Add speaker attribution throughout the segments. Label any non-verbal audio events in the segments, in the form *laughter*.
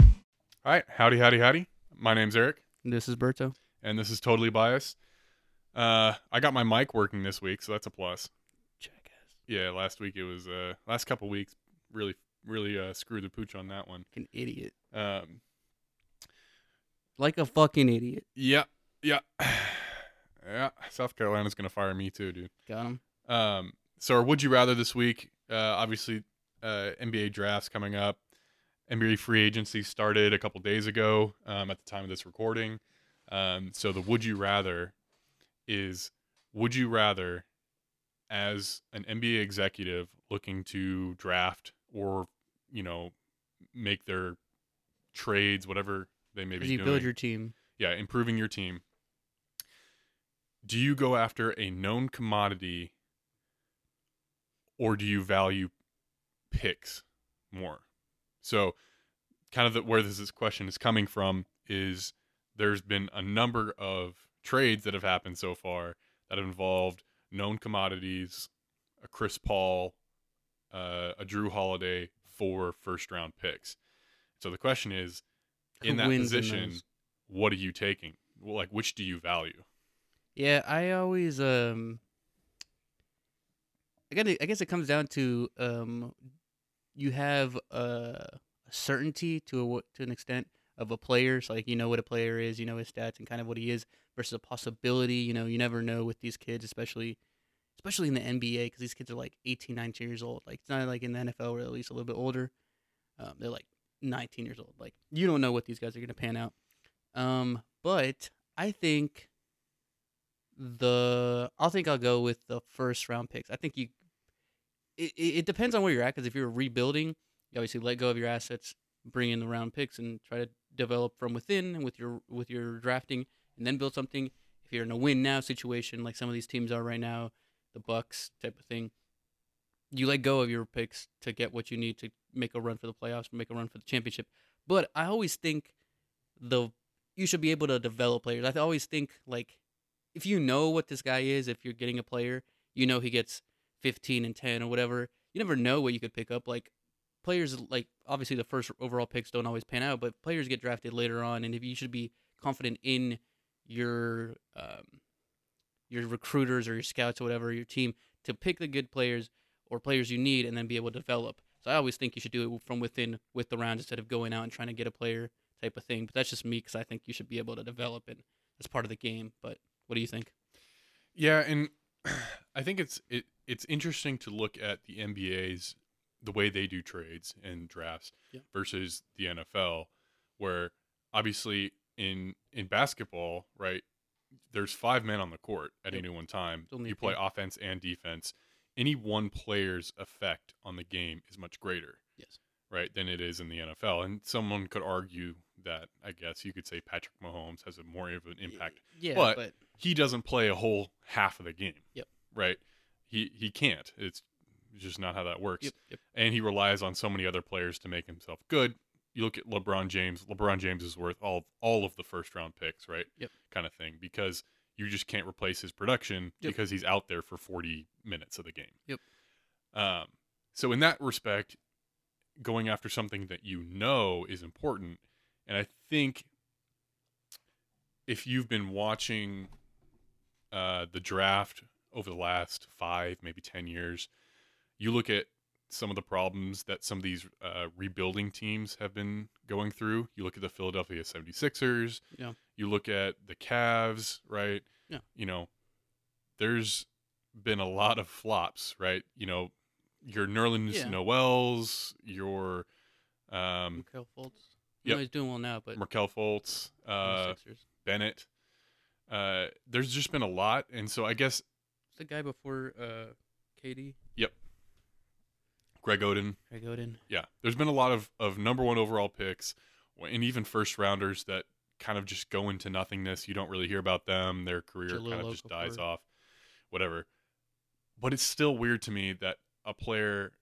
Speaker 1: All right, howdy, howdy, howdy. My name's Eric,
Speaker 2: This is Berto.
Speaker 1: and this is totally biased. Uh, I got my mic working this week, so that's a plus.
Speaker 2: Jackass.
Speaker 1: Yeah, last week it was uh, last couple weeks really, really uh, screwed the pooch on that one.
Speaker 2: Like an idiot.
Speaker 1: Um,
Speaker 2: Like a fucking idiot.
Speaker 1: yeah, yeah, *sighs* yeah. South Carolina's gonna fire me too, dude.
Speaker 2: Got him.
Speaker 1: Um, so our would you rather this week? Uh, obviously, uh, NBA drafts coming up. NBA free agency started a couple days ago. Um, at the time of this recording, um, so the would you rather is would you rather, as an NBA executive looking to draft or you know make their trades, whatever they may be
Speaker 2: Because you
Speaker 1: doing
Speaker 2: build your team.
Speaker 1: yeah, improving your team. Do you go after a known commodity or do you value picks more? So, kind of the, where this, this question is coming from is there's been a number of trades that have happened so far that have involved known commodities, a Chris Paul, uh, a Drew Holiday for first round picks. So, the question is
Speaker 2: Who
Speaker 1: in that
Speaker 2: wins in
Speaker 1: position,
Speaker 2: those?
Speaker 1: what are you taking? Well, like, which do you value?
Speaker 2: Yeah, I always um. I gotta, I guess it comes down to um, you have a certainty to a, what- to an extent of a player. So like you know what a player is, you know his stats and kind of what he is versus a possibility. You know you never know with these kids, especially especially in the NBA because these kids are like 18, 19 years old. Like it's not like in the NFL where at least a little bit older. Um, they're like 19 years old. Like you don't know what these guys are gonna pan out. Um, but I think the I'll think I'll go with the first round picks. I think you it, it it depends on where you're at because if you're rebuilding, you obviously let go of your assets, bring in the round picks and try to develop from within with your with your drafting and then build something. If you're in a win now situation like some of these teams are right now, the Bucks type of thing, you let go of your picks to get what you need to make a run for the playoffs, make a run for the championship. But I always think the you should be able to develop players. I always think like if you know what this guy is, if you're getting a player, you know he gets 15 and 10 or whatever. You never know what you could pick up. Like players, like obviously the first overall picks don't always pan out, but players get drafted later on, and if you should be confident in your um, your recruiters or your scouts or whatever your team to pick the good players or players you need, and then be able to develop. So I always think you should do it from within with the round instead of going out and trying to get a player type of thing. But that's just me because I think you should be able to develop, and that's part of the game. But what do you think?
Speaker 1: Yeah, and *clears throat* I think it's it, it's interesting to look at the NBA's the way they do trades and drafts
Speaker 2: Yeah.
Speaker 1: versus the NFL, where obviously in in basketball, right, there's five men on the court at
Speaker 2: Yep.
Speaker 1: any one time.
Speaker 2: only
Speaker 1: You
Speaker 2: a
Speaker 1: play
Speaker 2: few.
Speaker 1: offense and defense. Any one player's effect on the game is much greater.
Speaker 2: Yes.
Speaker 1: right, than it is in the NFL. And someone could argue that I guess you could say Patrick Mahomes has a more of an impact.
Speaker 2: Yeah,
Speaker 1: But-
Speaker 2: but,
Speaker 1: He doesn't play a whole half of the game.
Speaker 2: Yep.
Speaker 1: Right. He he can't. It's just not how that works.
Speaker 2: yep, yep,
Speaker 1: And he relies on so many other players to make himself good. You look at LeBron James. LeBron James is worth all all of the first round picks, right?
Speaker 2: Yep.
Speaker 1: Kind of thing because you just can't replace his production
Speaker 2: Yep.
Speaker 1: because he's out there for 40 minutes of the game.
Speaker 2: Yep.
Speaker 1: Um, so in that respect, going after something that you know is important. And I think if you've been watching uh, the draft over the last five, maybe 10 years, you look at some of the problems that some of these uh, rebuilding teams have been going through. You look at the Philadelphia 76ers.
Speaker 2: Yeah.
Speaker 1: You look at the Cavs, right?
Speaker 2: Yeah.
Speaker 1: You know, there's been a lot of flops, right? You know, your Nerlens
Speaker 2: Yeah.
Speaker 1: Noels, your um,
Speaker 2: Markel Fultz. I
Speaker 1: Yep.
Speaker 2: know he's doing well now, but
Speaker 1: Markel Fultz,
Speaker 2: uh,
Speaker 1: uh,
Speaker 2: Sixers.
Speaker 1: Bennett. Uh, there's just been a lot, and so I guess
Speaker 2: It's the guy before uh, KD,
Speaker 1: Greg Oden,
Speaker 2: Greg Oden.
Speaker 1: yeah, there's been a lot of, of number one overall picks and even first rounders that kind of just go into nothingness. You don't really hear about them. Their career
Speaker 2: Jahlil
Speaker 1: kind of just dies
Speaker 2: Okafor.
Speaker 1: off, whatever. But it's still weird to me that a player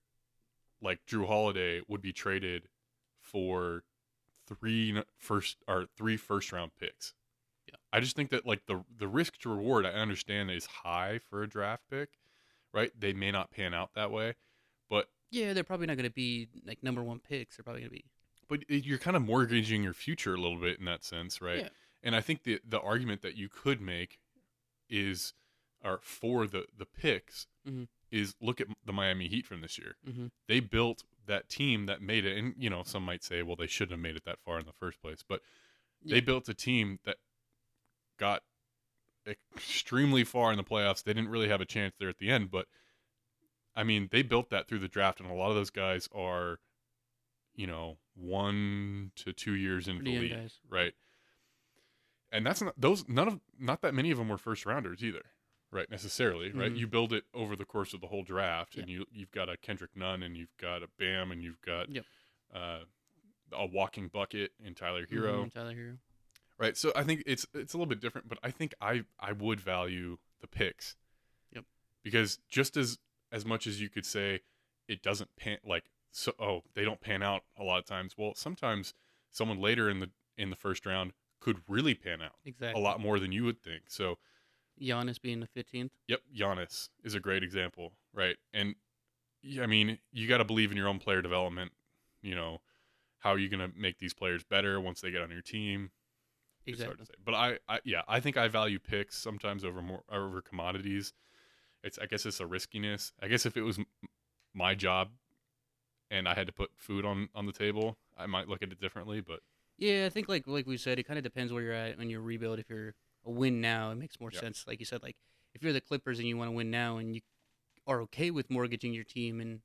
Speaker 1: like Drew Holiday would be traded for three n- first or three first round picks.
Speaker 2: Yeah.
Speaker 1: I just think that like the the risk to reward I understand is high for a draft pick, right? They may not pan out that way, but
Speaker 2: Yeah, they're probably not going to be like number one picks. They're probably going to be
Speaker 1: but i- you're kind of mortgaging your future a little bit in that sense, right?
Speaker 2: Yeah.
Speaker 1: And I think the the argument that you could make is, or for the the picks,
Speaker 2: Mhm.
Speaker 1: is look at the Miami Heat from this year.
Speaker 2: Mhm.
Speaker 1: They built that team that made it, and you know some might say, well, they shouldn't have made it that far in the first place, but
Speaker 2: Yeah.
Speaker 1: they built a team that got extremely far in the playoffs. They didn't really have a chance there at the end, but I mean, they built that through the draft, and a lot of those guys are, you know, one to two years into
Speaker 2: Pretty
Speaker 1: the
Speaker 2: young
Speaker 1: league,
Speaker 2: guys.
Speaker 1: right? And that's not those none of not that many of them were first rounders either, right? Necessarily, right?
Speaker 2: Mhm.
Speaker 1: You build it over the course of the whole draft, and you you've got a Kendrick Nunn, and you've got a Bam, and you've got
Speaker 2: Yep.
Speaker 1: uh, a walking bucket and Tyler Hero,
Speaker 2: Mhm, Tyler Hero.
Speaker 1: right? So I think it's it's a little bit different, but I think I I would value the picks.
Speaker 2: Yep.
Speaker 1: Because just as as much as you could say it doesn't pan like so oh they don't pan out a lot of times. Well, sometimes someone later in the in the first round could really pan out a
Speaker 2: Exactly.
Speaker 1: lot more than you would think. So
Speaker 2: Giannis being the 15th.
Speaker 1: yep, Giannis is a great example, right? And yeah, I mean you got to believe in your own player development. You know how are you going to make these players better once they get on your team? It's hard
Speaker 2: Exactly.
Speaker 1: to say. But I, I, yeah, I think I value picks sometimes over more over commodities. It's I guess it's a riskiness. I guess if it was m- my job and I had to put food on on the table, I might look at it differently. But
Speaker 2: Yeah, I think like like we said, it kind of depends where you're at when you rebuild. If you're a win now, it makes more
Speaker 1: Yeah.
Speaker 2: sense. Like you said, like if you're the Clippers and you want to win now, and you are okay with mortgaging your team and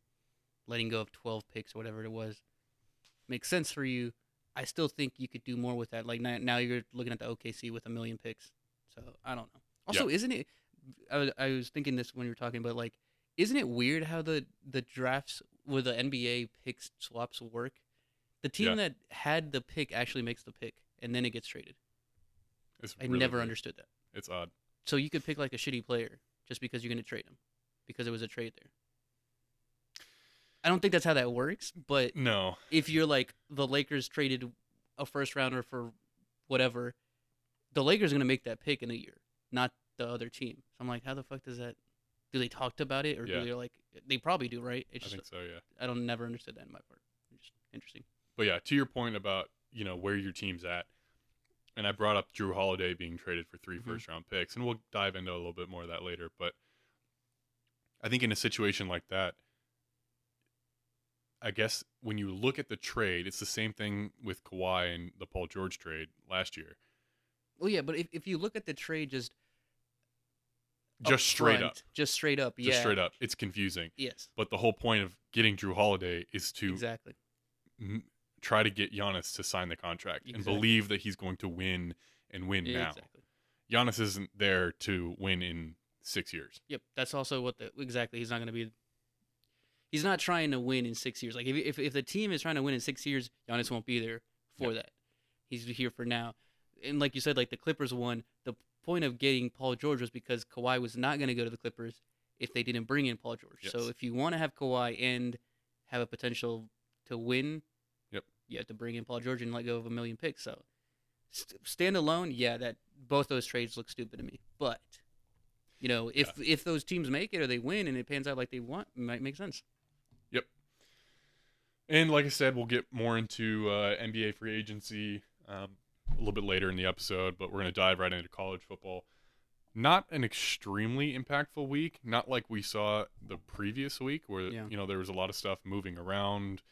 Speaker 2: letting go of 12 picks or whatever it was, makes sense for you. I still think you could do more with that. Like now, now you're looking at the OKC with a million picks. So I don't know. Also, isn't it? I was, I was thinking this when you were talking, but like, isn't it weird how the the drafts where the NBA picks swaps work? The team
Speaker 1: Yeah.
Speaker 2: that had the pick actually makes the pick, and then it gets traded.
Speaker 1: it's
Speaker 2: I
Speaker 1: really
Speaker 2: never
Speaker 1: weird.
Speaker 2: understood that.
Speaker 1: It's odd.
Speaker 2: So you could pick like a shitty player just because you're going to trade him, because it was a trade there. I don't think that's how that works, but
Speaker 1: No,
Speaker 2: if you're like the Lakers traded a first rounder for whatever, the Lakers are gonna make that pick in a year, not the other team. So I'm like, how the fuck does that? Do they talked about it, or
Speaker 1: Yeah.
Speaker 2: do they like they probably do, right? It's
Speaker 1: I
Speaker 2: just
Speaker 1: think so. Yeah,
Speaker 2: I don't never understood that in my part. It's just interesting.
Speaker 1: but yeah, to your point about you know where your team's at, and I brought up Drew Holiday being traded for three
Speaker 2: Mhm.
Speaker 1: first round picks, and we'll dive into a little bit more of that later. But I think in a situation like that, I guess when you look at the trade, it's the same thing with Kawhi and the Paul George trade last year.
Speaker 2: Well, yeah, but if, if you look at the trade just
Speaker 1: Just straight up.
Speaker 2: front, just straight up, yeah,
Speaker 1: Just straight up. It's confusing.
Speaker 2: yes,
Speaker 1: But the whole point of getting Drew Holiday is to
Speaker 2: exactly,
Speaker 1: m- try to get Giannis to sign the contract and
Speaker 2: Exactly.
Speaker 1: believe that he's going to win and win
Speaker 2: Yeah,
Speaker 1: now.
Speaker 2: exactly.
Speaker 1: Giannis isn't there to win in six years.
Speaker 2: Yep, that's also what the exactly. He's not going to be. He's not trying to win in six years. Like if, if if the team is trying to win in six years, Giannis won't be there for that. He's here for now, and like you said, like the Clippers won. The point of getting Paul George was because Kawhi was not going to go to the Clippers if they didn't bring in Paul George. So
Speaker 1: Yes.
Speaker 2: if you want to have Kawhi and have a potential to win,
Speaker 1: Yep.
Speaker 2: you have to bring in Paul George and let go of a million picks. So st- stand alone, yeah, that both those trades look stupid to me, but. You know, if if those teams make it or they win and it pans out like they want, it might make sense.
Speaker 1: And like I said, we'll get more into uh, NBA free agency um, a little bit later in the episode, but we're going to dive right into college football. Not an extremely impactful week, not like we saw the previous week where
Speaker 2: Yeah.
Speaker 1: you know there was a lot of stuff moving around.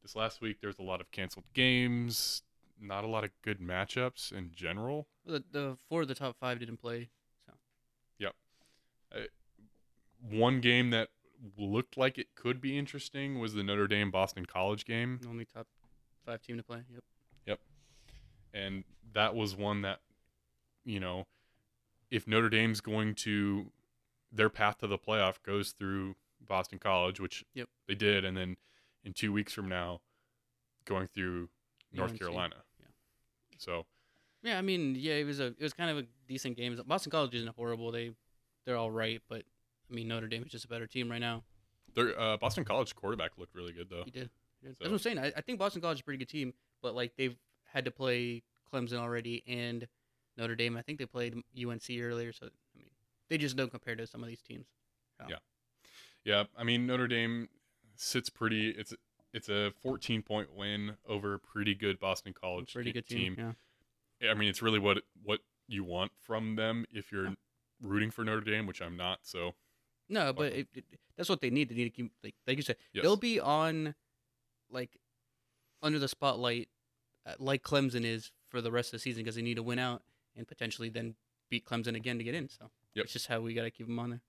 Speaker 1: This last week there was a lot of canceled games, not a lot of good matchups in general.
Speaker 2: The, the four of the top five didn't play.
Speaker 1: One game that looked like it could be interesting was the Notre Dame Boston College game.
Speaker 2: The only top five team to play. Yep.
Speaker 1: and that was one that you know if Notre Dame's going to their path to the playoff goes through Boston College, which
Speaker 2: Yep.
Speaker 1: they did, and then in two weeks from now, going through North
Speaker 2: UNC.
Speaker 1: Carolina.
Speaker 2: Yeah.
Speaker 1: So
Speaker 2: Yeah, I mean, yeah, it was a it was kind of a decent game. Boston College isn't horrible. They they're all right, but I mean Notre Dame is just a better team right now.
Speaker 1: their uh, Boston College quarterback looked really good though.
Speaker 2: He did. He did.
Speaker 1: So-
Speaker 2: That's what I'm saying. I, I think Boston College is a pretty good team, but like they've had to play Clemson already and Notre Dame. I think they played UNC earlier, so I mean they just don't compare to some of these teams.
Speaker 1: Yeah, I mean Notre Dame sits pretty. It's it's a 14 point win over a pretty good Boston College
Speaker 2: Pretty
Speaker 1: te-
Speaker 2: good team. Yeah.
Speaker 1: I mean, it's really what what you want from them if you're rooting for Notre Dame, which I'm not. So
Speaker 2: No, but
Speaker 1: Okay.
Speaker 2: it, it, that's what they need. They need to keep like like you said.
Speaker 1: yes.
Speaker 2: They'll be on, like, under the spotlight, uh, like Clemson is for the rest of the season because they need to win out and potentially then beat Clemson again to get in. So
Speaker 1: Yep.
Speaker 2: it's just how we got to keep them on there.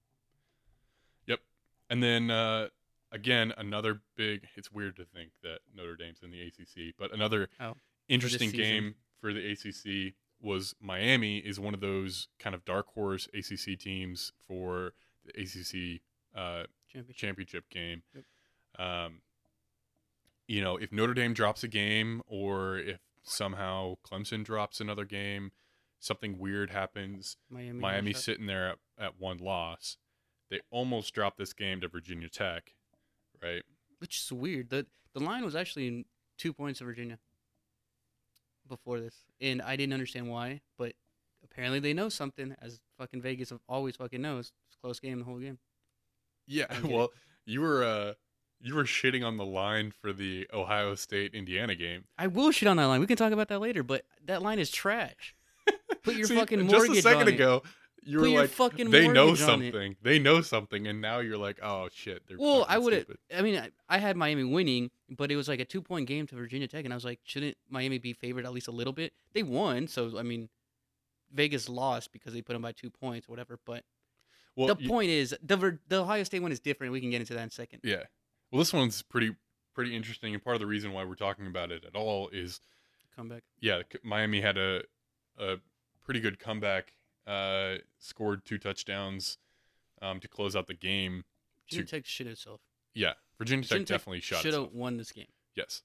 Speaker 1: And then uh, again, another big. It's weird to think that Notre Dame's in the ACC, but another
Speaker 2: Oh,
Speaker 1: interesting
Speaker 2: season.
Speaker 1: game for the ACC was Miami is one of those kind of dark horse ACC teams for the ACC uh,
Speaker 2: Championship.
Speaker 1: championship game.
Speaker 2: Yep.
Speaker 1: Um, you know, if Notre Dame drops a game, or if somehow Clemson drops another game, something weird happens.
Speaker 2: Miami.
Speaker 1: Miami's
Speaker 2: City.
Speaker 1: sitting there at, at one loss. They almost dropped this game to Virginia Tech, right?
Speaker 2: Which is weird. The the line was actually in two points to Virginia before this, and I didn't understand why, but apparently they know something, as fucking Vegas always fucking knows. It's a close game the whole game.
Speaker 1: Yeah. *laughs*
Speaker 2: I get it.
Speaker 1: Well, you were uh, you were shitting on the line for the Ohio State Indiana game.
Speaker 2: I will shit on that line. We can talk about that later, but that line
Speaker 1: *laughs*
Speaker 2: is trash. *laughs* Put your
Speaker 1: See,
Speaker 2: fucking mortgage
Speaker 1: just a second
Speaker 2: on it.
Speaker 1: ago. You
Speaker 2: Put
Speaker 1: were
Speaker 2: your
Speaker 1: like,
Speaker 2: fucking
Speaker 1: they know
Speaker 2: mortgage on it."
Speaker 1: something. They know something, and now you're like, oh shit. They're
Speaker 2: Well,
Speaker 1: fucking
Speaker 2: I would have.
Speaker 1: stupid."
Speaker 2: I mean, I, I had Miami winning, but it was like a two point game to Virginia Tech, and I was like, shouldn't Miami be favored at least a little bit? They won, so I mean, Vegas lost because they put them by two points, whatever. But
Speaker 1: Well,
Speaker 2: the
Speaker 1: you-
Speaker 2: point is, the Vir- the Ohio State one is different. We can get into that in a second.
Speaker 1: yeah. Well, this one's pretty pretty interesting, and part of the reason why we're talking about it at all is
Speaker 2: Comeback.
Speaker 1: yeah, c- Miami had a a pretty good comeback. Uh, scored two touchdowns um, to close out the game.
Speaker 2: Virginia
Speaker 1: Two-
Speaker 2: Tech shit itself.
Speaker 1: Yeah, Virginia Tech
Speaker 2: Virginia Tech
Speaker 1: definitely shot.
Speaker 2: Should
Speaker 1: itself.
Speaker 2: have won this game.
Speaker 1: Yes,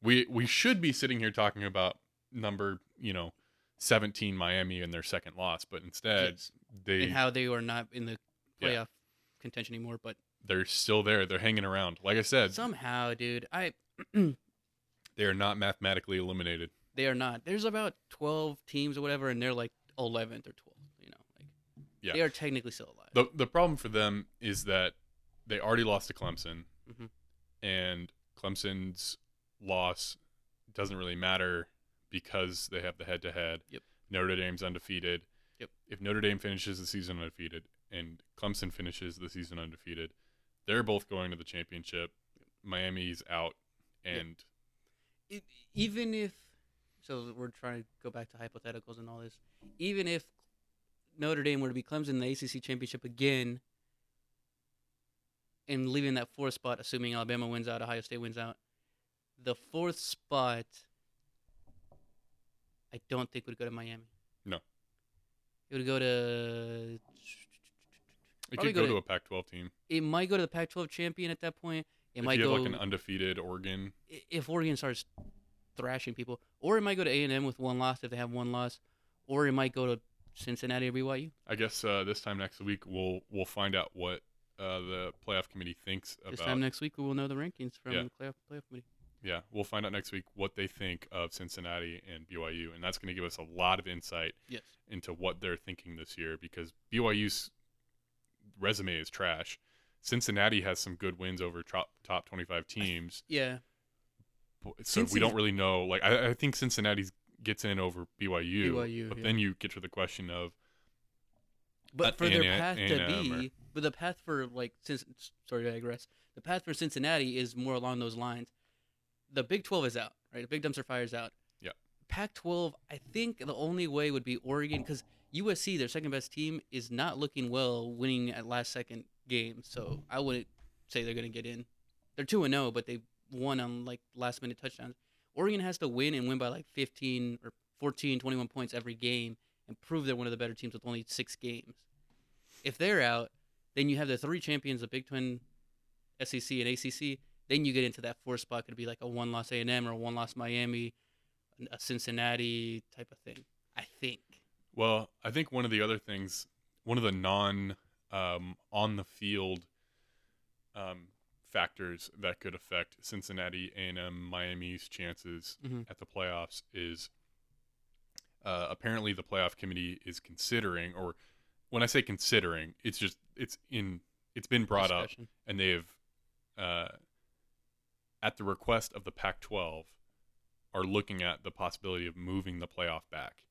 Speaker 1: we we should be sitting here talking about number you know seventeen Miami and their second loss, but instead
Speaker 2: Yes.
Speaker 1: they
Speaker 2: and how they are not in the
Speaker 1: Yeah.
Speaker 2: playoff contention anymore, but
Speaker 1: they're still there. They're hanging around. Like I said,
Speaker 2: somehow, dude, I
Speaker 1: they are not mathematically eliminated.
Speaker 2: They are not. There's about 12 teams or whatever, and they're like 11th or 12th. You know, like
Speaker 1: Yeah.
Speaker 2: they are technically still alive.
Speaker 1: the The problem for them is that they already lost to Clemson,
Speaker 2: Mhm.
Speaker 1: and Clemson's loss doesn't really matter because they have the head to head.
Speaker 2: Yep.
Speaker 1: Notre Dame's undefeated.
Speaker 2: Yep.
Speaker 1: If Notre Dame finishes the season undefeated and Clemson finishes the season undefeated, they're both going to the championship. Miami's out,
Speaker 2: Yep.
Speaker 1: and
Speaker 2: E- even if, so we're trying to go back to hypotheticals and all this. Even if Notre Dame were to be Clemson in the ACC championship again, and leaving that fourth spot, assuming Alabama wins out, Ohio State wins out, the fourth spot, I don't think would go to Miami.
Speaker 1: No.
Speaker 2: It would go to.
Speaker 1: it
Speaker 2: Probably
Speaker 1: could go,
Speaker 2: go
Speaker 1: to
Speaker 2: to-
Speaker 1: a Pac-12 team.
Speaker 2: it might go to the Pac-12 champion at that point. It
Speaker 1: If
Speaker 2: might
Speaker 1: you
Speaker 2: go
Speaker 1: have like an undefeated Oregon,
Speaker 2: i- if Oregon starts thrashing people, or it might go to A and M with one loss if they have one loss, or it might go to Cincinnati or BYU.
Speaker 1: I guess uh, this time next week we'll we'll find out what uh, the playoff committee thinks
Speaker 2: This
Speaker 1: about.
Speaker 2: time next week, we will know the rankings from
Speaker 1: Yeah.
Speaker 2: the playoff, playoff committee.
Speaker 1: yeah, we'll find out next week what they think of Cincinnati and BYU, and that's going to give us a lot of insight
Speaker 2: Yes,
Speaker 1: into what they're thinking this year because BYU's resume is trash. Cincinnati has some good wins over top top twenty five teams,
Speaker 2: yeah,
Speaker 1: so we
Speaker 2: Cincy's-
Speaker 1: don't really know. Like I, I think Cincinnati gets in over BYU,
Speaker 2: BYU,
Speaker 1: but
Speaker 2: yeah.
Speaker 1: then you get to the question of
Speaker 2: but
Speaker 1: Uh,
Speaker 2: for their
Speaker 1: A&M
Speaker 2: path to
Speaker 1: A&M or-
Speaker 2: be, but the path for like, since sorry to digress, the path for Cincinnati is more along those lines. The Big Twelve is out, right? The Big Dumpster Fire is out.
Speaker 1: Yeah.
Speaker 2: Pac-12, I think the only way would be Oregon because USC, their second best team, is not looking well, winning at last second game. So I wouldn't say they're going to get in. They're two and zero, but they won on like last minute touchdowns. Oregon has to win and win by like 15 or 14, 21 points every game and prove they're one of the better teams with only six games. If they're out, then you have the three champions, the Big Ten, SEC, and ACC. Then you get into that four spot. Could be like a one loss A and M or a one loss Miami, a Cincinnati type of thing. I think.
Speaker 1: Well, I think one of the other things, one of the non um, on the field um, factors that could affect Cincinnati and Miami's chances
Speaker 2: Mhm.
Speaker 1: at the playoffs is uh, apparently the playoff committee is considering, or when I say considering, it's just it's in it's been brought up
Speaker 2: Discussion.
Speaker 1: and they've uh, at the request of the Pac 12, are looking at the possibility of moving the playoff back,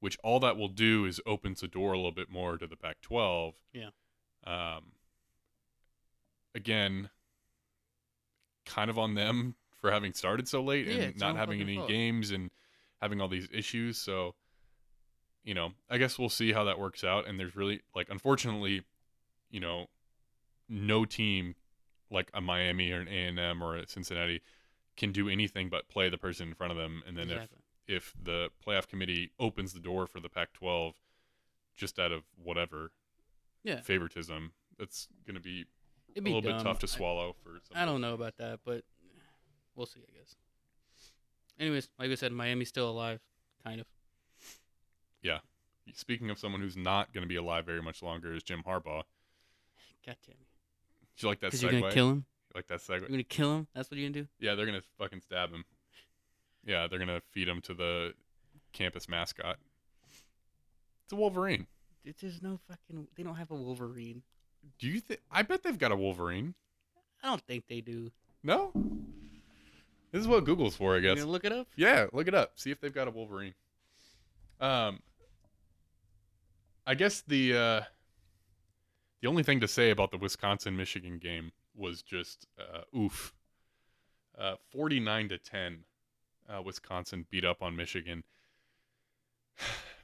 Speaker 1: which all that will do is opens the door a little bit more to the Pac 12.
Speaker 2: Yeah.
Speaker 1: Um, again, kind of on them for having started so late
Speaker 2: Yeah,
Speaker 1: and
Speaker 2: it's
Speaker 1: not
Speaker 2: all
Speaker 1: having
Speaker 2: fucking
Speaker 1: any
Speaker 2: fault.
Speaker 1: games and having all these issues. So, you know, I guess we'll see how that works out. And there's really, like, unfortunately, you know, no team like a Miami or an A&M or a Cincinnati can do anything but play the person in front of them. And then
Speaker 2: exactly.
Speaker 1: if, if the playoff committee opens the door for the Pac-12 just out of whatever
Speaker 2: Yeah.
Speaker 1: favoritism, that's going to be
Speaker 2: It'd
Speaker 1: a
Speaker 2: be
Speaker 1: little
Speaker 2: dumb.
Speaker 1: bit tough to
Speaker 2: I-
Speaker 1: swallow for some
Speaker 2: I, don't know about that, but we'll see, I guess. Anyways, like I said, Miami's still alive, kind of.
Speaker 1: Speaking of someone who's not going to be alive very much longer is Jim Harbaugh.
Speaker 2: God damn it.
Speaker 1: Did you like that
Speaker 2: Because
Speaker 1: segue?
Speaker 2: you're gonna kill him.
Speaker 1: You like that
Speaker 2: You're
Speaker 1: segue?
Speaker 2: gonna kill him. That's what you're gonna do.
Speaker 1: Yeah, they're going to fucking stab him. Yeah, they're going to feed him to the campus mascot. It's a Wolverine.
Speaker 2: It- There's no fucking. They don't have a Wolverine.
Speaker 1: Do you think? I bet they've got a Wolverine.
Speaker 2: I don't think they do.
Speaker 1: No. This is what Google's for, I
Speaker 2: You
Speaker 1: guess.
Speaker 2: gonna look it up?
Speaker 1: Yeah, look it up. See if they've got a Wolverine. Um, I guess the uh, the only thing to say about the Wisconsin Michigan game was just uh, oof. Uh, Forty nine to ten, uh, Wisconsin beat up on Michigan. *sighs*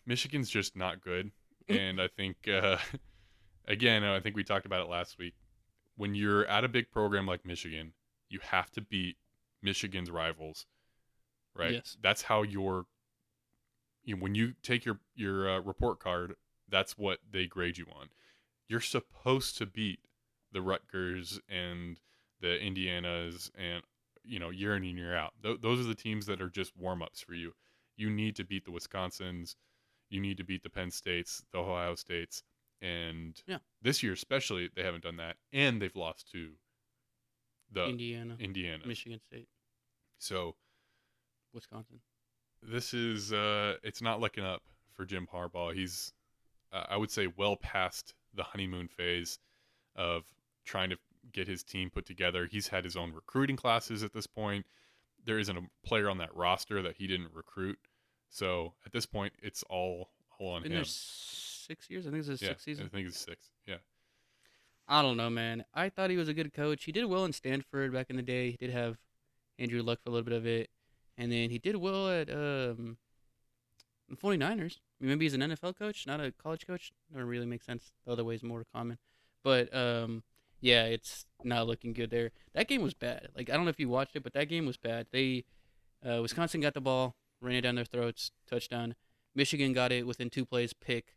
Speaker 1: Michigan's just not good, *laughs* and I think uh, *laughs* again, I think we talked about it last week. When you're at a big program like Michigan, you have to beat Michigan's rivals, right?
Speaker 2: Yes.
Speaker 1: That's how your you know, when you take your your uh, report card, that's what they grade you on. You're supposed to beat the Rutgers and the Indianas, and you know year in and year out. Tho- those are the teams that are just warm ups for you. You need to beat the Wisconsins, you need to beat the Penn States, the Ohio States, and
Speaker 2: Yeah.
Speaker 1: this year especially they haven't done that, and they've lost to the
Speaker 2: Indiana,
Speaker 1: Indiana.
Speaker 2: Michigan State,
Speaker 1: So
Speaker 2: Wisconsin.
Speaker 1: this is uh it's not looking up for Jim Harbaugh. He's uh, I would say well past the honeymoon phase of trying to get his team put together. He's had his own recruiting classes at this point. There isn't a player on that roster that he didn't recruit. So at this point it's all all on
Speaker 2: Been
Speaker 1: him.
Speaker 2: there six years. I think this is
Speaker 1: yeah,
Speaker 2: six season.
Speaker 1: I think it's six. Yeah.
Speaker 2: I don't know, man. I thought he was a good coach. He did well in Stanford back in the day. He did have Andrew Luck for a little bit of it. And then he did well at um, the 49ers. Maybe he's an NFL coach, not a college coach. Doesn't really make sense. The other way is more common. But um, yeah, it's not looking good there. That game was bad. Like, I don't know if you watched it, but that game was bad. They uh, Wisconsin got the ball, ran it down their throats, touchdown. Michigan got it within two plays, pick.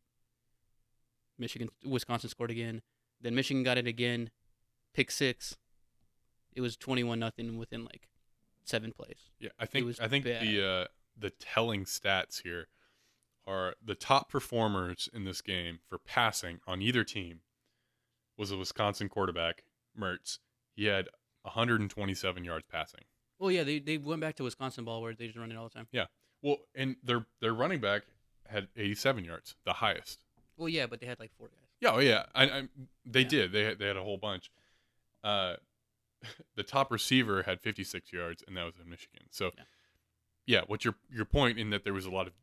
Speaker 2: Michigan, Wisconsin scored again. Then Michigan got it again, pick six. It was twenty-one nothing within like seven plays.
Speaker 1: Yeah, I think
Speaker 2: was
Speaker 1: I think the uh, the telling stats here are the top performers in this game for passing on either team was a Wisconsin quarterback, Mertz. He had 127 yards passing.
Speaker 2: Well, yeah, they, they went back to Wisconsin ball where they just run it all the time.
Speaker 1: Well, and their their running back had 87 yards, the highest.
Speaker 2: Well, yeah, but they had like four guys.
Speaker 1: Yeah, oh yeah, I, I they
Speaker 2: Yeah.
Speaker 1: did. They had, they had a whole bunch. Uh, *laughs* the top receiver had 56 yards, and that was in Michigan. So,
Speaker 2: Yeah.
Speaker 1: yeah, what's your your point in that there was a lot of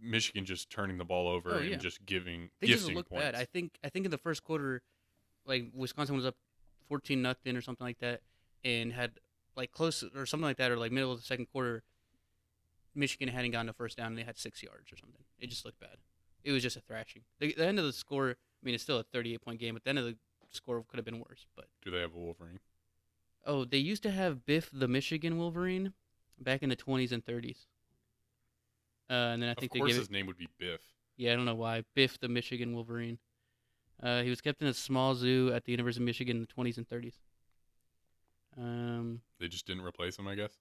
Speaker 1: Michigan just turning the ball over
Speaker 2: Oh,
Speaker 1: and
Speaker 2: yeah.
Speaker 1: just giving
Speaker 2: They just
Speaker 1: gifting
Speaker 2: looked
Speaker 1: points.
Speaker 2: bad. I think I think in the first quarter, like Wisconsin was up fourteen nothing or something like that, and had like close or something like that, or like middle of the second quarter, Michigan hadn't gotten a first down and they had six yards or something. It just looked bad. It was just a thrashing. The, the end of the score. I mean, it's still a thirty-eight point game, but the end of the score could have been worse. But
Speaker 1: Do they have a Wolverine?
Speaker 2: Oh, they used to have Biff the Michigan Wolverine back in the 20s and 30s. Uh, and then I think
Speaker 1: of
Speaker 2: they
Speaker 1: course,
Speaker 2: gave it.
Speaker 1: his name would be Biff.
Speaker 2: Yeah, I don't know why. Biff the Michigan Wolverine. Uh, he was kept in a small zoo at the University of Michigan in the 20s and 30s. Um,
Speaker 1: They just didn't replace him, I guess.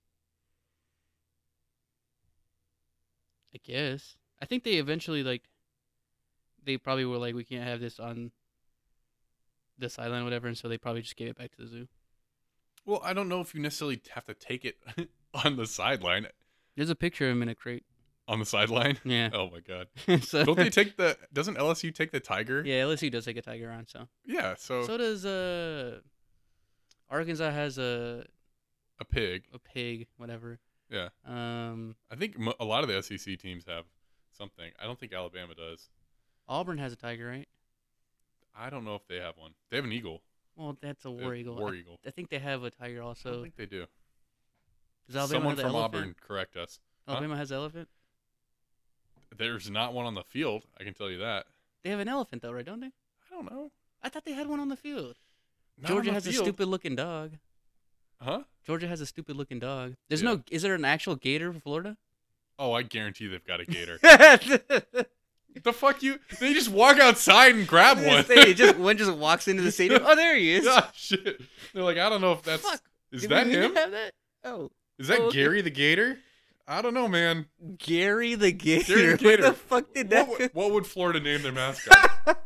Speaker 2: I guess. I think they eventually like. They probably were like, we can't have this on this island, whatever, and so they probably just gave it back to the zoo.
Speaker 1: Well, I don't know if you necessarily have to take it *laughs* on the sideline.
Speaker 2: There's a picture of him in a crate.
Speaker 1: On the sideline. *laughs*
Speaker 2: Yeah.
Speaker 1: Oh my God!
Speaker 2: *laughs* so,
Speaker 1: Don't
Speaker 2: *laughs*
Speaker 1: they take the? Doesn't LSU take the tiger?
Speaker 2: yeah, LSU does take a tiger on, so.
Speaker 1: Yeah, so,
Speaker 2: So does uh, Arkansas has a
Speaker 1: a pig.
Speaker 2: a pig, whatever.
Speaker 1: Yeah.
Speaker 2: Um,
Speaker 1: I think mo- a lot of the SEC teams have something. I don't think Alabama does.
Speaker 2: Auburn has a tiger, right?
Speaker 1: I don't know if they have one. They have an eagle.
Speaker 2: Well, that's a
Speaker 1: They
Speaker 2: war
Speaker 1: have
Speaker 2: eagle.
Speaker 1: War
Speaker 2: I,
Speaker 1: eagle.
Speaker 2: I think they have a tiger
Speaker 1: I don't
Speaker 2: also.
Speaker 1: think they do.
Speaker 2: Does Alabama
Speaker 1: Someone
Speaker 2: have the
Speaker 1: from
Speaker 2: elephant?
Speaker 1: Auburn correct us. Huh?
Speaker 2: Alabama has elephant.
Speaker 1: There's not one on the field. I can tell you that.
Speaker 2: They have an elephant though, right? Don't they?
Speaker 1: I don't know.
Speaker 2: I thought they had one on the field.
Speaker 1: Not on
Speaker 2: Georgia
Speaker 1: the
Speaker 2: has
Speaker 1: field.
Speaker 2: a stupid looking dog.
Speaker 1: Huh?
Speaker 2: Georgia has a stupid looking dog. There's
Speaker 1: Yeah.
Speaker 2: no. Is there an actual gator
Speaker 1: *laughs*
Speaker 2: for Florida?
Speaker 1: Oh, I guarantee they've got a gator. *laughs*
Speaker 2: Grab
Speaker 1: the fuck you? They just walk outside and grab one. *laughs*
Speaker 2: just one just walks into the stadium. Oh, there he is.
Speaker 1: Ah, shit. They're like, I don't know if *laughs* that's
Speaker 2: Fuck.
Speaker 1: is
Speaker 2: Did we
Speaker 1: that
Speaker 2: really
Speaker 1: him?
Speaker 2: Have that? Oh,
Speaker 1: Is that
Speaker 2: *laughs* Oh, okay.
Speaker 1: Gary the Gator? I don't know, man.
Speaker 2: Gary the gator.
Speaker 1: Gary
Speaker 2: *laughs*
Speaker 1: the
Speaker 2: Where
Speaker 1: Gator.
Speaker 2: the fuck
Speaker 1: What,
Speaker 2: did that?
Speaker 1: would- what would Florida name
Speaker 2: *laughs*
Speaker 1: their mascot?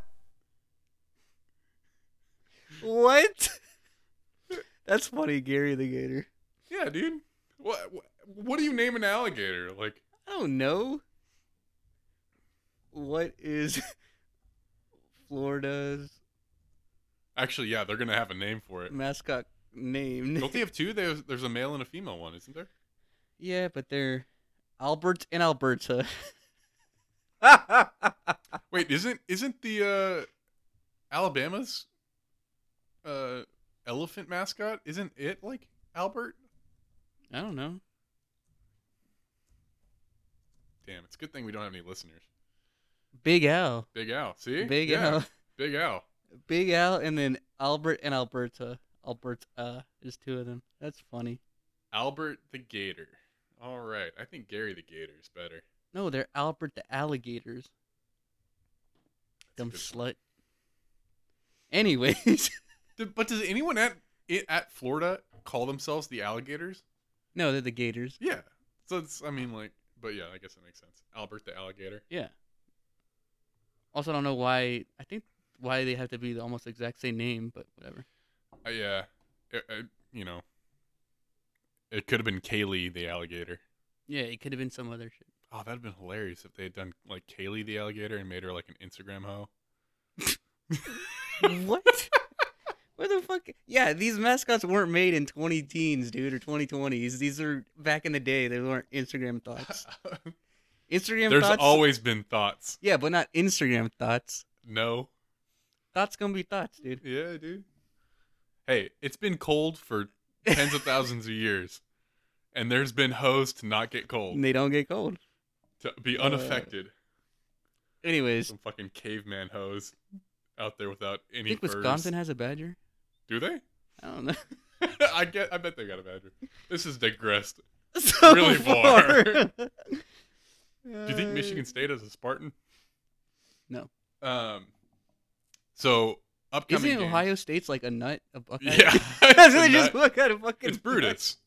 Speaker 2: *laughs* what? That's funny, Gary the Gator.
Speaker 1: yeah, dude. What, what what do you name an alligator? Like
Speaker 2: I don't know. What is *laughs* Florida's
Speaker 1: actually, yeah, they're gonna have a name for
Speaker 2: *laughs*
Speaker 1: it.
Speaker 2: mascot named?
Speaker 1: Don't they have two? There's there's a male and a female one, isn't there?
Speaker 2: *laughs* Yeah, but they're Albert and Alberta.
Speaker 1: Wait, isn't isn't the uh Alabama's uh elephant mascot? Isn't it like Albert?
Speaker 2: I don't know.
Speaker 1: Damn, it's a good thing we don't have any listeners.
Speaker 2: Big Al.
Speaker 1: Big Al, see?
Speaker 2: Big
Speaker 1: Yeah,
Speaker 2: Al.
Speaker 1: *laughs*
Speaker 2: *laughs*
Speaker 1: Big Al.
Speaker 2: Big Al and then Albert and Alberta. Alberta. There's two of them. That's funny.
Speaker 1: Albert the Gator. All right, I think Gary the Gator is better.
Speaker 2: No, they're Albert the alligators. Dumb
Speaker 1: good
Speaker 2: slut. Anyways, *laughs*
Speaker 1: Th- But does anyone at i- at Florida call themselves the alligators?
Speaker 2: no, they're the gators.
Speaker 1: Yeah. So it's I mean like, but yeah, I guess it makes sense. Albert the alligator.
Speaker 2: Yeah. Also, I don't know why. I think why they have to be the almost exact same name, but whatever.
Speaker 1: Uh, yeah. It- it- you know, it could have been Kaylee the alligator.
Speaker 2: Yeah, it could have been some other shit.
Speaker 1: Oh, that'd have been hilarious if they had done like Kaylee the alligator and made her like an Instagram hoe.
Speaker 2: *laughs* what? Where the fuck? Yeah, these mascots weren't made in 20 teens, dude, or 2020s. These are back in the day. They weren't
Speaker 1: *laughs*
Speaker 2: Instagram *laughs* thoughts. Instagram
Speaker 1: There's
Speaker 2: thoughts.
Speaker 1: always been thoughts.
Speaker 2: yeah, but not Instagram thoughts.
Speaker 1: No.
Speaker 2: Thoughts gonna be thoughts, dude.
Speaker 1: Yeah, dude. Hey, it's been cold for tens of thousands of years, and there's been hoes to not get cold,
Speaker 2: And they don't get cold.
Speaker 1: to be
Speaker 2: Uh,
Speaker 1: unaffected.
Speaker 2: Anyways,
Speaker 1: Some fucking caveman hoes out there without
Speaker 2: I
Speaker 1: any
Speaker 2: think
Speaker 1: furs.
Speaker 2: Wisconsin has a badger.
Speaker 1: Do they? *laughs*
Speaker 2: I don't know. *laughs*
Speaker 1: I get. I bet they got a badger. This is digressed.
Speaker 2: So
Speaker 1: Really
Speaker 2: *laughs*
Speaker 1: far.
Speaker 2: Do
Speaker 1: Do you think Michigan State has a Spartan?
Speaker 2: Uh, No.
Speaker 1: Um. So upcoming.
Speaker 2: Isn't
Speaker 1: games- *laughs*
Speaker 2: Ohio State's like a nut? A buckeye?
Speaker 1: Yeah. *laughs*
Speaker 2: That's
Speaker 1: it's,
Speaker 2: what
Speaker 1: a
Speaker 2: *laughs* they just
Speaker 1: nut.
Speaker 2: look at a fucking.
Speaker 1: It's
Speaker 2: nut.
Speaker 1: Brutus.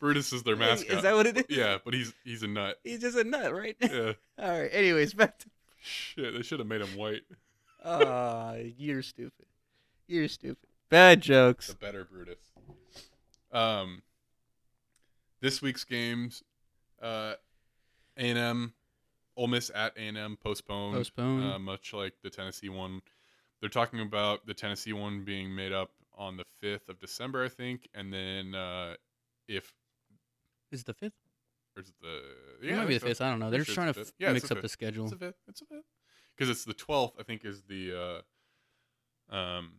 Speaker 1: Brutus is their
Speaker 2: Is-
Speaker 1: mascot.
Speaker 2: Is that what it is?
Speaker 1: yeah, but he's he's a nut.
Speaker 2: He's just a nut, right? *laughs*
Speaker 1: Yeah.
Speaker 2: All right. Anyways, back to
Speaker 1: Shit, they should have made him white.
Speaker 2: Ah, you're stupid. You're stupid. Bad jokes.
Speaker 1: The better Brutus. Um, this week's games, uh, A&M, Ole Miss at A&M postponed.
Speaker 2: Postponed.
Speaker 1: Uh, much like the Tennessee one. They're talking about the Tennessee one being made up on the 5th of December, I think. And then uh, if
Speaker 2: Is it the fifth?
Speaker 1: or is it the
Speaker 2: it
Speaker 1: I
Speaker 2: might
Speaker 1: think
Speaker 2: be the
Speaker 1: so.
Speaker 2: fifth. I don't know. They're
Speaker 1: Pretty sure
Speaker 2: just trying
Speaker 1: it's the
Speaker 2: to f-
Speaker 1: fifth. Yeah, it's
Speaker 2: mix
Speaker 1: the
Speaker 2: up the
Speaker 1: fifth.
Speaker 2: schedule.
Speaker 1: It's a bit. It's a bit. Because it's the twelfth. I think is the. Uh, um,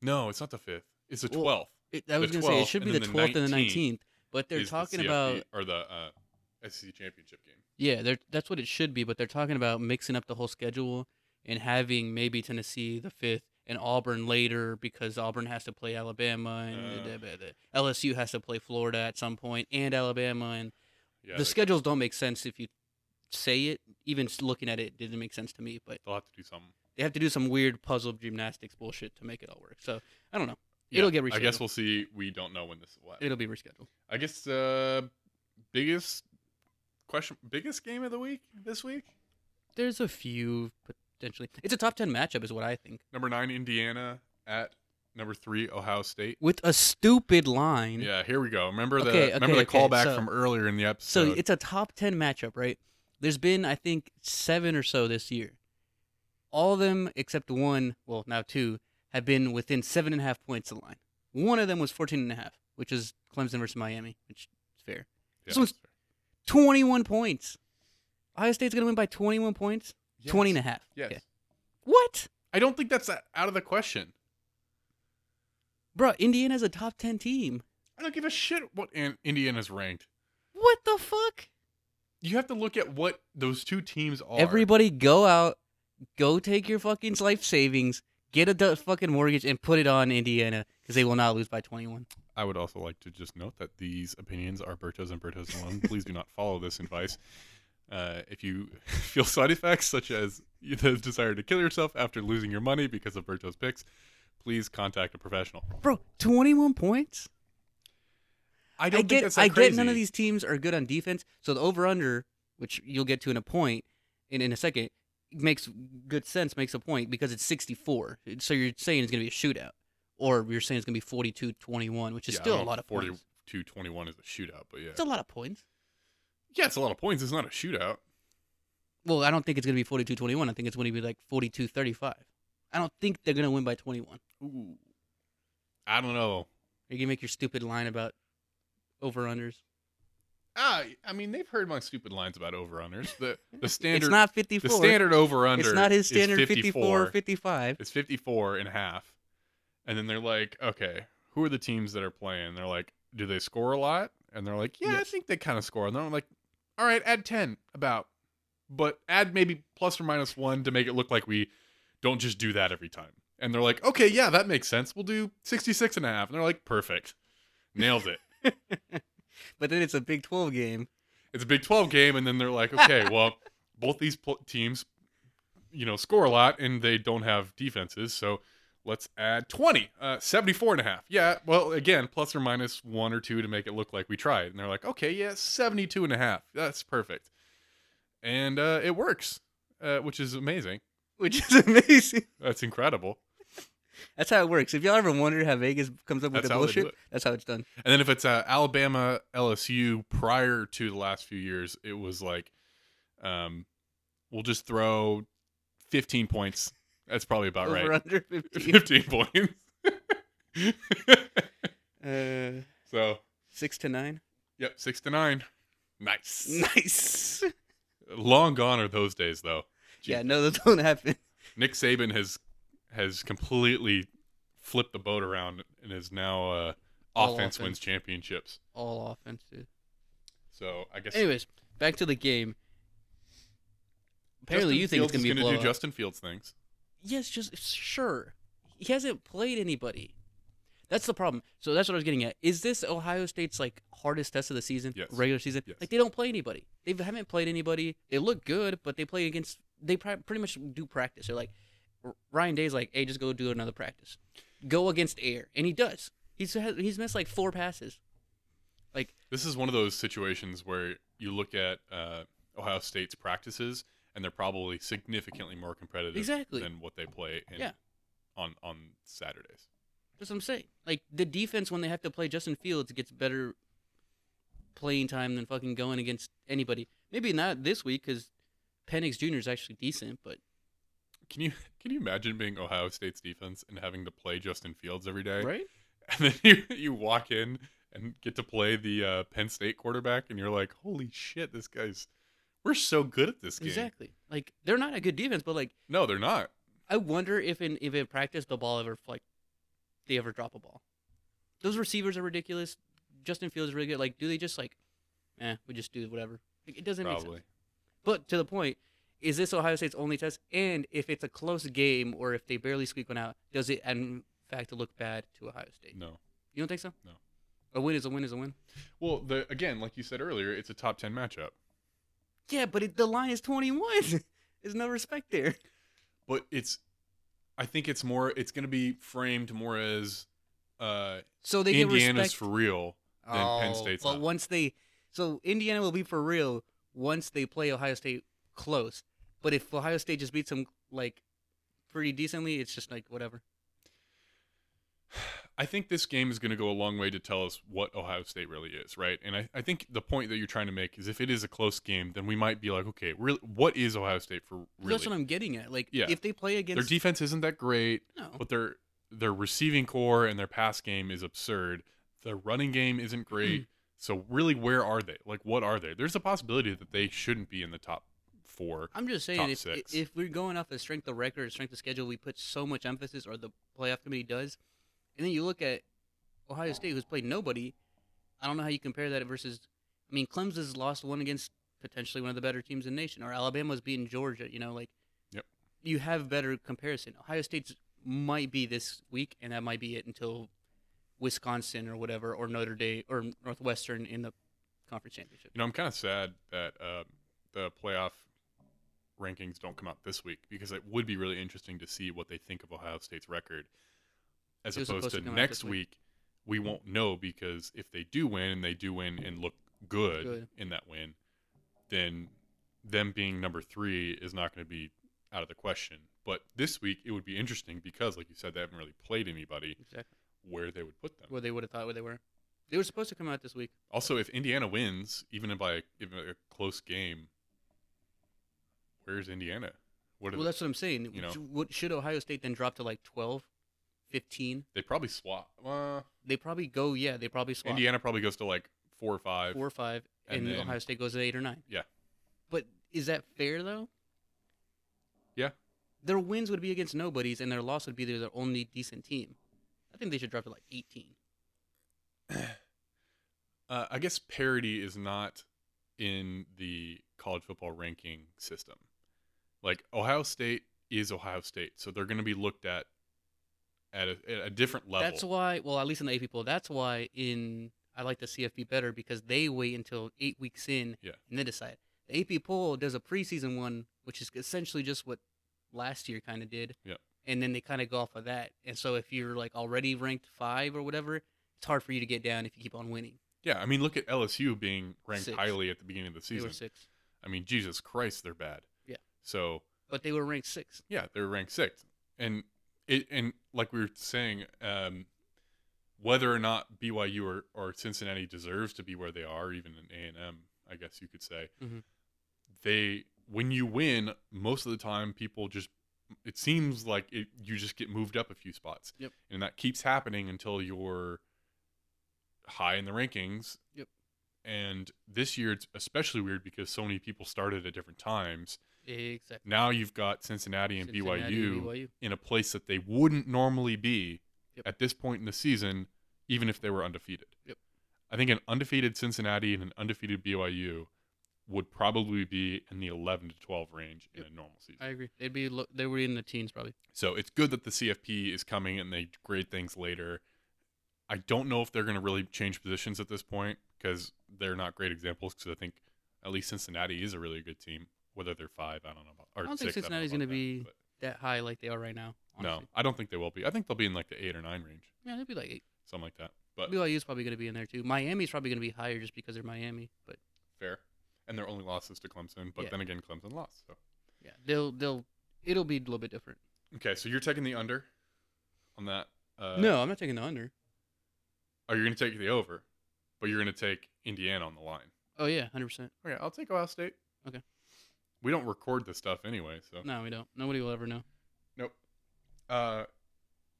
Speaker 1: no, it's not the fifth. It's the
Speaker 2: Well,
Speaker 1: twelfth.
Speaker 2: It- I was
Speaker 1: The
Speaker 2: gonna say it
Speaker 1: 12th,
Speaker 2: should be
Speaker 1: and
Speaker 2: the
Speaker 1: then the
Speaker 2: twelfth and the
Speaker 1: 19th
Speaker 2: nineteenth, but they're talking about
Speaker 1: or the uh, SEC championship game.
Speaker 2: yeah, they're that's what it should be. But they're talking about mixing up the whole schedule and having maybe Tennessee the fifth and Auburn later because Auburn has to play Alabama and
Speaker 1: Uh.
Speaker 2: da- da- da- LSU has to play Florida at some point and Alabama and
Speaker 1: Yeah,
Speaker 2: the
Speaker 1: they-
Speaker 2: schedules don't make sense if you say it. Even s- looking at it, it didn't make sense to me, but.
Speaker 1: they'll have to do something.
Speaker 2: they have to do some weird puzzle gymnastics bullshit to make it all work. So I don't know. It'll
Speaker 1: Yeah,
Speaker 2: get
Speaker 1: I guess
Speaker 2: rescheduled.
Speaker 1: we'll see. We don't know when this will happen.
Speaker 2: It'll be rescheduled.
Speaker 1: I guess uh, biggest question, biggest game of the week this week.
Speaker 2: There's a few potentially. It's a top ten matchup, is what I think.
Speaker 1: Number nine Indiana at number three Ohio State.
Speaker 2: With a stupid line.
Speaker 1: Yeah, here we go. Remember the
Speaker 2: Okay,
Speaker 1: remember the
Speaker 2: okay, okay,
Speaker 1: callback
Speaker 2: so-
Speaker 1: from earlier in the
Speaker 2: So
Speaker 1: episode.
Speaker 2: it's a top ten matchup, right? There's been I think seven or so this year. All of them except one, well now two, have been within seven and a half points of the line. One of them was 14 and a half, which is Clemson versus Miami, which is fair.
Speaker 1: Yeah,
Speaker 2: This one's-
Speaker 1: that's fair.
Speaker 2: 21 points. Ohio State's going to win by 21 points?
Speaker 1: Yes.
Speaker 2: 20 and a half.
Speaker 1: Yes.
Speaker 2: Okay. What?
Speaker 1: I don't think that's a- out of the question.
Speaker 2: Bro, Indiana's a top 10 team.
Speaker 1: I don't give a shit what An- Indiana's ranked.
Speaker 2: What the fuck?
Speaker 1: You have to look at what those two teams are.
Speaker 2: Everybody go out, go take your fucking life savings, get a du- fucking mortgage, and put it on Indiana because they will not lose by 21.
Speaker 1: I would also like to just note that these opinions are Berto's and Berto's *laughs* alone. Please do not follow this advice. Uh, if you *laughs* feel side effects such as *laughs* the desire to kill yourself after losing your money because of Berto's picks, please contact a professional.
Speaker 2: Bro, 21 points?
Speaker 1: I
Speaker 2: I
Speaker 1: don't think
Speaker 2: get,
Speaker 1: that's that
Speaker 2: I
Speaker 1: crazy.
Speaker 2: get none of these teams are good on defense. So the over under, which you'll get to in a point in, in a second, makes good sense, makes a point because it's 64. So you're saying it's going to be a shootout. Or you're saying it's going to be 42 21, which is
Speaker 1: Yeah, I
Speaker 2: still a
Speaker 1: don't know
Speaker 2: lot
Speaker 1: if
Speaker 2: of points.
Speaker 1: 42 21 is a shootout, but yeah.
Speaker 2: It's a lot of points.
Speaker 1: yeah, it's a lot of points. It's not a shootout.
Speaker 2: Well, I don't think it's going to be 42 21. I think it's going to be like 42 35. I don't think they're going to win by 21.
Speaker 1: Ooh. I don't know.
Speaker 2: You can make your stupid line about over unders.
Speaker 1: Ah, I mean, they've heard my stupid lines about over unders. The, the standard.
Speaker 2: *laughs* It's not 54.
Speaker 1: The standard over under.
Speaker 2: it's not his standard
Speaker 1: 54.
Speaker 2: 54 55.
Speaker 1: It's 54 and a half. And then they're like, okay, who are the teams that are playing? They're like, do they score a lot? And they're like, yeah, I
Speaker 2: Yes.
Speaker 1: think they kind of score. And I'm like, all right, add 10 about, but add maybe plus or minus one to make it look like we don't just do that every time. And they're like, okay, yeah, that makes sense. We'll do 66 and a half. And they're like, perfect. Nailed it.
Speaker 2: But then it's a Big 12 game.
Speaker 1: it's a Big 12 game, and then they're like, okay, well, both these pl- teams, you know, score a lot, and they don't have defenses, so let's add 20, uh, 74 and a half. Yeah, well, again, plus or minus one or two to make it look like we tried. And they're like, okay, yeah, 72 and a half. That's perfect. And uh, it works, uh, which is amazing.
Speaker 2: which *laughs* is amazing.
Speaker 1: That's incredible.
Speaker 2: That's how it works. If y'all ever wondered how Vegas comes up with
Speaker 1: That's
Speaker 2: the
Speaker 1: how they do
Speaker 2: bullshit,
Speaker 1: it.
Speaker 2: that's how it's done.
Speaker 1: And then if it's uh, Alabama LSU prior to the last few years, it was like, um, we'll just throw 15 points. That's probably about
Speaker 2: Over
Speaker 1: right. *laughs*
Speaker 2: under 15.
Speaker 1: 15 points. *laughs*
Speaker 2: uh,
Speaker 1: so,
Speaker 2: six to nine. *laughs*
Speaker 1: yep, six to nine. Nice.
Speaker 2: Nice.
Speaker 1: Long gone are those days, though.
Speaker 2: yeah,
Speaker 1: Jeez.
Speaker 2: no, those don't happen.
Speaker 1: Nick Saban has has completely flipped the boat around and is now uh,
Speaker 2: All
Speaker 1: offense wins
Speaker 2: offense.
Speaker 1: championships.
Speaker 2: All offense, dude.
Speaker 1: So I guess
Speaker 2: Anyways, back to the game. Apparently,
Speaker 1: Justin
Speaker 2: you think
Speaker 1: Fields
Speaker 2: it's
Speaker 1: is
Speaker 2: gonna be a
Speaker 1: gonna do
Speaker 2: blowout.
Speaker 1: Justin Fields things.
Speaker 2: Yes, just sure. He hasn't played anybody. That's the problem. So that's what I was getting at. Is this Ohio State's like hardest test of the season?
Speaker 1: Yes.
Speaker 2: Regular season.
Speaker 1: Yes.
Speaker 2: Like they don't play anybody. They haven't played anybody. They look good, but they play against. They pri- pretty much do practice. They're like R- Ryan Day's like, hey, just go do another practice. Go against air, and he does. He's he's missed like four passes. Like
Speaker 1: This is one of those situations where you look at uh, Ohio State's practices, and they're probably significantly more competitive
Speaker 2: Exactly.
Speaker 1: than what they play in,
Speaker 2: Yeah.
Speaker 1: on on Saturdays.
Speaker 2: That's what I'm saying. Like the defense when they have to play Justin Fields gets better playing time than fucking going against anybody. Maybe not this week because Penix Jr. is actually decent, but
Speaker 1: Can you can you imagine being Ohio State's defense and having to play Justin Fields every day, *laughs* and then you you walk in and get to play the uh, Penn State quarterback, and you're like, holy shit, this guy's we're so good at this game.
Speaker 2: exactly. Like they're not a good defense, but like
Speaker 1: No, they're not.
Speaker 2: I wonder if in if in practice the ball ever like they ever drop a ball. Those receivers are ridiculous. Justin Fields is really good. Like, do they just like, eh, we just do whatever? Like, it doesn't make sense.
Speaker 1: Probably.
Speaker 2: But to the point, is this Ohio State's only test? And if it's a close game or if they barely squeak one out, does it in fact look bad to Ohio State?
Speaker 1: No.
Speaker 2: You don't think so?
Speaker 1: No.
Speaker 2: A win is a win is a win.
Speaker 1: Well, the again, like you said earlier, it's a top ten matchup.
Speaker 2: Yeah, but it, the line is 21. *laughs* There's no respect there.
Speaker 1: but it's i think it's more it's going to be framed more as uh
Speaker 2: So they get
Speaker 1: indiana's
Speaker 2: respect.
Speaker 1: for real *sighs* than Penn State's
Speaker 2: But
Speaker 1: not.
Speaker 2: once they, so Indiana will be for real once they play Ohio State close. But if Ohio State just beats them like pretty decently, it's just like whatever.
Speaker 1: i think this game is going to go a long way to tell us what ohio state really is right and I, I think the point that you're trying to make is if it is a close game then we might be like okay really, what is ohio state for really
Speaker 2: That's what I'm getting at. Like
Speaker 1: Yeah.
Speaker 2: if they play
Speaker 1: their
Speaker 2: against
Speaker 1: defense isn't that great
Speaker 2: no,
Speaker 1: but they're their receiving core and their pass game is absurd. Their running game isn't
Speaker 2: Mm-hmm.
Speaker 1: great. so really, where are they? Like, what are they? There's a possibility that they shouldn't be in the top four.
Speaker 2: I'm just
Speaker 1: Top
Speaker 2: saying, if,
Speaker 1: six.
Speaker 2: if we're going off of strength of record, or strength of schedule, we put so much emphasis, or the playoff committee does, and then you look at Ohio State, who's played nobody. I don't know how you compare that versus. I mean, Clemson's lost one against potentially one of the better teams in the nation, or Alabama's beating Georgia. You know, like
Speaker 1: Yep.
Speaker 2: you have better comparison. Ohio State's might be this week, and that might be it until Wisconsin or whatever, or Notre Dame or Northwestern in the conference championship.
Speaker 1: You know, I'm kind of sad that uh, the playoff rankings don't come out this week because it would be really interesting to see what they think of Ohio State's record. As
Speaker 2: It was
Speaker 1: opposed
Speaker 2: supposed
Speaker 1: to
Speaker 2: to come out
Speaker 1: next
Speaker 2: this week. Mm-hmm.
Speaker 1: week, we won't know because if they do win and they do win and look good,
Speaker 2: Good.
Speaker 1: in that win, then them being number three is not going to be out of the question. But this week, it would be interesting because, like you said, they haven't really played anybody
Speaker 2: Exactly.
Speaker 1: where they would put them.
Speaker 2: where they would have thought where they were. They were supposed to come out this week.
Speaker 1: Also, if Indiana wins, even by a, even a close game, where's Indiana? What are
Speaker 2: Well,
Speaker 1: they,
Speaker 2: that's what I'm saying.
Speaker 1: you know.
Speaker 2: Sh- What, should Ohio State then drop to like 12, 15?
Speaker 1: they probably swap. Uh,
Speaker 2: They probably go, yeah, they probably swap
Speaker 1: Indiana probably goes to like four or five.
Speaker 2: four or five,
Speaker 1: and
Speaker 2: and,
Speaker 1: then-
Speaker 2: Ohio State goes to eight or nine.
Speaker 1: Yeah.
Speaker 2: But is that fair, though?
Speaker 1: Yeah.
Speaker 2: Their wins would be against nobodies, and their loss would be their their only decent team. I think they should drop to like 18.
Speaker 1: Uh, I guess parity is not in the college football ranking system. Like Ohio State is Ohio State, so they're going to be looked at at a, at a different level.
Speaker 2: That's why, well, at least in the AP poll, that's why in I like the CFP better because they wait until eight weeks in
Speaker 1: Yeah.
Speaker 2: and then decide. The AP poll does a preseason one, which is essentially just what last year kind of did.
Speaker 1: Yeah.
Speaker 2: And then they kind of go off of that. And so if you're like already ranked five or whatever, it's hard for you to get down if you keep on winning.
Speaker 1: yeah, I mean, look at LSU being ranked
Speaker 2: Six.
Speaker 1: highly at the beginning of the
Speaker 2: They
Speaker 1: season.
Speaker 2: were six,
Speaker 1: I mean, Jesus Christ, they're bad.
Speaker 2: Yeah.
Speaker 1: So
Speaker 2: but they were ranked six.
Speaker 1: Yeah, they're ranked sixth, and it and like we were saying, um, whether or not BYU or, or Cincinnati deserves to be where they are, even in A and M, I guess you could say,
Speaker 2: Mhm.
Speaker 1: they when you win, most of the time people just it seems like it you just get moved up a few spots,
Speaker 2: Yep.
Speaker 1: and that keeps happening until you're high in the rankings.
Speaker 2: Yep.
Speaker 1: And this year it's especially weird because so many people started at different times.
Speaker 2: Exactly.
Speaker 1: Now you've got Cincinnati and
Speaker 2: Cincinnati and
Speaker 1: BYU
Speaker 2: BYU.
Speaker 1: in a place that they wouldn't normally be
Speaker 2: Yep.
Speaker 1: at this point in the season, even if they were undefeated.
Speaker 2: Yep.
Speaker 1: I think an undefeated Cincinnati and an undefeated BYU would probably be in the 11 to 12 range in a normal season.
Speaker 2: I agree. They'd be lo- they were in the teens probably.
Speaker 1: so it's good that the CFP is coming and they grade things later. I don't know if they're going to really change positions at this point because they're not great examples. Because I think at least Cincinnati is a really good team. Whether they're five, I don't know about. Or
Speaker 2: I don't think
Speaker 1: six, know
Speaker 2: Cincinnati's gonna
Speaker 1: about that,
Speaker 2: be-
Speaker 1: but-
Speaker 2: That high like they are right now.
Speaker 1: No,
Speaker 2: honestly.
Speaker 1: I don't think they will be. I think they'll be in like the eight or nine range,
Speaker 2: Yeah, they'd be like eight.
Speaker 1: something like that. But
Speaker 2: BYU is probably going to be in there too. Miami's probably going to be higher just because they're Miami, but
Speaker 1: fair. And their only loss is to Clemson, but
Speaker 2: Yeah.
Speaker 1: then again, Clemson lost. So
Speaker 2: yeah, they'll they'll it'll be a little bit different.
Speaker 1: okay, so you're taking the under on that. Uh,
Speaker 2: no, I'm not taking the under.
Speaker 1: are you going to take the over? But you're going to take Indiana on the line.
Speaker 2: Oh yeah, hundred percent.
Speaker 1: Okay, I'll take Ohio State.
Speaker 2: Okay.
Speaker 1: We don't record this stuff anyway, so
Speaker 2: No, we don't. Nobody will ever know.
Speaker 1: nope. Uh,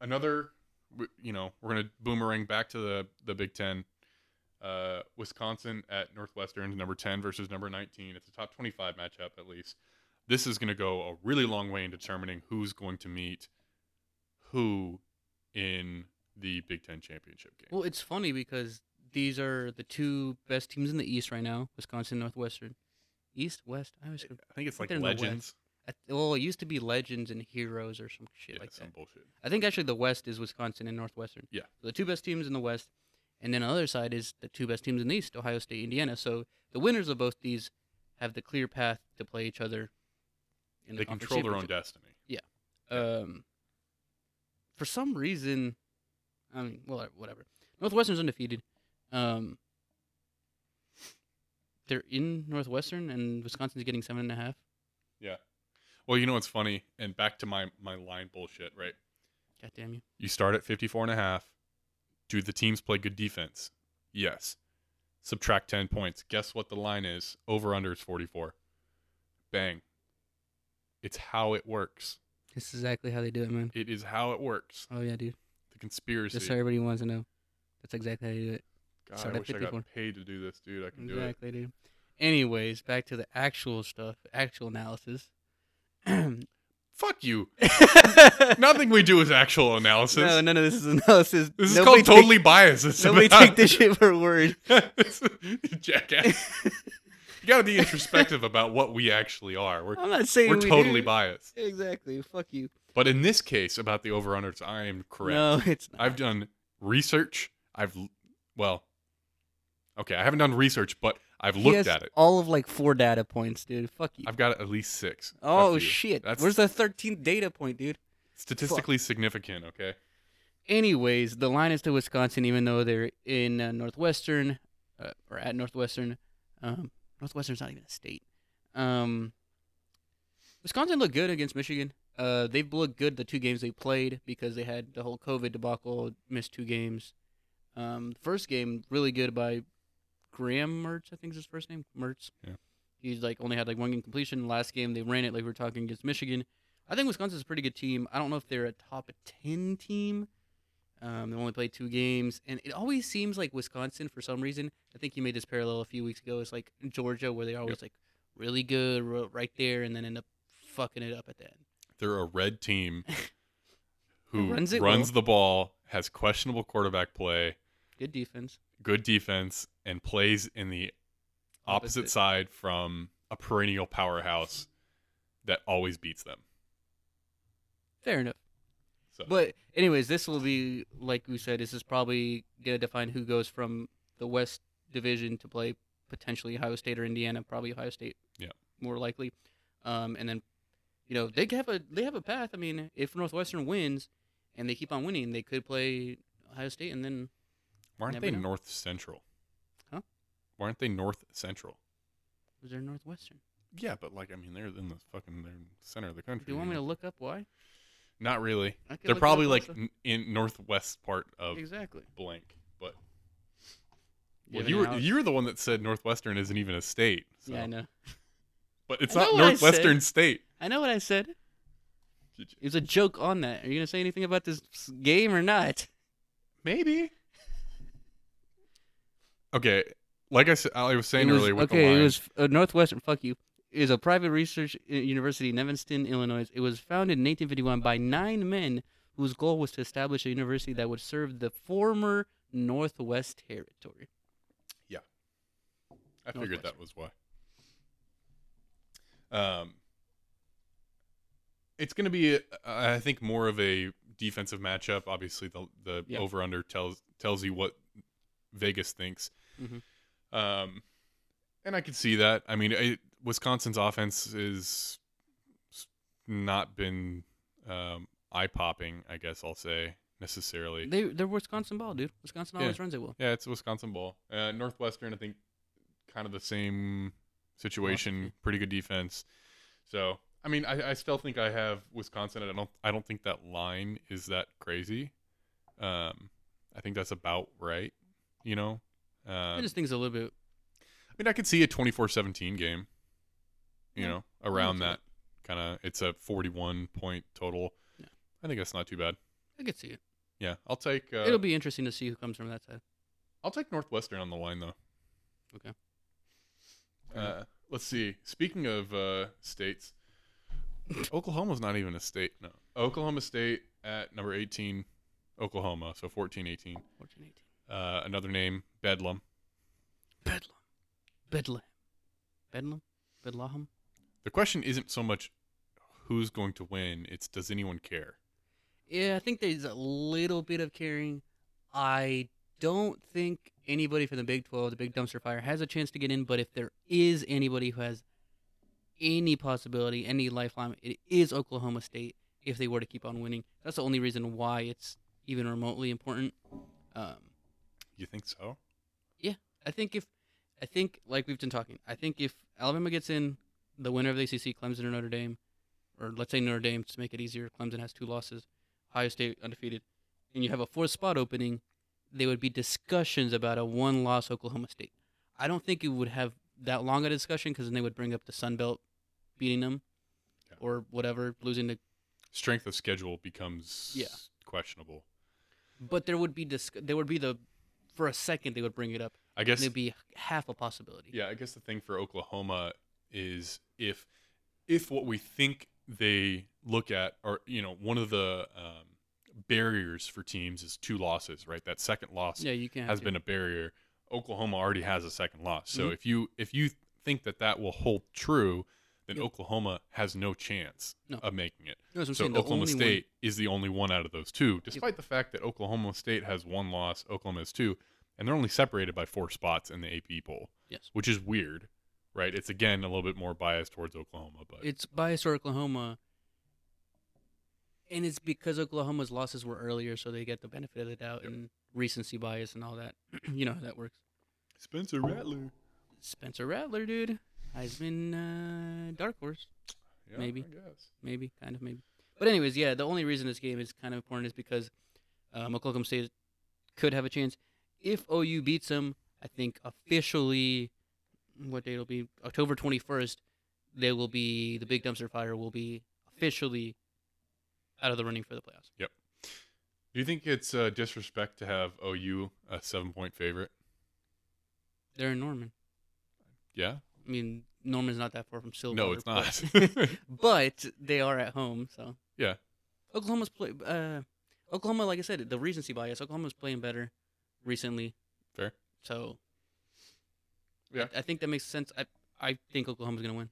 Speaker 1: another, w- you know, we're going to boomerang back to the the Big Ten. Uh, Wisconsin at Northwestern, number 10 versus number 19. It's a top 25 matchup, at least. This is going to go a really long way in determining who's going to meet who in the Big Ten championship game.
Speaker 2: Well, it's funny because these are the two best teams in the East right now: Wisconsin, Northwestern. East, West. I was.
Speaker 1: I think it's
Speaker 2: think
Speaker 1: like
Speaker 2: they're in the West,
Speaker 1: legends.
Speaker 2: I- Well, it used to be Legends and Heroes or some shit
Speaker 1: yeah,
Speaker 2: like that.
Speaker 1: some bullshit.
Speaker 2: I think actually the West is Wisconsin and Northwestern.
Speaker 1: Yeah.
Speaker 2: So the two best teams in the West, and then on the other side is the two best teams in the East, Ohio State, Indiana. So the winners of both these have the clear path to play each other. In the
Speaker 1: They
Speaker 2: conference
Speaker 1: control their own
Speaker 2: championship.
Speaker 1: destiny.
Speaker 2: Um, for some reason, I mean, well, whatever. Northwestern's undefeated. Um, they're in Northwestern, and Wisconsin's getting seven and a half.
Speaker 1: Yeah. Well, you know what's funny? And back to my, my line bullshit, right?
Speaker 2: God damn you!
Speaker 1: You start at 54 and a half. Do the teams play good defense? Yes. Subtract 10 points. Guess what the line is? Over under is 44. Bang. It's how it works.
Speaker 2: This is exactly how they do it, man.
Speaker 1: It is how it works.
Speaker 2: Oh yeah, dude.
Speaker 1: The conspiracy.
Speaker 2: That's how everybody wants to know. That's exactly how you do it.
Speaker 1: God,
Speaker 2: sorry,
Speaker 1: I
Speaker 2: I
Speaker 1: wish
Speaker 2: picked
Speaker 1: I
Speaker 2: this
Speaker 1: got
Speaker 2: one.
Speaker 1: paid to do this, dude. I can do it.
Speaker 2: Exactly, dude. Anyways, back to the actual stuff, actual analysis. *clears throat* Nothing.
Speaker 1: Fuck you. Nothing we do is
Speaker 2: *laughs*
Speaker 1: actual analysis.
Speaker 2: No, none of this is analysis.
Speaker 1: This is
Speaker 2: Nobody
Speaker 1: called
Speaker 2: take-
Speaker 1: totally biased. It's
Speaker 2: Nobody
Speaker 1: about- *laughs*
Speaker 2: take this shit for word.
Speaker 1: This is- Jackass. you gotta be introspective about what we actually are.
Speaker 2: *laughs*
Speaker 1: We're,
Speaker 2: *laughs* I'm not saying
Speaker 1: we're
Speaker 2: we
Speaker 1: totally
Speaker 2: do.
Speaker 1: biased.
Speaker 2: Exactly. Fuck you.
Speaker 1: But in this case, about the over unders, I am correct.
Speaker 2: No, it's not.
Speaker 1: I've done research. I've, l- well, okay, I haven't done research, but I've
Speaker 2: He
Speaker 1: looked
Speaker 2: has
Speaker 1: at it.
Speaker 2: All of like four data points, dude. Fuck you.
Speaker 1: I've got at least six. Fuck
Speaker 2: oh
Speaker 1: you.
Speaker 2: shit.
Speaker 1: That's-
Speaker 2: Where's the thirteenth data point, dude?
Speaker 1: Statistically significant, okay?
Speaker 2: anyways, the line is to Wisconsin, even though they're in uh, Northwestern uh, or at Northwestern. Um, Northwestern's not even a state. Um, Wisconsin looked good against Michigan. Uh, they've looked good the two games they played because they had the whole COVID debacle, missed two games. Um, first game really good by Graham Mertz, I think is his first name, Mertz.
Speaker 1: Yeah.
Speaker 2: He's like only had like one game completion. Last game they ran it like we were talking against Michigan. I think Wisconsin's a pretty good team. I don't know if they're a top ten team. Um, they only played two games, and it always seems like Wisconsin for some reason. I think you made this parallel a few weeks ago. It's like Georgia, where they're always like really good ro- right there, and then end up fucking it up at the end.
Speaker 1: They're a red
Speaker 2: *laughs*
Speaker 1: team who runs,
Speaker 2: Runs it well.
Speaker 1: the ball, has questionable quarterback play,
Speaker 2: Good defense.
Speaker 1: good defense, and plays in the opposite,
Speaker 2: Opposite.
Speaker 1: side from a perennial powerhouse that always beats them.
Speaker 2: Fair enough.
Speaker 1: So
Speaker 2: But anyways, this will be like we said. This is probably gonna define who goes from the West Division to play potentially Ohio State or Indiana. Probably Ohio State.
Speaker 1: Yeah.
Speaker 2: More likely, um, and then you know they have a they have a path. I mean, if Northwestern wins and they keep on winning, they could play Ohio State and then
Speaker 1: why aren't
Speaker 2: never
Speaker 1: they
Speaker 2: know.
Speaker 1: North Central?
Speaker 2: Huh?
Speaker 1: Why aren't they North Central?
Speaker 2: was there Northwestern?
Speaker 1: Yeah, but like I mean, they're in the fucking they're in the center of the
Speaker 2: Do
Speaker 1: country.
Speaker 2: you want me to look up why?
Speaker 1: Not really.
Speaker 2: I could
Speaker 1: They're
Speaker 2: look it up
Speaker 1: probably like
Speaker 2: also.
Speaker 1: n- in northwest part of
Speaker 2: exactly.
Speaker 1: blank. But
Speaker 2: You
Speaker 1: well,
Speaker 2: have
Speaker 1: you
Speaker 2: an
Speaker 1: were
Speaker 2: hour-
Speaker 1: you were the one that said Northwestern isn't even a state. So.
Speaker 2: Yeah, I know.
Speaker 1: But it's
Speaker 2: I know
Speaker 1: not
Speaker 2: what I said.
Speaker 1: Northwestern State.
Speaker 2: I know what I said.
Speaker 1: Did you-
Speaker 2: It was a joke on that. Are you gonna say anything about this game or not?
Speaker 1: Maybe. Okay, like I said, I was saying
Speaker 2: It was-
Speaker 1: earlier with
Speaker 2: okay,
Speaker 1: the
Speaker 2: it
Speaker 1: line,
Speaker 2: was uh, Northwestern. Fuck you. It was a private research i- university in Evanston, Illinois. It was founded in 1851 by nine men whose goal was to establish a university that would serve the former Northwest Territory.
Speaker 1: I figured that was why. Um, it's going to be, uh, I think, more of a defensive matchup. Obviously, the the
Speaker 2: Yeah.
Speaker 1: over under tells tells you what Vegas thinks.
Speaker 2: Mhm.
Speaker 1: Um, and I could see that. I mean, it, Wisconsin's offense is s- not been um, eye popping. I guess I'll say necessarily.
Speaker 2: They they're Wisconsin ball, dude. Wisconsin
Speaker 1: Yeah.
Speaker 2: always runs it well.
Speaker 1: Yeah, it's a Wisconsin ball. Uh, Northwestern, I think, kind of the same situation.
Speaker 2: Philosophy.
Speaker 1: Pretty good defense. So, I mean, I, I still think I have Wisconsin. I don't. I don't think that line is that crazy. Um, I think that's about right. You know, um,
Speaker 2: I just think it's a little bit.
Speaker 1: I mean, I could see a 24-17 game. You
Speaker 2: Yeah,
Speaker 1: know, around
Speaker 2: see
Speaker 1: that kind of. It's a forty-one point total.
Speaker 2: Yeah.
Speaker 1: I think that's not too bad.
Speaker 2: I could see it.
Speaker 1: Yeah, I'll take. Uh,
Speaker 2: It'll be interesting to see who comes from that side.
Speaker 1: I'll take Northwestern on the line though.
Speaker 2: Okay.
Speaker 1: Uh, let's see. Speaking of uh, states, Oklahoma's not even a state. No, Oklahoma State at number eighteen, Oklahoma. So fourteen, eighteen.
Speaker 2: 14, 18.
Speaker 1: Uh, another name, Bedlam.
Speaker 2: Bedlam. Bedlam. Bedlam? Bedlam?
Speaker 1: The question isn't so much who's going to win; it's does anyone care?
Speaker 2: Yeah, I think there's a little bit of caring. I don't think anybody from the Big 12, the Big Dumpster Fire, has a chance to get in, but if there is anybody who has any possibility, any lifeline, it is Oklahoma State if they were to keep on winning. That's the only reason why it's even remotely important. Um,
Speaker 1: You think so?
Speaker 2: I think if I think like we've been talking, I think if Alabama gets in, the winner of the ACC, Clemson or Notre Dame, or let's say Notre Dame to make it easier, Clemson has two losses, Ohio State undefeated, and you have a fourth spot opening, there would be discussions about a one-loss Oklahoma State. I don't think it would have that long a discussion because then they would bring up the Sun Belt beating them,
Speaker 1: Yeah.
Speaker 2: or whatever, losing to
Speaker 1: strength of schedule becomes
Speaker 2: Yeah.
Speaker 1: questionable.
Speaker 2: But there would be disc- there would be the for a second they would bring it up.
Speaker 1: I
Speaker 2: And
Speaker 1: guess
Speaker 2: it'd be half a possibility.
Speaker 1: Yeah, I guess the thing for Oklahoma is if if what we think they look at are you know one of the um, barriers for teams is two losses, right? That second loss
Speaker 2: Yeah, you can.
Speaker 1: has
Speaker 2: to. Mm-hmm.
Speaker 1: been a barrier. Oklahoma already has a second loss, so if you if you think that that will hold true, then
Speaker 2: Yep.
Speaker 1: Oklahoma has no chance
Speaker 2: No.
Speaker 1: of making it.
Speaker 2: No, that's what I'm
Speaker 1: So
Speaker 2: saying, the
Speaker 1: Oklahoma
Speaker 2: only one-
Speaker 1: State is the only one out of those two, despite the fact that Oklahoma State has one loss, Oklahoma has two, and they're only separated by four spots in the AP poll,
Speaker 2: yes,
Speaker 1: which is weird, right? It's again a little bit more biased towards Oklahoma, but
Speaker 2: it's biased for Oklahoma, and it's because Oklahoma's losses were earlier, so they get the benefit of the doubt
Speaker 1: Yep.
Speaker 2: and recency bias and all that. *clears throat* you know how that works. Oh,
Speaker 1: Spencer Rattler,
Speaker 2: Spencer Rattler, dude, Heisman uh, dark horse,
Speaker 1: yeah,
Speaker 2: Maybe.
Speaker 1: I guess.
Speaker 2: maybe, kind of, maybe. But anyways, yeah, the only reason this game is kind of important is because um, Oklahoma State could have a chance if OU beats them. I think officially, what date will be October twenty first. They will be the big dumpster fire will be officially out of the running for the playoffs.
Speaker 1: Do you think it's uh, disrespect to have OU a seven point favorite?
Speaker 2: They're in Norman.
Speaker 1: Yeah,
Speaker 2: I mean, Norman's not that far from Silver.
Speaker 1: no, it's not.
Speaker 2: *laughs*
Speaker 1: *laughs*
Speaker 2: but they are at home, so
Speaker 1: Yeah.
Speaker 2: Oklahoma's play. Uh, Oklahoma, like I said, the recency bias. Oklahoma's playing better recently.
Speaker 1: Fair.
Speaker 2: So,
Speaker 1: Yeah.
Speaker 2: I, I think that makes sense. I I think Oklahoma's gonna win.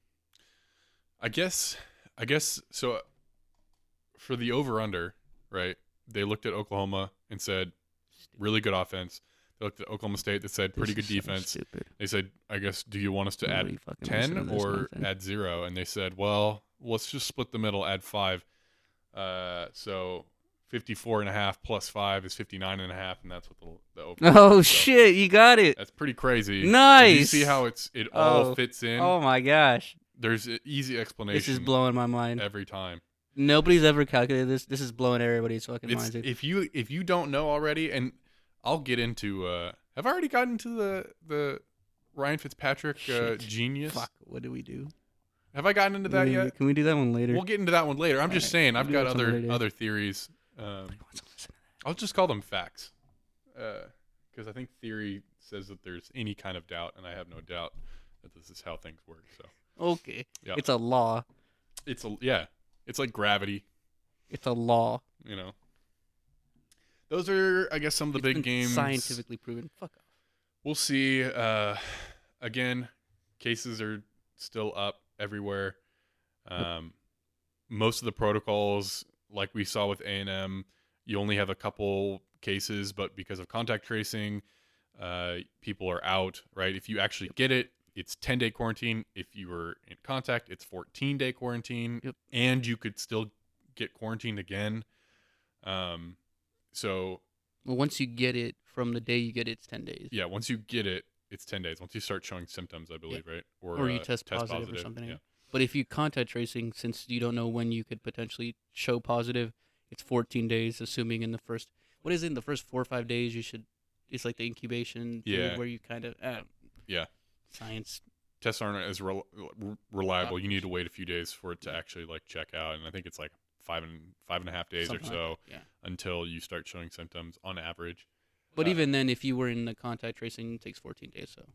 Speaker 1: I guess, I guess so. uh, For the over under, right? They looked at Oklahoma and said, really good offense. They looked at Oklahoma State that said pretty good defense. they said, I guess, do you want us to add ten or add zero? And they said, well, let's just split the middle, add five. Uh, so fifty-four and a half plus five is fifty-nine and a half, and that's what the, the over.
Speaker 2: *laughs* *laughs* Oh
Speaker 1: is. So
Speaker 2: shit! You got it.
Speaker 1: That's pretty crazy.
Speaker 2: Nice.
Speaker 1: Did you see how it's it all
Speaker 2: Oh.
Speaker 1: fits in?
Speaker 2: Oh my gosh!
Speaker 1: There's an easy explanation.
Speaker 2: This is blowing my mind.
Speaker 1: every time.
Speaker 2: Nobody's ever calculated this. This is blowing everybody's fucking
Speaker 1: It's,
Speaker 2: minds. dude.
Speaker 1: if you if you don't know already, and I'll get into. Uh, have I already gotten to the the Ryan Fitzpatrick uh,
Speaker 2: Shit.
Speaker 1: genius?
Speaker 2: Fuck! What do we do?
Speaker 1: Have I gotten into that
Speaker 2: Mm,
Speaker 1: yet?
Speaker 2: Can we do that one later?
Speaker 1: We'll get into that one later. I'm just
Speaker 2: Alright,
Speaker 1: saying, I've
Speaker 2: we'll do
Speaker 1: got
Speaker 2: that
Speaker 1: other
Speaker 2: later.
Speaker 1: other theories. Um,
Speaker 2: Nobody wants to listen.
Speaker 1: I'll just call them facts, because I think theory says that there's any kind of doubt, and I have no doubt that this is how things work. So
Speaker 2: *laughs* Okay.
Speaker 1: Yeah.
Speaker 2: It's a law.
Speaker 1: it's a yeah, it's like gravity,
Speaker 2: It's a law.
Speaker 1: you know. Those are, I guess, some of the
Speaker 2: It's
Speaker 1: big
Speaker 2: been
Speaker 1: games.
Speaker 2: Scientifically proven. Fuck off.
Speaker 1: We'll see. Uh, again, cases are still up everywhere. Um, most of the protocols, like we saw with A and M, you only have a couple cases, but because of contact tracing, uh, people are out. Right? If you actually get it, it's ten day quarantine. If you were in contact, it's fourteen day quarantine,
Speaker 2: Yep.
Speaker 1: and you could still get quarantined again. Um, so
Speaker 2: Well, once you get it, from the day you get it, it's 10 days.
Speaker 1: yeah, once you get it, it's ten days. Once you start showing symptoms, I believe, right?
Speaker 2: Or you
Speaker 1: uh,
Speaker 2: test positive or something.
Speaker 1: Yeah.
Speaker 2: But if you contact tracing, since you don't know when you could potentially show positive, it's 14 days, assuming in the first, what is it, in the first four or five days, you should, it's like the incubation period
Speaker 1: Yeah.
Speaker 2: where you kind of, uh,
Speaker 1: Yeah.
Speaker 2: Science.
Speaker 1: Tests aren't as rel- re- reliable. You need to wait a few days for it to actually like check out, and I think it's like five and five and a half days
Speaker 2: something
Speaker 1: or
Speaker 2: like
Speaker 1: so
Speaker 2: that, yeah.
Speaker 1: until you start showing symptoms on average.
Speaker 2: But
Speaker 1: Uh,
Speaker 2: even then, if you were in the contact tracing, it takes 14 days. So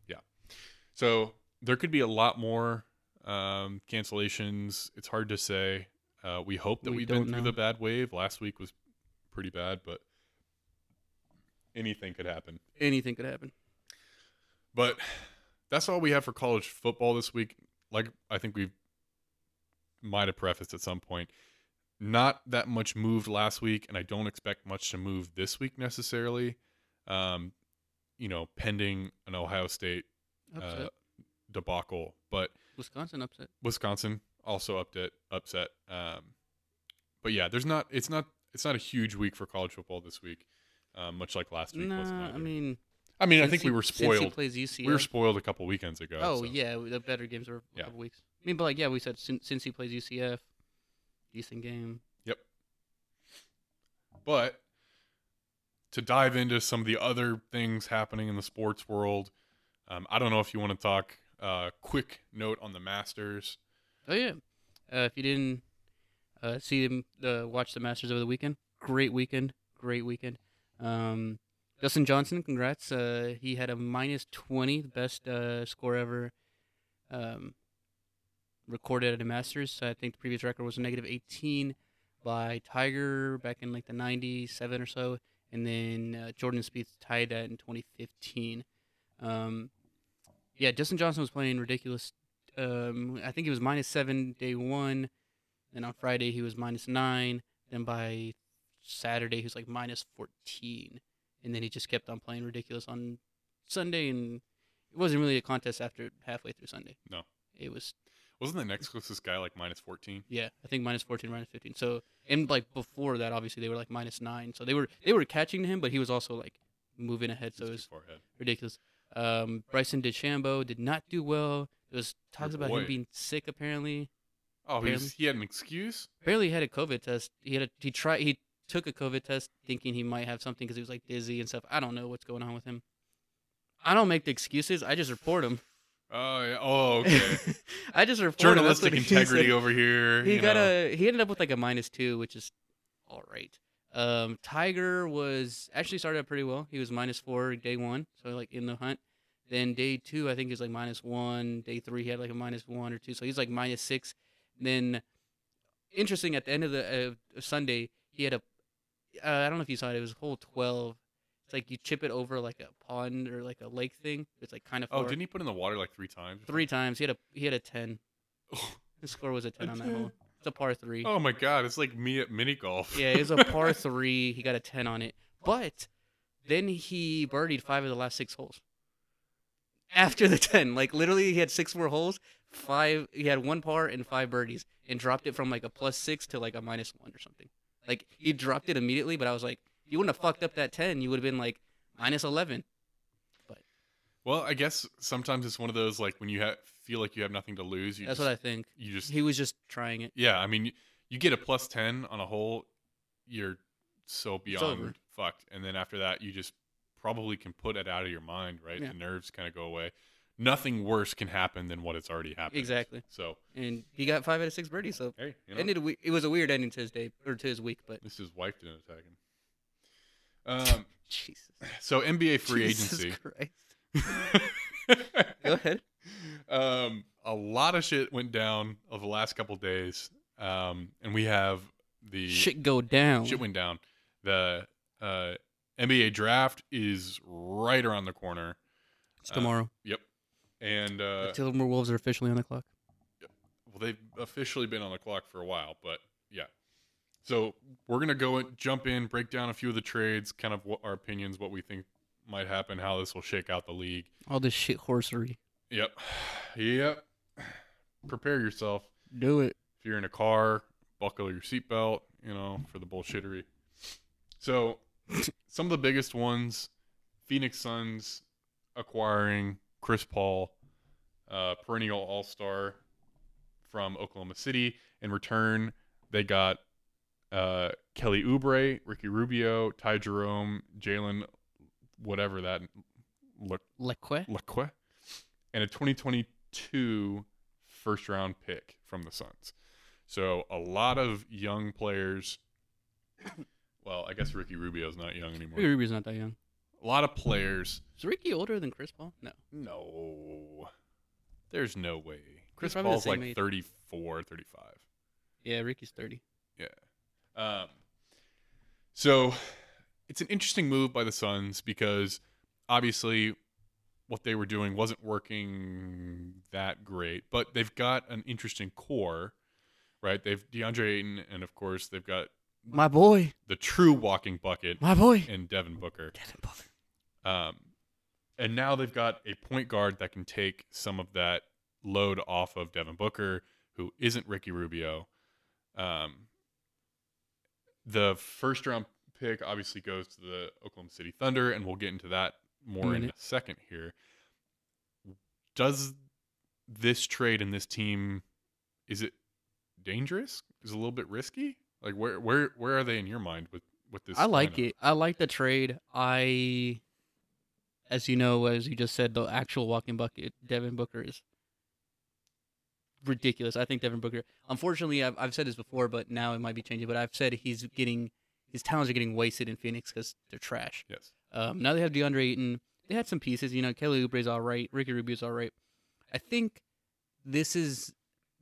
Speaker 1: So there could be a lot more um, cancellations. It's hard to say. Uh, we hope that
Speaker 2: We
Speaker 1: we have been
Speaker 2: don't
Speaker 1: through
Speaker 2: know.
Speaker 1: the bad wave. Last week was pretty bad, but anything could happen.
Speaker 2: anything could happen.
Speaker 1: But that's all we have for college football this week. Like I think we might have prefaced at some point. Not that much moved last week, and I don't expect much to move this week necessarily. Um, you know, pending an Ohio State
Speaker 2: Upset.
Speaker 1: uh, debacle, but
Speaker 2: Wisconsin upset.
Speaker 1: Wisconsin also upset. Upset. Um, but yeah, there's not. It's not. It's not a huge week for college football this week. Um, much like last week.
Speaker 2: No,
Speaker 1: wasn't
Speaker 2: I
Speaker 1: either.
Speaker 2: mean,
Speaker 1: I mean, I think
Speaker 2: since
Speaker 1: we
Speaker 2: he-
Speaker 1: were
Speaker 2: since he
Speaker 1: spoiled.
Speaker 2: plays UCF.
Speaker 1: We were spoiled a couple weekends ago.
Speaker 2: Oh
Speaker 1: so.
Speaker 2: yeah, the better games are a
Speaker 1: Yeah.
Speaker 2: couple weeks. I mean, but like yeah, we said since, since he plays UCF, decent game.
Speaker 1: But to dive into some of the other things happening in the sports world, um, I don't know if you want to talk. Uh, quick note on the Masters.
Speaker 2: Oh yeah, uh, if you didn't, Uh, see him uh, watch the Masters over the weekend. Great weekend. Great weekend. Um, Dustin Johnson, congrats. Uh, he had a minus 20, the best uh, score ever um, recorded at a Masters. So I think the previous record was a negative 18 by Tiger back in like the 97 or so. And then uh, Jordan Spieth tied that in 2015. Um, yeah, Dustin Johnson was playing ridiculous. Um, I think he was minus seven day one. Then on Friday, he was minus nine. Then by Saturday, he was like minus 14. And then he just kept on playing ridiculous on Sunday. And it wasn't really a contest after halfway through Sunday.
Speaker 1: No.
Speaker 2: It was,
Speaker 1: Wasn't the next closest guy like minus 14?
Speaker 2: yeah, I think minus 14, minus 15. So, and like before that, obviously, they were like minus nine. So they were, they were catching him, but he was also like moving ahead. So it was
Speaker 1: too far ahead.
Speaker 2: ridiculous. Um, Bryson DeChambeau did not do well. It was talks
Speaker 1: Your
Speaker 2: about him
Speaker 1: boy.
Speaker 2: being sick. Apparently,
Speaker 1: Oh, he, was,
Speaker 2: Apparently-
Speaker 1: he had an excuse?
Speaker 2: apparently he had a COVID test. He had a, he tried he took a COVID test thinking he might have something because he was like dizzy and stuff. I don't know what's going on with him. I don't make the excuses. I just report them.
Speaker 1: Oh, yeah. oh
Speaker 2: *laughs*
Speaker 1: okay.
Speaker 2: I just report 'em. That's what
Speaker 1: Journalistic
Speaker 2: he said.
Speaker 1: integrity over here.
Speaker 2: He
Speaker 1: you
Speaker 2: got
Speaker 1: know.
Speaker 2: a he ended up with like a minus two, which is all right. Um, Tiger was actually started out pretty well. He was minus four day one, so like in the hunt. Then day two, I think he was like minus one. Day three, he had like a minus one or two, so he's like minus six. Then, interesting at the end of the uh, Sunday, he had a uh, I don't know if you saw it. It was hole twelve. It's like you chip it over like a pond or like a lake thing. It's like kind of
Speaker 1: Oh, didn't he put in the water like three times? or
Speaker 2: three times. He had a he had
Speaker 1: *laughs*
Speaker 2: a ten.
Speaker 1: something?
Speaker 2: His score was a ten
Speaker 1: A
Speaker 2: on that
Speaker 1: 10.
Speaker 2: hole. It's a par three.
Speaker 1: Oh my god, it's like me at mini golf.
Speaker 2: Yeah, it was
Speaker 1: *laughs*
Speaker 2: a par three. He got a ten on it, but then he birdied five of the last six holes. After the ten, like literally, he had six more holes. Five, he had one par and five birdies, and dropped it from like a plus six to like a minus one or something. Like he dropped it immediately, but I was like, you wouldn't have fucked up that ten. You would have been like minus eleven.
Speaker 1: Well, I guess sometimes it's one of those like when you ha- feel like you have nothing to lose, you
Speaker 2: That's
Speaker 1: just,
Speaker 2: what I think.
Speaker 1: you just
Speaker 2: He was just trying it.
Speaker 1: yeah. I mean, you, you get a plus ten on a hole, you're so
Speaker 2: over.
Speaker 1: beyond fucked, and then after that, you just probably can put it out of your mind, right?
Speaker 2: Yeah.
Speaker 1: The nerves kind of go away. Nothing worse can happen than what it's already happened.
Speaker 2: Exactly.
Speaker 1: So
Speaker 2: and he got five out of six birdies. So
Speaker 1: hey, you know,
Speaker 2: ended. a we- It was a weird ending to his day or to his week, but
Speaker 1: this his wife didn't attack him. Um,
Speaker 2: Jesus,
Speaker 1: so NBA *laughs* free
Speaker 2: *laughs* Jesus
Speaker 1: agency.
Speaker 2: Christ. Go ahead.
Speaker 1: um, a lot of shit went down over the last couple days, um, and we have the
Speaker 2: Shit go down.
Speaker 1: shit went down. The uh, NBA draft is right around the corner.
Speaker 2: it's tomorrow.
Speaker 1: Yep, and uh,
Speaker 2: the Tilburg Wolves are officially on the clock.
Speaker 1: well, they've officially been on the clock for a while, but yeah. So we're gonna go and jump in, break down a few of the trades, kind of what our opinions, what we think might happen, how this will shake out the league.
Speaker 2: All this shit horsery.
Speaker 1: Yep, *sighs* yep. Prepare yourself.
Speaker 2: Do it.
Speaker 1: if you're in a car, buckle your seatbelt, you know, for the bullshittery. So, *laughs* some of the biggest ones Phoenix Suns acquiring Chris Paul, uh, perennial all star from Oklahoma City. In return, they got uh, Kelly Oubre, Ricky Rubio, Ty Jerome, Jalen, whatever that look
Speaker 2: Leque.
Speaker 1: Lacroix, and a 2022 first round pick from the Suns. So a lot of young players. *coughs* Well, I guess Ricky Rubio's not young
Speaker 2: Ricky
Speaker 1: anymore.
Speaker 2: Rubio's not that young.
Speaker 1: A lot of players.
Speaker 2: Is Ricky older than Chris Paul? No.
Speaker 1: No. There's no way. Chris
Speaker 2: probably the
Speaker 1: Paul's
Speaker 2: same
Speaker 1: like
Speaker 2: age.
Speaker 1: 34, 35.
Speaker 2: Yeah, Ricky's thirty.
Speaker 1: Um, so it's an interesting move by the Suns because obviously what they were doing wasn't working that great, but they've got an interesting core, right? They've DeAndre Ayton, and of course they've got
Speaker 2: My boy.
Speaker 1: the true walking bucket
Speaker 2: My boy.
Speaker 1: in Devin Booker.
Speaker 2: Devin Booker.
Speaker 1: Um, and now they've got a point guard that can take some of that load off of Devin Booker, who isn't Ricky Rubio. Um, the first round pick obviously goes to the Oklahoma City Thunder, and we'll get into that more in a
Speaker 2: Minute.
Speaker 1: second here. Does this trade and this team is it dangerous? Is it a little bit risky? Like where where where are they in your mind with with this?
Speaker 2: I like
Speaker 1: lineup?
Speaker 2: it. I like the trade. I, as you know, as you just said, the actual walking bucket Devin Booker is ridiculous. I think Devin Booker. Unfortunately, I've, I've said this before, but now it might be changing. But I've said he's getting his talents are getting wasted in Phoenix because they're trash.
Speaker 1: Yes.
Speaker 2: Um, now they have DeAndre Ayton. They had some pieces. You know, Kelly Oubre's all right. Ricky Rubio's all right. I think this is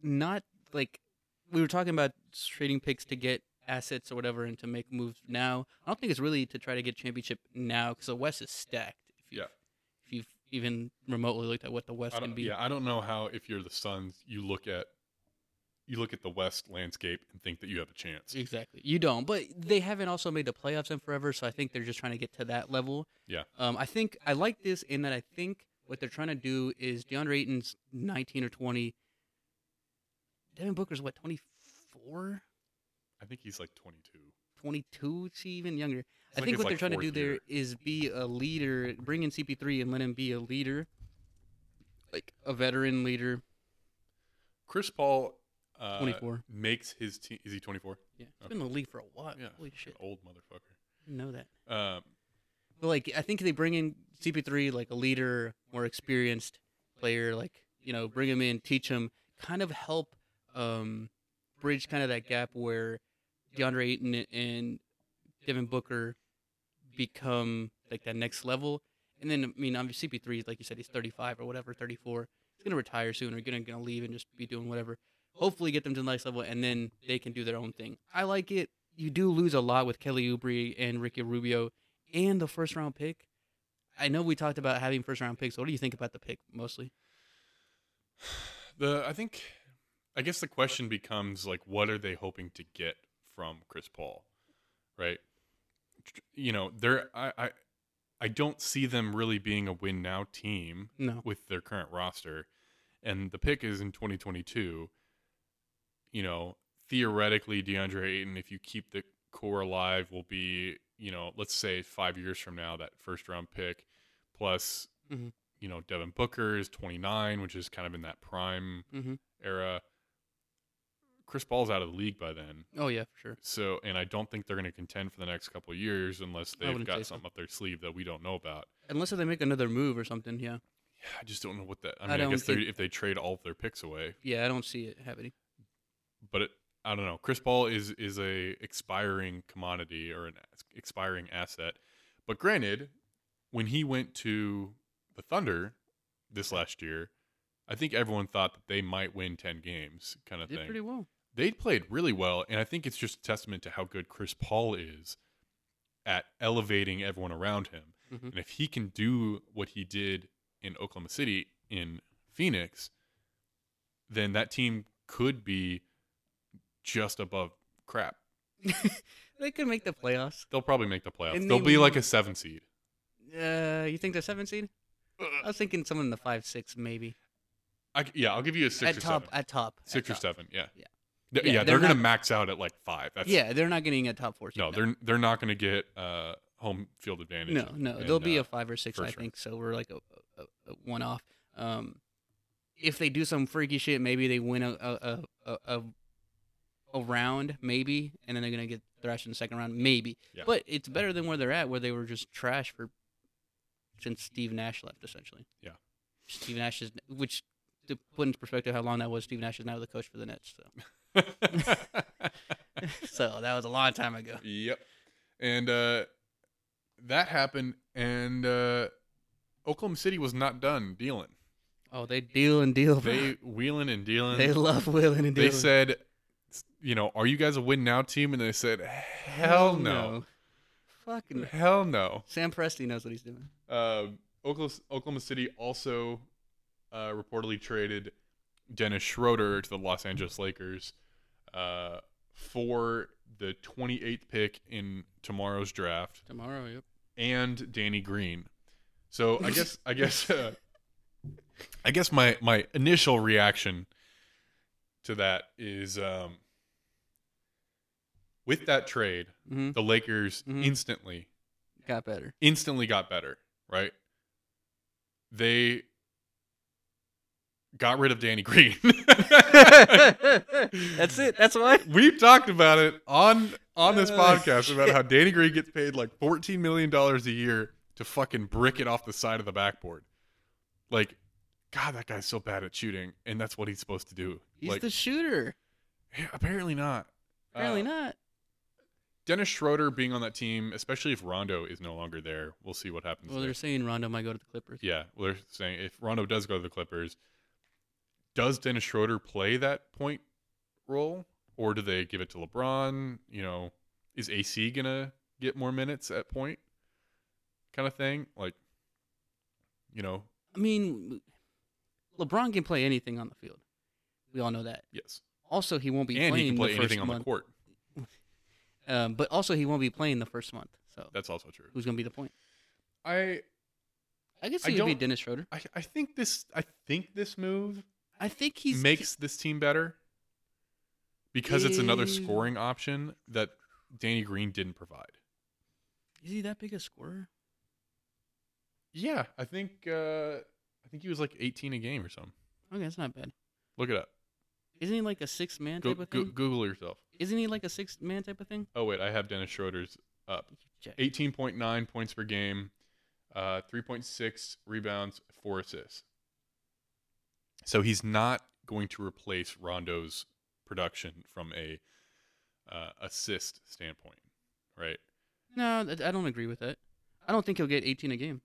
Speaker 2: not like we were talking about trading picks to get assets or whatever and to make moves now. I don't think it's really to try to get championship now because the West is stacked. If you've,
Speaker 1: Yeah.
Speaker 2: If you've even remotely looked at what the West
Speaker 1: I
Speaker 2: can
Speaker 1: don't,
Speaker 2: be.
Speaker 1: yeah, I don't know how if you're the Suns, you look at you look at the West landscape and think that you have a chance.
Speaker 2: Exactly. You don't, but they haven't also made the playoffs in forever, so I think they're just trying to get to that level.
Speaker 1: Yeah.
Speaker 2: Um, I think I like this in that I think what they're trying to do is DeAndre Ayton's 19 or 20. Devin Booker's what 24,
Speaker 1: I think he's like 22.
Speaker 2: 22, see even younger.
Speaker 1: It's
Speaker 2: I
Speaker 1: like
Speaker 2: think
Speaker 1: his,
Speaker 2: what
Speaker 1: like,
Speaker 2: they're trying to do
Speaker 1: fourth
Speaker 2: there
Speaker 1: year.
Speaker 2: is be a leader, bring in CP3 and let him be a leader, like a veteran leader.
Speaker 1: Chris Paul uh,
Speaker 2: 24.
Speaker 1: makes his team. Is he 24?
Speaker 2: Yeah, he's been in the league for a while.
Speaker 1: Yeah,
Speaker 2: Uh,
Speaker 1: Oh.
Speaker 2: Holy shit,
Speaker 1: Old motherfucker.
Speaker 2: I didn't know that.
Speaker 1: Um,
Speaker 2: But like I think they bring in CP3 like a leader, more experienced player, like you know, bring him in, teach him, kind of help um, bridge kind of that gap where DeAndre Ayton and Devin Booker become like that next level. And then I mean, obviously CP3, like you said, he's 35 or whatever, 34. He's gonna retire soon or gonna gonna leave and just be doing whatever. Hopefully, get them to the next level, and then they can do their own thing. I like it. You do lose a lot with Kelly Oubre and Ricky Rubio and the first round pick. I know we talked about having first round picks. What do you think about the pick mostly?
Speaker 1: the I think I guess the question becomes like, what are they hoping to get from Chris Paul, right? Tr- You know, they're I I, I don't see them really being a win now team.
Speaker 2: No.
Speaker 1: with their current roster, and the pick is in 2022. You know, theoretically, DeAndre Ayton, if you keep the core alive, will be you know, let's say five years from now, that first round pick, plus
Speaker 2: Mhm.
Speaker 1: you know, Devin Booker is 29, which is kind of in that prime
Speaker 2: Mm-hmm.
Speaker 1: era. Chris Paul's out of the league by then.
Speaker 2: Oh yeah, for sure.
Speaker 1: So, and I don't think they're going to contend for the next couple of years unless they've
Speaker 2: wouldn't say
Speaker 1: got
Speaker 2: so.
Speaker 1: something up their sleeve that we don't know about.
Speaker 2: Unless if they make another move or something. Yeah.
Speaker 1: Yeah, I just don't know what that. I
Speaker 2: I
Speaker 1: mean, I,
Speaker 2: don't e
Speaker 1: guess they're,
Speaker 2: think-
Speaker 1: if they trade all of their picks away,
Speaker 2: Yeah, I don't see it happening.
Speaker 1: but it, I don't know. Chris Paul is is a expiring commodity or an as- expiring asset. But granted, when he went to the Thunder this last year, I think everyone thought that they might win ten games, kind of
Speaker 2: Did
Speaker 1: thing.
Speaker 2: pretty well.
Speaker 1: they played really well, and I think it's just a testament to how good Chris Paul is at elevating everyone around him.
Speaker 2: Mhm.
Speaker 1: And if he can do what he did in Oklahoma City in Phoenix, then that team could be just above crap.
Speaker 2: *laughs* They could make the playoffs.
Speaker 1: They'll probably make the playoffs.
Speaker 2: And
Speaker 1: They'll
Speaker 2: they
Speaker 1: be like
Speaker 2: will.
Speaker 1: a seven seed.
Speaker 2: Uh, you think they're seven seed? I was thinking someone in the five six maybe.
Speaker 1: I, yeah, I'll give you a six
Speaker 2: at
Speaker 1: or
Speaker 2: top,
Speaker 1: seven.
Speaker 2: at top. at
Speaker 1: Six or
Speaker 2: top.
Speaker 1: seven. Yeah.
Speaker 2: Yeah.
Speaker 1: Th- yeah,
Speaker 2: Yeah,
Speaker 1: they're,
Speaker 2: they're
Speaker 1: gonna
Speaker 2: not-
Speaker 1: max out at like five. That's,
Speaker 2: Yeah, they're not getting a top four. seed,
Speaker 1: No, they're they're not gonna get uh, home field advantage.
Speaker 2: No,
Speaker 1: and-
Speaker 2: no,
Speaker 1: and,
Speaker 2: they'll be
Speaker 1: uh,
Speaker 2: a five or six, I
Speaker 1: first
Speaker 2: think.
Speaker 1: round.
Speaker 2: So we're like a, a, a one off. Um, if they do some freaky shit, maybe they win a a, a, a, a a round, maybe, and then they're gonna get thrashed in the second round, maybe.
Speaker 1: Yeah.
Speaker 2: But it's better than where they're at, where they were just trash for since Steve Nash left, essentially.
Speaker 1: Yeah.
Speaker 2: Steve Nash is, which to put into perspective how long that was, Steve Nash is now the coach for the Nets. So, *laughs* so that was a long time ago.
Speaker 1: Yep. And uh, that happened, and uh, Oklahoma City was not done dealing.
Speaker 2: Oh, they deal and deal. They
Speaker 1: They wheeling and dealing.
Speaker 2: they
Speaker 1: They,
Speaker 2: love willing and dealing.
Speaker 1: said, you know, are you guys a win now team? And they said, hell no.
Speaker 2: Fucking
Speaker 1: Hell no.
Speaker 2: Sam Presti knows what he's doing.
Speaker 1: Um Oklahoma, Oklahoma City also uh, reportedly traded Dennis Schroeder to the Los Angeles Lakers uh, for the 28th pick in tomorrow's draft.
Speaker 2: Tomorrow, yep.
Speaker 1: and Danny Green. So I guess I guess uh, I guess my my initial reaction to that is um, with that trade,
Speaker 2: Mm-hmm.
Speaker 1: the Lakers
Speaker 2: Mhm.
Speaker 1: instantly
Speaker 2: Got
Speaker 1: *laughs*
Speaker 2: better.
Speaker 1: instantly got better, right? They got rid of Danny Green. *laughs*
Speaker 2: That's it. That's why.
Speaker 1: We've talked about it on on this
Speaker 2: Oh,
Speaker 1: podcast about how Danny Green gets paid like fourteen million dollars a year to fucking brick it off the side of the backboard. Like God, that guy's so bad at shooting, and that's what he's supposed to do.
Speaker 2: He's
Speaker 1: like,
Speaker 2: the shooter.
Speaker 1: yeah, apparently not.
Speaker 2: Apparently
Speaker 1: Uh,
Speaker 2: not.
Speaker 1: Dennis Schroeder being on that team, especially if Rondo is no longer there, we'll see what happens.
Speaker 2: Well,
Speaker 1: there.
Speaker 2: they're saying Rondo might go to the Clippers.
Speaker 1: Yeah, well, they're saying if Rondo does go to the Clippers, does Dennis Schroeder play that point role, or do they give it to LeBron? You know, is AC gonna get more minutes at point, kind of thing? Like, you know,
Speaker 2: I mean, LeBron can play anything on the field. We all know that.
Speaker 1: yes,
Speaker 2: Also, he won't be
Speaker 1: and
Speaker 2: playing
Speaker 1: he can play
Speaker 2: the first
Speaker 1: anything on
Speaker 2: month.
Speaker 1: the court.
Speaker 2: Um, but also, he won't be playing the first month. So
Speaker 1: That's also true.
Speaker 2: who's gonna be the point?
Speaker 1: I
Speaker 2: I guess
Speaker 1: I
Speaker 2: it would be
Speaker 1: don't-
Speaker 2: Dennis Schroeder.
Speaker 1: I, I think this I think this move
Speaker 2: I think he's
Speaker 1: makes this team better because it's another
Speaker 2: Eh.
Speaker 1: scoring option that Danny Green didn't provide.
Speaker 2: Is he that big a scorer?
Speaker 1: Yeah, I think uh I think he was like 18 a game or something.
Speaker 2: Okay, that's not bad.
Speaker 1: Look it up.
Speaker 2: Isn't he like a six man
Speaker 1: Go,
Speaker 2: type of
Speaker 1: go,
Speaker 2: thing?
Speaker 1: Google yourself.
Speaker 2: Isn't he like a six man type of thing?
Speaker 1: Oh wait, I have Dennis Schroeder's up.
Speaker 2: Check.
Speaker 1: 18.9 points per game, uh 3.6 rebounds, 4 assists. So he's not going to replace Rondo's production from a uh, assist standpoint, right?
Speaker 2: No, that- I don't agree with that. I don't think he'll get 18 a game.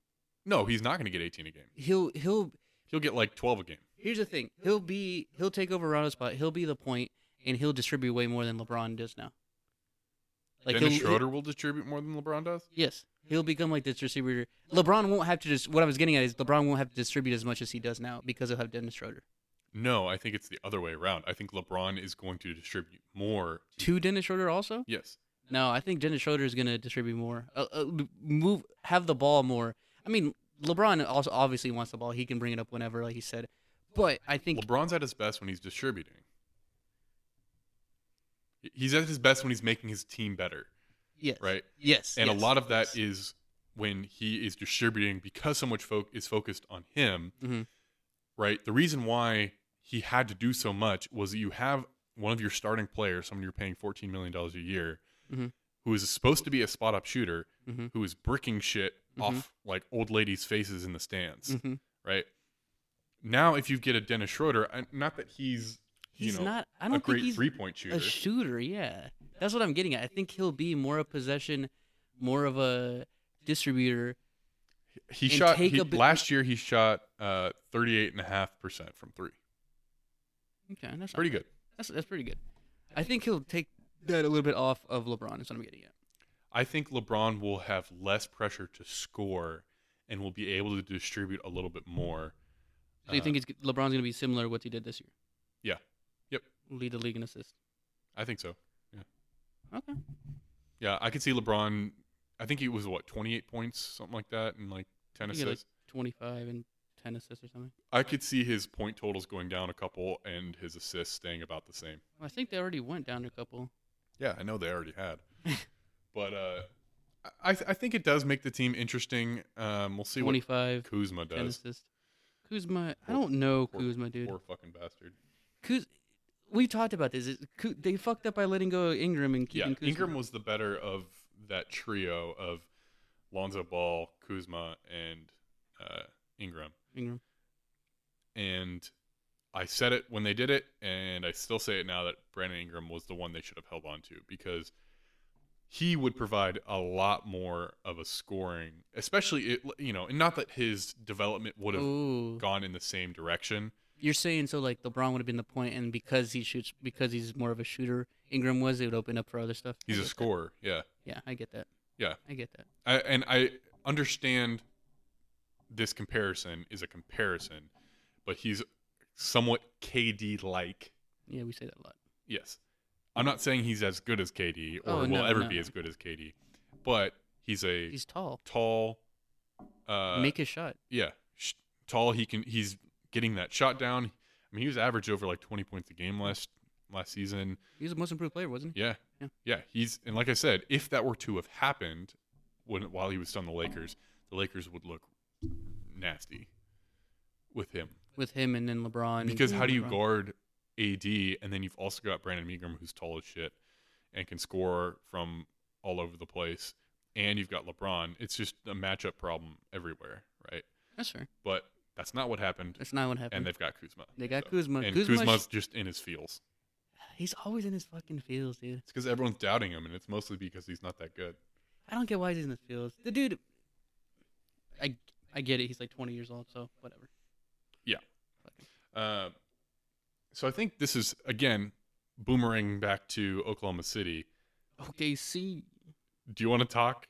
Speaker 1: No, he's not going to get 18 a game.
Speaker 2: He'll he'll
Speaker 1: He'll get like 12 a game.
Speaker 2: Here's the thing. He'll be he'll take over Rondo's spot. He'll be the point, and he'll distribute way more than LeBron does now.
Speaker 1: Dennis
Speaker 2: he'll-
Speaker 1: Schroeder will distribute more than LeBron does.
Speaker 2: he'll- yes, he'll become like this distributor. LeBron won't have to just. What I was getting at is LeBron won't have to distribute as much as he does now because he'll have Dennis Schroeder.
Speaker 1: No, I think it's the other way around. I think LeBron is going to distribute more.
Speaker 2: To Dennis Schroeder also.
Speaker 1: Yes.
Speaker 2: No, I think Dennis Schroeder is going to distribute more. Uh, uh, move, have the ball more. I mean, LeBron also obviously wants the ball. He can bring it up whenever, like he said. But I think
Speaker 1: LeBron's at his best when he's distributing. He's at his best when he's making his team better,
Speaker 2: yes,
Speaker 1: right?
Speaker 2: yes,
Speaker 1: And
Speaker 2: yes,
Speaker 1: a lot of
Speaker 2: yes.
Speaker 1: that is when he is distributing because so much folk is focused on him,
Speaker 2: Mhm.
Speaker 1: right? The reason why he had to do so much was that you have one of your starting players, someone you're paying $14 million a year,
Speaker 2: Mhm.
Speaker 1: who is supposed to be a spot up shooter,
Speaker 2: Mhm.
Speaker 1: who is bricking shit
Speaker 2: Mhm.
Speaker 1: off like old ladies' faces in the stands,
Speaker 2: Mhm.
Speaker 1: right? Now, if you get a Dennis Schroeder, I- not that he's,
Speaker 2: He's
Speaker 1: you know,
Speaker 2: not. I don't
Speaker 1: a great
Speaker 2: think he's
Speaker 1: three point shooter.
Speaker 2: A shooter, yeah. That's what I'm getting at. I think he'll be more a possession, more of a distributor.
Speaker 1: he
Speaker 2: and
Speaker 1: shot
Speaker 2: take
Speaker 1: he,
Speaker 2: a bit-
Speaker 1: last year. He shot uh, thirty eight and a half percent from three.
Speaker 2: Okay, that's
Speaker 1: Pretty
Speaker 2: pretty.
Speaker 1: good.
Speaker 2: That's that's pretty good. I think he'll take that a little bit off of LeBron. Is what I'm getting at.
Speaker 1: I think LeBron will have less pressure to score and will be able to distribute a little bit more.
Speaker 2: So you
Speaker 1: Uh,
Speaker 2: think it's, LeBron's going to be similar to what he did this year?
Speaker 1: Yeah. Yep.
Speaker 2: Lead the league in assists.
Speaker 1: I think so.
Speaker 2: Okay.
Speaker 1: Yeah, I could see LeBron. I think he was what twenty eight points, something like that, and like ten
Speaker 2: I think he had,
Speaker 1: assists.
Speaker 2: 25 and 10 assists or something.
Speaker 1: I could see his point totals going down a couple and his assists staying about the same.
Speaker 2: Well, I think they already went down a couple.
Speaker 1: Yeah, I know they already
Speaker 2: *laughs*
Speaker 1: had, but uh, I I think it does make the team interesting. Um, we'll see
Speaker 2: 25,
Speaker 1: what Kuzma
Speaker 2: 10
Speaker 1: does.
Speaker 2: assists. Kuzma, I
Speaker 1: Poor-
Speaker 2: don't know
Speaker 1: poor-
Speaker 2: Kuzma, dude.
Speaker 1: Poor fucking bastard.
Speaker 2: Kuz, we talked about this. Is- Ku- They fucked up by letting go of Ingram and keeping
Speaker 1: yeah,
Speaker 2: Kuzma.
Speaker 1: Ingram was the better of that trio of Lonzo Ball, Kuzma, and uh, Ingram.
Speaker 2: Ingram.
Speaker 1: And I said it when they did it, and I still say it now that Brandon Ingram was the one they should have held on to because he would provide a lot more of a scoring, especially it, you know, and not that his development would have
Speaker 2: Ooh.
Speaker 1: gone in the same direction.
Speaker 2: You're saying so like LeBron would have been the point, and because he shoots, because he's more of a shooter, Ingram was, it would open up for other stuff. I
Speaker 1: He's a
Speaker 2: *laughs* get that.
Speaker 1: scorer, yeah.
Speaker 2: Yeah, I get that.
Speaker 1: Yeah.
Speaker 2: I get that.
Speaker 1: I, and I understand this comparison is a comparison, but he's somewhat KD like.
Speaker 2: Yeah, we say that a lot.
Speaker 1: Yes. I'm not saying he's as good as KD or
Speaker 2: Oh,
Speaker 1: will
Speaker 2: no,
Speaker 1: ever
Speaker 2: no.
Speaker 1: be as good as KD, but he's a
Speaker 2: He's tall.
Speaker 1: tall uh
Speaker 2: Make his shot.
Speaker 1: yeah, sh- tall he can he's getting that shot down. I mean, he was average over like 20 points a game last last season.
Speaker 2: He was the most improved player, wasn't he?
Speaker 1: Yeah.
Speaker 2: Yeah.
Speaker 1: He's and like I said, if that were to have happened when while he was still on the Lakers, the Lakers would look nasty with him.
Speaker 2: With him and then LeBron.
Speaker 1: Because how do you
Speaker 2: LeBron.
Speaker 1: guard AD and then you've also got Brandon Ingram who's tall as shit and can score from all over the place and you've got LeBron. It's just a matchup problem everywhere, right?
Speaker 2: That's fair.
Speaker 1: But That's not what happened.
Speaker 2: That's not what happened.
Speaker 1: And they've got Kuzma.
Speaker 2: they got
Speaker 1: So-
Speaker 2: Kuzma.
Speaker 1: And
Speaker 2: Kuzma's,
Speaker 1: Kuzma's just in his feels.
Speaker 2: he's always in his fucking fields, dude.
Speaker 1: It's because everyone's doubting him, and it's mostly because he's not that good.
Speaker 2: I don't get why he's in the fields. The dude, I I get it. He's like 20 years old, so whatever.
Speaker 1: Uh, so I think this is again boomerang back to Oklahoma City.
Speaker 2: Okay, see.
Speaker 1: Do you want to talk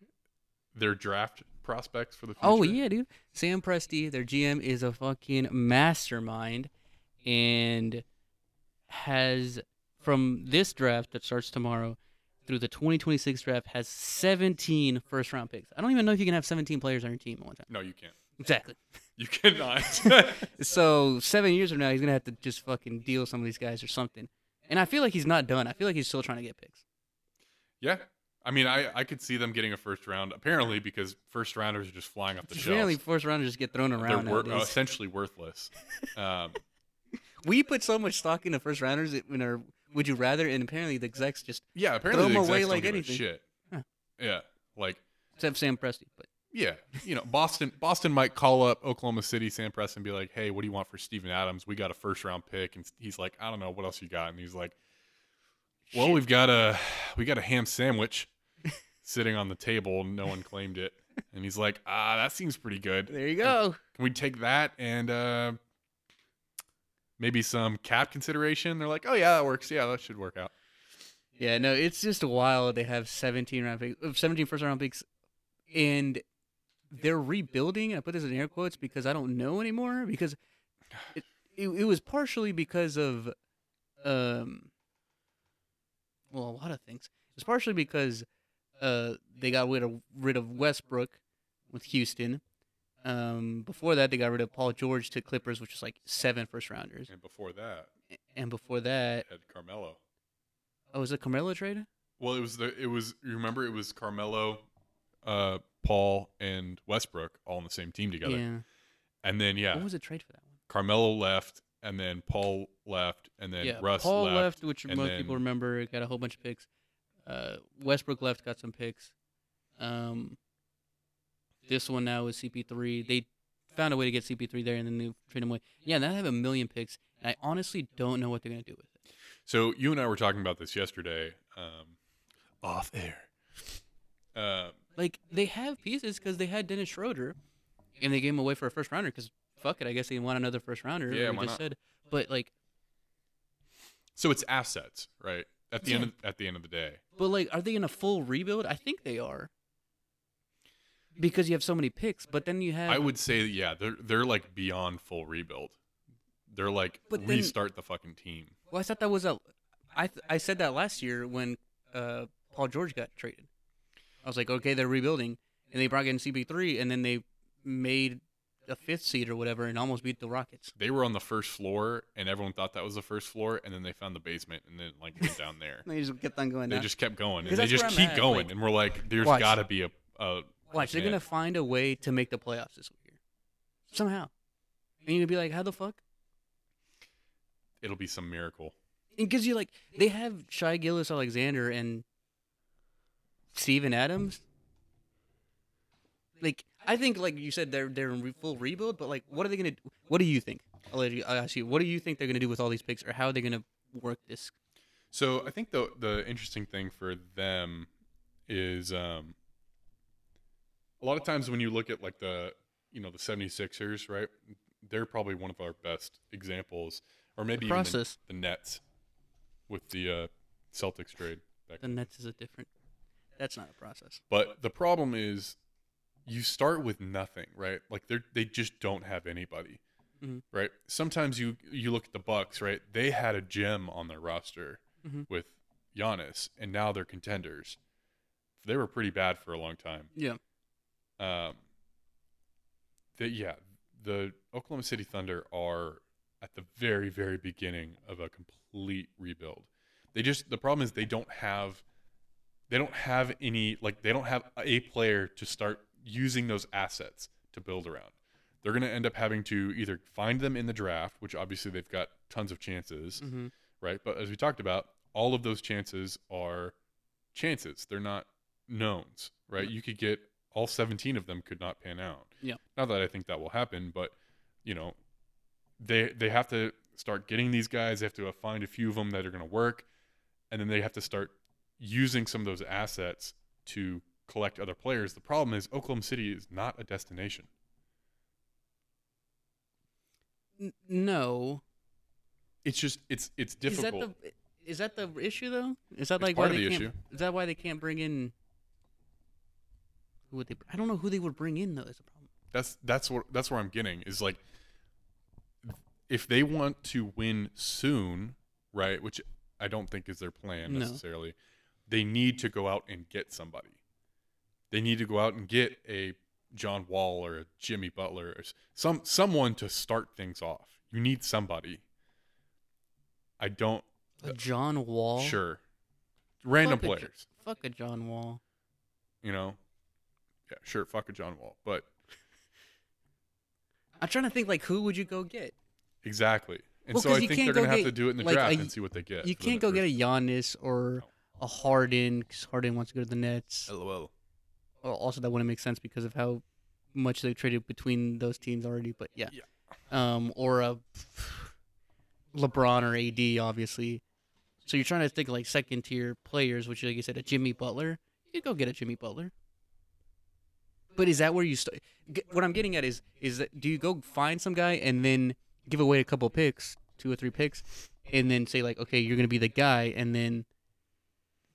Speaker 1: their draft prospects for the future?
Speaker 2: Oh yeah, dude. Sam Presti, their GM, is a fucking mastermind, and has from this draft that starts tomorrow through the 2026 draft has 17 first round picks. I don't even know if you can have 17 players on your team at one time.
Speaker 1: No, you can't.
Speaker 2: Exactly.
Speaker 1: You cannot. *laughs*
Speaker 2: So seven years from now, he's gonna have to just fucking deal with some of these guys or something. And I feel like he's not done. I feel like he's still trying to get picks.
Speaker 1: yeah. I mean, I, I could see them getting a first round, apparently, because first rounders are just flying off the
Speaker 2: Apparently,
Speaker 1: shelves.
Speaker 2: first rounders just get thrown
Speaker 1: They're
Speaker 2: around.
Speaker 1: wor- uh,
Speaker 2: nowadays.
Speaker 1: essentially
Speaker 2: *laughs*
Speaker 1: worthless. Um, *laughs*
Speaker 2: we put so much stock into first rounders in our would you rather, and apparently the execs just
Speaker 1: yeah, apparently
Speaker 2: them
Speaker 1: the execs
Speaker 2: away
Speaker 1: don't
Speaker 2: like
Speaker 1: give a
Speaker 2: anything.
Speaker 1: shit.
Speaker 2: Huh.
Speaker 1: Yeah, like
Speaker 2: except Sam Presti. But
Speaker 1: Yeah, you know, Boston. Boston might call up Oklahoma City, Sam Press, and be like, "Hey, what do you want for Steven Adams? We got a first round pick." And he's like, "I don't know. What else you got?" And he's like, "Well,
Speaker 2: Shit.
Speaker 1: we've got a we got a ham sandwich sitting on the table. No one claimed it." And he's like, "Ah, that seems pretty good.
Speaker 2: there you go.
Speaker 1: Can we take that and uh, maybe some cap consideration?" They're like, "Oh yeah, that works. Yeah, that should work out."
Speaker 2: Yeah, no, it's just wild. They have 17 round picks, uh, 17 first round picks, and they're rebuilding. I put this in air quotes because I don't know anymore. Because it it, it was partially because of, um, well, a lot of things. It's partially because, uh, they got rid of rid of Westbrook with Houston. Um, before that, they got rid of Paul George to Clippers, which was like seven first rounders.
Speaker 1: And before that,
Speaker 2: And before that,
Speaker 1: had Carmelo.
Speaker 2: oh, was it Carmelo trade?
Speaker 1: Well, it was the it was you remember it was Carmelo, uh, Paul and Westbrook all on the same team together.
Speaker 2: Yeah.
Speaker 1: And then yeah,
Speaker 2: What was the trade for that one?
Speaker 1: Carmelo left, and then Paul left, and then Russ
Speaker 2: Paul
Speaker 1: left.
Speaker 2: which
Speaker 1: and
Speaker 2: most
Speaker 1: then-
Speaker 2: people remember. Got a whole bunch of picks. Uh, Westbrook left, got some picks. Um, this one now is CP3. They found a way to get CP3 there, and then they trade him away. Yeah, now they have a million picks, and I honestly don't know what they're gonna do with it.
Speaker 1: So you and I were talking about this yesterday, um, off air. Uh,
Speaker 2: Like they have pieces because they had Dennis Schroeder, and they gave him away for a first rounder because fuck it, I guess they want another first rounder.
Speaker 1: Yeah,
Speaker 2: like we
Speaker 1: why
Speaker 2: just
Speaker 1: not?
Speaker 2: said. But like,
Speaker 1: so it's assets, right? At the end
Speaker 2: Yeah.
Speaker 1: of, at the end of the day,
Speaker 2: But like, are they in a full rebuild? I think they are. Because you have so many picks, but then you have
Speaker 1: I would say yeah, they're they're like beyond full rebuild. They're like
Speaker 2: But then-
Speaker 1: restart the fucking team.
Speaker 2: Well, I thought that was a. I th- I said that last year when uh, Paul George got traded. I was like, okay, they're rebuilding, and they brought in CP3, and then they made a fifth seed or whatever, and almost beat the Rockets. *laughs*
Speaker 1: they were on the first floor and everyone thought that was the first floor and then they found the basement and then like went down there
Speaker 2: *laughs* And they just kept on going.
Speaker 1: they
Speaker 2: down.
Speaker 1: just kept going and
Speaker 2: Because
Speaker 1: they
Speaker 2: that's where
Speaker 1: just
Speaker 2: I'm
Speaker 1: keep
Speaker 2: at,
Speaker 1: going
Speaker 2: like-
Speaker 1: and we're like there's
Speaker 2: Watch.
Speaker 1: gotta be a, a
Speaker 2: Watch, they're
Speaker 1: percent.
Speaker 2: gonna find a way to make the playoffs this year, somehow. And you're gonna be like, how the fuck?
Speaker 1: it'll be some miracle
Speaker 2: And because you like they have Shai Gillis Alexander and Steven Adams. Like I think, like you said, they're they're in re- full rebuild. But like, what are they gonna? What do you think? I'll let you. I ask you. What do you think they're gonna do with all these picks, or how are they gonna work this?
Speaker 1: so i think the the interesting thing for them is um a lot of times when you look at like the you know the 76ers right they're probably one of our best examples or maybe even the,
Speaker 2: process.
Speaker 1: the nets with the uh celtics trade back
Speaker 2: The Nets is a different. That's not a process.
Speaker 1: But the problem is, you start with nothing, right? Like they they just don't have anybody,
Speaker 2: Mhm.
Speaker 1: right? Sometimes you you look at the Bucks, right? They had a gem on their roster
Speaker 2: Mhm.
Speaker 1: with Giannis, and now they're contenders. They were pretty bad for a long time.
Speaker 2: Yeah.
Speaker 1: Um, the, yeah, the Oklahoma City Thunder are at the very, very beginning of a complete rebuild. They just the problem is they don't have they don't have any like they don't have a player to start using those assets to build around. They're going to end up having to either find them in the draft, which obviously they've got tons of chances,
Speaker 2: Mm-hmm.
Speaker 1: right? But as we talked about, all of those chances are chances. They're not knowns, right? You could get all 17 of them could not pan out.
Speaker 2: Yeah.
Speaker 1: Not that I think that will happen, but you know, they they have to start getting these guys. They have to find a few of them that are going to work, and then they have to start using some of those assets to collect other players. The problem is Oklahoma City is not a destination.
Speaker 2: N- no.
Speaker 1: It's just it's it's
Speaker 2: Is
Speaker 1: difficult.
Speaker 2: that the is that the issue though? Is that
Speaker 1: It's
Speaker 2: like
Speaker 1: part
Speaker 2: why
Speaker 1: of
Speaker 2: they
Speaker 1: the
Speaker 2: can't?
Speaker 1: issue.
Speaker 2: Is that why they can't bring in? Who would they? I don't know who they would bring in though. Is the problem.
Speaker 1: that's that's what that's where I'm getting is like if they want to win soon, right, which I don't think is their plan
Speaker 2: No.
Speaker 1: necessarily, they need to go out and get somebody. They need to go out and get a John Wall or a Jimmy Butler or s- some someone to start things off. You need somebody. I don't
Speaker 2: A John Wall.
Speaker 1: Uh, sure. Random
Speaker 2: Fuck a Jo-
Speaker 1: players,
Speaker 2: fuck a John Wall.
Speaker 1: you know. Yeah, sure, fuck a John Wall, but
Speaker 2: I'm trying to think like who would you go get?
Speaker 1: Exactly. And
Speaker 2: Well,
Speaker 1: so
Speaker 2: 'cause
Speaker 1: I
Speaker 2: you
Speaker 1: think
Speaker 2: can't
Speaker 1: they're going to
Speaker 2: go
Speaker 1: have
Speaker 2: get,
Speaker 1: to do it in the
Speaker 2: like,
Speaker 1: draft
Speaker 2: a-
Speaker 1: and see what they get.
Speaker 2: you can't go get a Giannis or a Harden because Harden wants to go to the Nets.
Speaker 1: LOL.
Speaker 2: Al- Also, that wouldn't make sense because of how much they traded between those teams already. But yeah,
Speaker 1: Yeah.
Speaker 2: Um, or a LeBron or AD, obviously. So you're trying to think like second tier players, which like you said, a Jimmy Butler. You go get a Jimmy Butler. But is that where you start? What I'm getting at is, is that do you go find some guy and then give away a couple picks, two or three picks, and then say like, okay, you're gonna be the guy, and then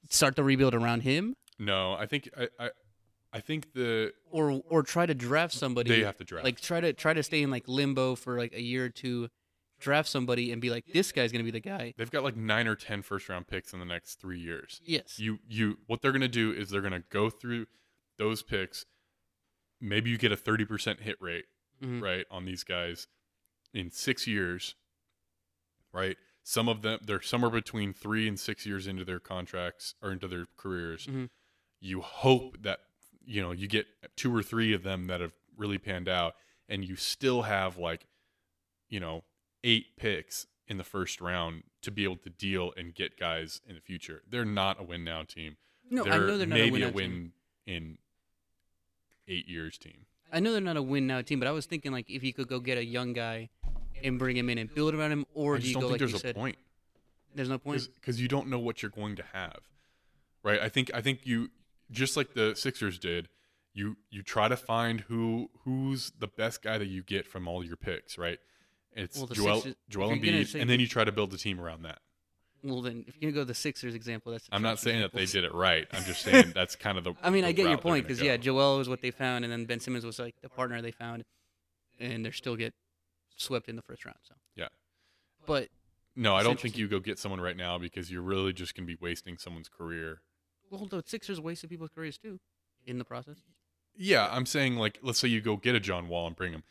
Speaker 2: start the rebuild around him,
Speaker 1: No, I think I, I, I think the
Speaker 2: or or try to draft somebody.
Speaker 1: they have to draft.
Speaker 2: like try to try to stay in like limbo for like a year or two, draft somebody and be like, this guy's gonna be the guy.
Speaker 1: They've got like nine or ten first round picks in the next three years.
Speaker 2: Yes.
Speaker 1: You you what they're going to do is they're going to go through those picks. Maybe you get a thirty percent hit rate
Speaker 2: Mhm.
Speaker 1: right on these guys in six years. Right, some of them they're somewhere between three and six years into their contracts or into their careers.
Speaker 2: Mhm.
Speaker 1: you hope that you know you get two or three of them that have really panned out and you still have like you know eight picks in the first round to be able to deal and get guys in the future they're not a win now team
Speaker 2: No,
Speaker 1: they're
Speaker 2: I know they're not
Speaker 1: maybe
Speaker 2: a
Speaker 1: a
Speaker 2: win. now team.
Speaker 1: win in eight years team
Speaker 2: I know they're not a win now team, but I was thinking like if you could go get a young guy and bring him in and build around him,
Speaker 1: i
Speaker 2: or do
Speaker 1: just
Speaker 2: you
Speaker 1: don't
Speaker 2: go
Speaker 1: think
Speaker 2: like you
Speaker 1: there's a
Speaker 2: said,
Speaker 1: point
Speaker 2: there's no point.
Speaker 1: because you don't know what you're going to have right i think i think you just like the sixers did you you try to find who who's the best guy that you get from all your picks right it's
Speaker 2: Well, the
Speaker 1: joel
Speaker 2: Sixers-
Speaker 1: joel
Speaker 2: if you're gonna
Speaker 1: Embiid,
Speaker 2: say-
Speaker 1: and then you try to build a team around that
Speaker 2: Well, then if you're gonna go the Sixers example, that's
Speaker 1: i'm not
Speaker 2: atrocious
Speaker 1: saying that they
Speaker 2: example.
Speaker 1: did it right i'm just *laughs* saying that's kind of the
Speaker 2: I mean,
Speaker 1: the
Speaker 2: I get your
Speaker 1: route they're
Speaker 2: point
Speaker 1: gonna
Speaker 2: because yeah,
Speaker 1: go.
Speaker 2: Joel was what they found, and then Ben Simmons was like the partner they found, and they're still get swept in the first round. So
Speaker 1: Yeah.
Speaker 2: but
Speaker 1: no i
Speaker 2: it's
Speaker 1: don't think
Speaker 2: interesting.
Speaker 1: you go get someone right now because you're really just going to be wasting someone's career
Speaker 2: well, the Sixers wasted people's careers too in the process.
Speaker 1: yeah i'm saying like let's say you go get a john wall and bring him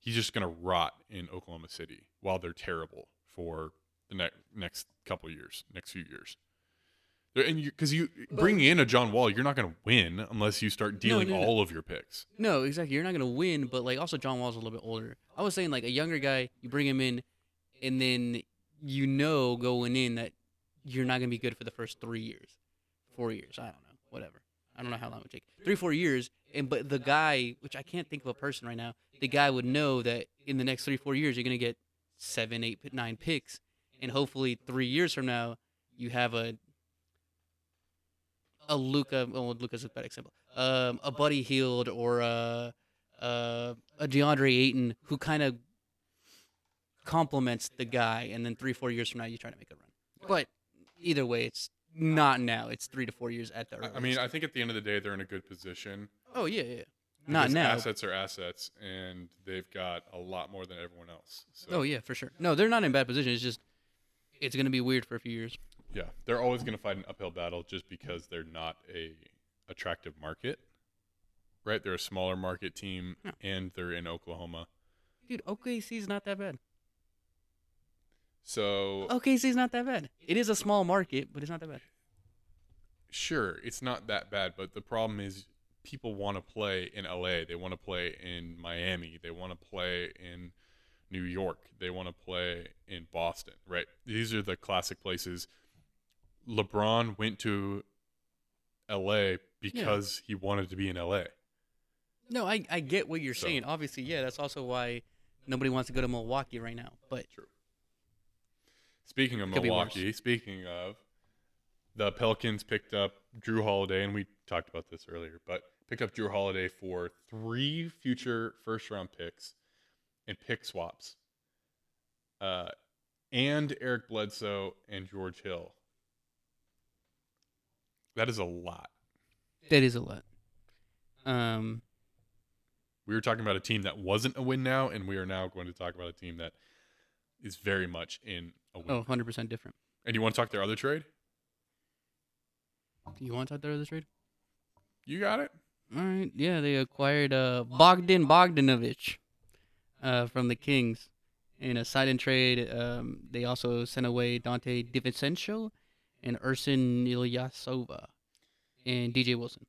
Speaker 1: he's just going to rot in oklahoma city while they're terrible for the ne- next couple years next few years There- and because you, bring in a john wall you're not going to win unless you start dealing
Speaker 2: no, no.
Speaker 1: all of your picks
Speaker 2: No, exactly. You're not gonna win, but like also John Wall's a little bit older. I was saying like a younger guy, you bring him in, and then you know going in that you're not gonna be good for the first three years, four years. I don't know, whatever. I don't know how long it would take. Three, four years, and but the guy, which I can't think of a person right now, the guy would know that in the next three, four years you're gonna get seven, eight, p- nine picks, and hopefully three years from now you have a a Luca. Well, Luca's a bad example. Um, a Buddy Healed or a, a, a DeAndre Ayton who kind of complements the guy, and then three, four years from now you try to make a run. But either way, it's not now. It's three to four years at the
Speaker 1: I-
Speaker 2: earliest.
Speaker 1: i mean i think at the end of the day they're in a good position
Speaker 2: oh yeah, yeah. Not
Speaker 1: because
Speaker 2: now.
Speaker 1: assets are assets and they've got a lot more than everyone else so
Speaker 2: Oh yeah, for sure. No, they're not in bad position. It's just it's gonna be weird for a few years.
Speaker 1: yeah they're always going to fight an uphill battle just because they're not a attractive market right they're a smaller market team
Speaker 2: Yeah.
Speaker 1: and they're in oklahoma
Speaker 2: Dude, OKC's not that bad.
Speaker 1: So
Speaker 2: OKC's not that bad. It is a small market, but it's not that bad.
Speaker 1: sure, it's not that bad, but the problem is people want to play in LA, they want to play in Miami, they want to play in New York, they want to play in Boston, right? These are the classic places. LeBron went to LA because he wanted to be in LA.
Speaker 2: No, I, I get what you're
Speaker 1: So-
Speaker 2: saying. Obviously, yeah, that's also why nobody wants to go to Milwaukee right now. But
Speaker 1: True. Speaking of
Speaker 2: Could be worse.
Speaker 1: Milwaukee, speaking of the Pelicans picked up Drew Holiday, and we talked about this earlier, but picked up Drew Holiday for three future first round picks and pick swaps. Uh, and Eric Bledsoe and George Hill. That is a lot.
Speaker 2: that is a lot. Um,
Speaker 1: We were talking about a team that wasn't a win now, and we are now going to talk about a team that is very much in a win.
Speaker 2: oh, 100% different.
Speaker 1: And you want to talk their other trade?
Speaker 2: You want to talk about the trade?
Speaker 1: You got it.
Speaker 2: All right. Yeah, they acquired uh, Bogdan Bogdanovich uh, from the Kings. In a side and trade, um, they also sent away Dante DiVincenzo and Urson Ilyasova and DJ Wilson.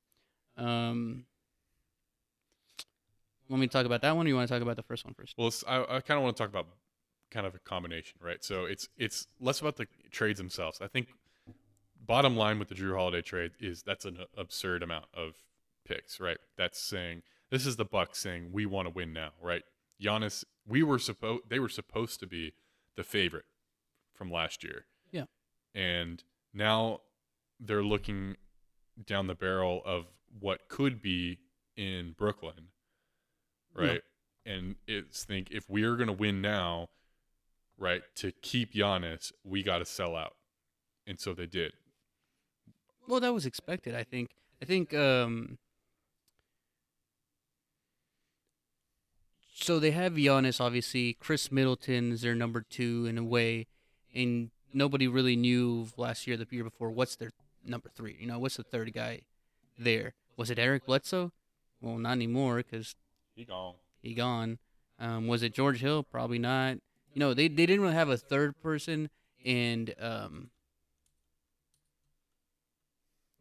Speaker 2: Um, want me to talk about that one, or you want to talk about the first one first?
Speaker 1: Well, it's, I, I kind of want to talk about kind of a combination, right? So it's it's less about the trades themselves. I think bottom line with the Drew Holiday trade is that's an absurd amount of picks, right? That's saying this is the Bucks saying we want to win now, right? Giannis, we were supposed they were supposed to be the favorite from last year,
Speaker 2: Yeah.
Speaker 1: and now they're looking down the barrel of what could be in Brooklyn,
Speaker 2: Yeah.
Speaker 1: right? And it's think if we're gonna win now, right, to keep Giannis, we got to sell out, and so they did.
Speaker 2: Well, that was expected. I think. I think. Um, so they have Giannis, obviously. Chris Middleton is their number two in a way, and nobody really knew last year, the year before, what's their number three. You know, what's the third guy there? Was it Eric Bledsoe? Well, not anymore because
Speaker 1: He gone.
Speaker 2: he gone. Um, was it George Hill? Probably not. You know, they, they didn't really have a third person, and um,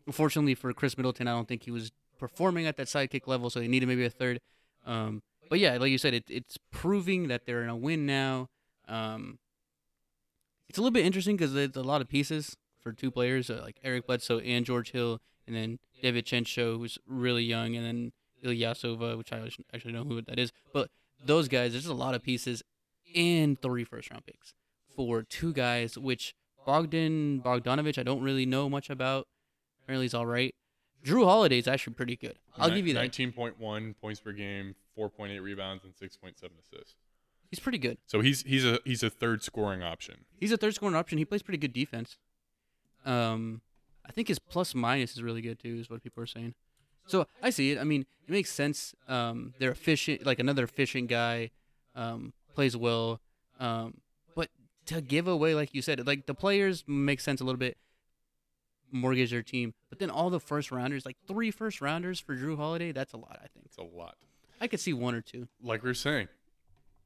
Speaker 2: unfortunately for Chris Middleton, I don't think he was performing at that sidekick level, so they needed maybe a third. Um, but yeah, like you said, it, it's proving that they're in a win now. Um, it's a little bit interesting because there's a lot of pieces for two players, uh, like Eric Bledsoe and George Hill, and then David Chencho, who's really young, and then Ilyasova, which I actually- actually know who that is. But those guys, there's just a lot of pieces and three first round picks for two guys, which Bogdan Bogdanovich, I don't really know much about. Apparently, he's all right. Drew Holiday is actually pretty good. I'll give you that.
Speaker 1: Nineteen point one points per game, four point eight rebounds, and six point seven assists.
Speaker 2: He's pretty good.
Speaker 1: So he's he's a he's a third scoring option.
Speaker 2: He's a third scoring option. He plays pretty good defense. Um, I think his plus minus is really good too, is what people are saying. So I see it. I mean, it makes sense. Um, they're efficient, like another efficient guy, um, plays well. Um, but to give away, like you said, like the players make sense a little bit, mortgage their team. But then all the first rounders, like three first rounders for Drew Holiday, that's a lot. I think
Speaker 1: It's a lot.
Speaker 2: I could see one or two.
Speaker 1: Like we are saying,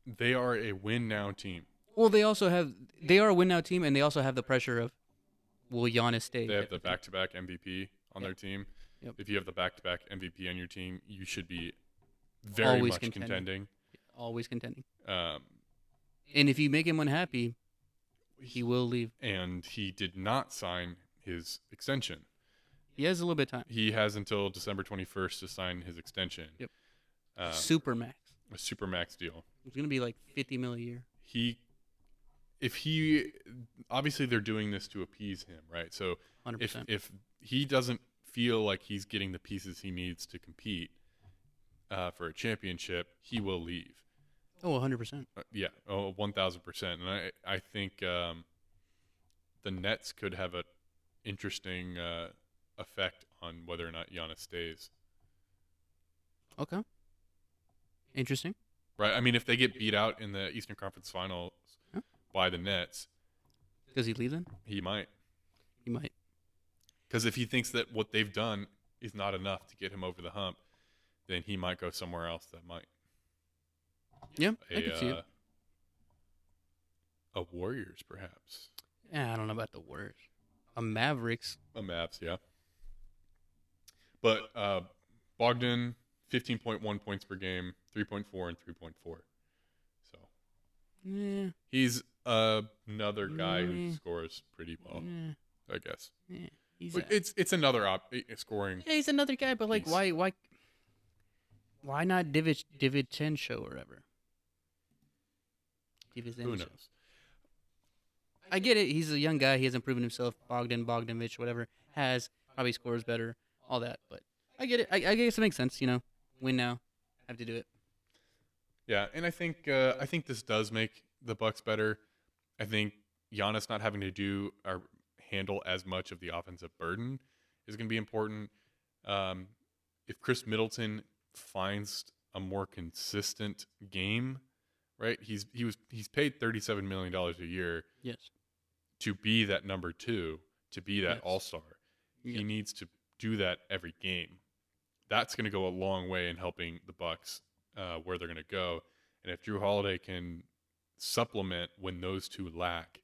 Speaker 1: they are a win now team.
Speaker 2: Well, they also have they are a win now team, and they also have the pressure of will Giannis stay?
Speaker 1: They have the back to back MVP on their team.
Speaker 2: Yep.
Speaker 1: If you have the back to back MVP on your team, you should be very
Speaker 2: Always
Speaker 1: much contending.
Speaker 2: contending. always contending.
Speaker 1: Um,
Speaker 2: And if you make him unhappy, he will leave.
Speaker 1: and he did not sign his extension.
Speaker 2: He has a little bit of time.
Speaker 1: He has until December 21st to sign his extension.
Speaker 2: Yep.
Speaker 1: Uh,
Speaker 2: Super max.
Speaker 1: a super max deal.
Speaker 2: It's gonna be like fifty mil a year.
Speaker 1: He, if he, obviously they're doing this to appease him, right? So
Speaker 2: Hundred
Speaker 1: if
Speaker 2: percent.
Speaker 1: if he doesn't feel like he's getting the pieces he needs to compete uh, for a championship, he will leave.
Speaker 2: Oh, hundred percent.
Speaker 1: Uh, yeah, oh, one thousand percent. And I I think um, the Nets could have a interesting uh, effect on whether or not Giannis stays.
Speaker 2: Okay. Interesting.
Speaker 1: Right? I mean, if they get beat out in the Eastern Conference Finals
Speaker 2: Huh?
Speaker 1: by the Nets,
Speaker 2: Does he leave then?
Speaker 1: he might.
Speaker 2: He might.
Speaker 1: Because if he thinks that what they've done is not enough to get him over the hump, then he might go somewhere else that might.
Speaker 2: Yeah,
Speaker 1: a,
Speaker 2: I could see
Speaker 1: uh,
Speaker 2: it.
Speaker 1: a Warriors, perhaps.
Speaker 2: Yeah, I don't know about the worst. A Mavericks.
Speaker 1: A Mavs, yeah. But uh, Bogdan, 15.1 points per game, 3.4 and 3.4. So
Speaker 2: Yeah.
Speaker 1: he's another guy who
Speaker 2: Mm.
Speaker 1: scores pretty well,
Speaker 2: yeah,
Speaker 1: I guess.
Speaker 2: yeah. He's
Speaker 1: But
Speaker 2: a-
Speaker 1: it's it's another op- eh, scoring.
Speaker 2: Yeah, he's another guy, but like,
Speaker 1: He's-
Speaker 2: why, why, why not Divic Divicencio or whatever? give his
Speaker 1: Who
Speaker 2: answer.
Speaker 1: knows?
Speaker 2: I get it. He's a young guy. He hasn't proven himself. Bogdan, Bogdanovich, whatever, has probably scores better, all that. But I get it. I, I guess it makes sense. You know, win now, have to do it.
Speaker 1: Yeah, and I think uh, I think this does make the Bucks better. I think Giannis not having to do or handle as much of the offensive burden is going to be important. Um, if Chris Middleton finds a more consistent game, right? He's he was he's paid thirty seven million dollars a year
Speaker 2: Yes.
Speaker 1: to be that number two, to be that
Speaker 2: Yes.
Speaker 1: all star.
Speaker 2: Yeah.
Speaker 1: He needs to do that every game. That's going to go a long way in helping the Bucks uh, where they're going to go. And if Drew Holiday can supplement when those two lack,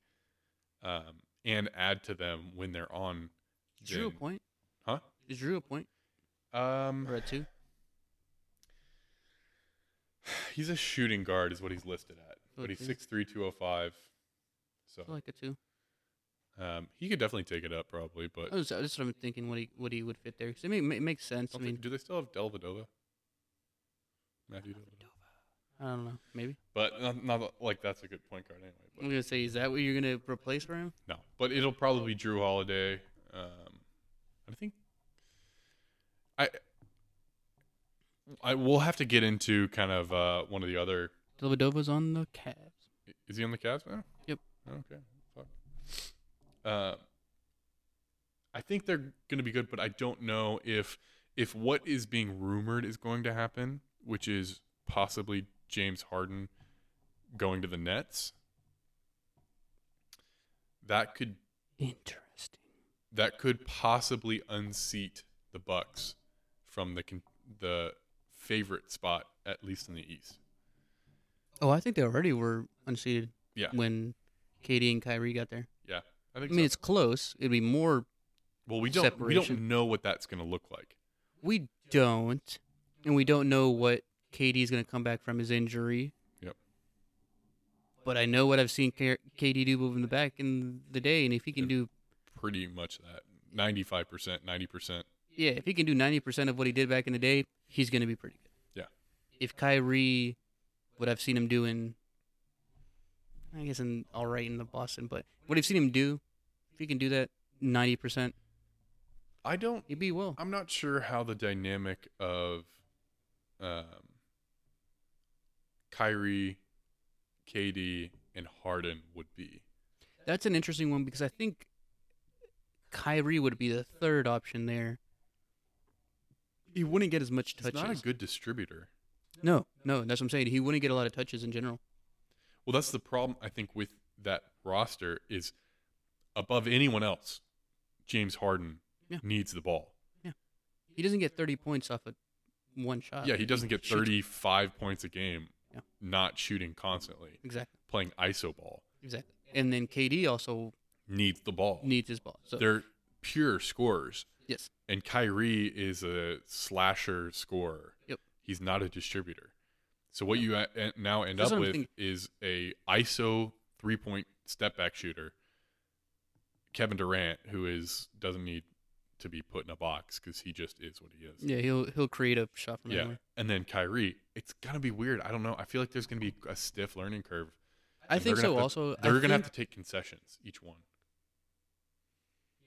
Speaker 1: um, and add to them when they're on,
Speaker 2: Is Drew a
Speaker 1: then-
Speaker 2: point?
Speaker 1: huh?
Speaker 2: Is Drew a point
Speaker 1: Um,
Speaker 2: or a two?
Speaker 1: he's a shooting guard, is what he's listed at, but he's
Speaker 2: Okay.
Speaker 1: six three, two oh five. So
Speaker 2: I feel like a two.
Speaker 1: um, he could definitely take it up, probably. But
Speaker 2: I was, I was sort of thinking what he what he would fit there because it, ma- ma- it makes sense. I
Speaker 1: don't
Speaker 2: mean,
Speaker 1: think- do they still have Delvedova? Matthew Dellavedova?
Speaker 2: I don't know. Maybe
Speaker 1: But not, not that- like that's a good point guard anyway. But
Speaker 2: I'm gonna say, is that what you're gonna replace for him?
Speaker 1: No, but it'll probably be Drew Holiday. Um, I think I I will have to get into kind of uh, one of the other.
Speaker 2: Delvedova's on the Cavs.
Speaker 1: Is he on the Cavs now?
Speaker 2: Yep.
Speaker 1: Okay. Fuck. Uh, I think they're going to be good, but I don't know if if what is being rumored is going to happen, which is possibly James Harden going to the Nets. That could
Speaker 2: Interesting.
Speaker 1: that could possibly unseat the Bucks from the con- the favorite spot, at least in the East.
Speaker 2: Oh, I think they already were unseated.
Speaker 1: Yeah.
Speaker 2: When Katie and Kyrie got there.
Speaker 1: Yeah, I
Speaker 2: I
Speaker 1: think.
Speaker 2: mean,
Speaker 1: so.
Speaker 2: it's close. It'd be more.
Speaker 1: well, we don't we don't
Speaker 2: separation.
Speaker 1: know what that's going to look like.
Speaker 2: We don't, and we don't know what KD's gonna come back from his injury.
Speaker 1: Yep.
Speaker 2: But I know what I've seen K- KD do moving the back in the day, and if he can
Speaker 1: Yeah.
Speaker 2: do,
Speaker 1: Pretty much that ninety five percent, ninety percent.
Speaker 2: yeah, if he can do ninety percent of what he did back in the day, he's gonna be pretty good.
Speaker 1: Yeah.
Speaker 2: If Kyrie, what I've seen him doing, I guess in all right in the Boston, but what I've seen him do, if he can do that ninety percent,
Speaker 1: I don't.
Speaker 2: he'd be well.
Speaker 1: I'm not sure how the dynamic of um, Kyrie, KD, and Harden would be.
Speaker 2: That's an interesting one because I think Kyrie would be the third option there. He wouldn't get as much
Speaker 1: He's
Speaker 2: touches.
Speaker 1: not a good distributor.
Speaker 2: no, no, that's what I'm saying. He wouldn't get a lot of touches in general.
Speaker 1: Well, that's the problem I think with that roster is above anyone else, James Harden
Speaker 2: Yeah.
Speaker 1: needs the ball.
Speaker 2: He doesn't get 30 points off of one shot.
Speaker 1: yeah, he doesn't get
Speaker 2: shoots-
Speaker 1: 35 points a game
Speaker 2: Yeah.
Speaker 1: not shooting constantly,
Speaker 2: Exactly,
Speaker 1: playing iso ball.
Speaker 2: exactly. And then KD also
Speaker 1: Needs the ball.
Speaker 2: needs his ball. So
Speaker 1: They're pure scorers.
Speaker 2: yes,
Speaker 1: And Kyrie is a slasher scorer.
Speaker 2: Yep.
Speaker 1: He's not a distributor. So what you a- a- now end
Speaker 2: That's
Speaker 1: up
Speaker 2: what I'm
Speaker 1: with
Speaker 2: thinking.
Speaker 1: is a ISO three point step back shooter, Kevin Durant, who is doesn't need to be put in a box because he just is what he is.
Speaker 2: yeah, he'll he'll create a shot from
Speaker 1: Yeah.
Speaker 2: anywhere.
Speaker 1: And then Kyrie, it's gonna be weird. I don't know. I feel like there's gonna be a stiff learning curve.
Speaker 2: I
Speaker 1: and they're
Speaker 2: think
Speaker 1: gonna
Speaker 2: so.
Speaker 1: have to-
Speaker 2: Also, I
Speaker 1: they're gonna
Speaker 2: think-
Speaker 1: have to take concessions each one.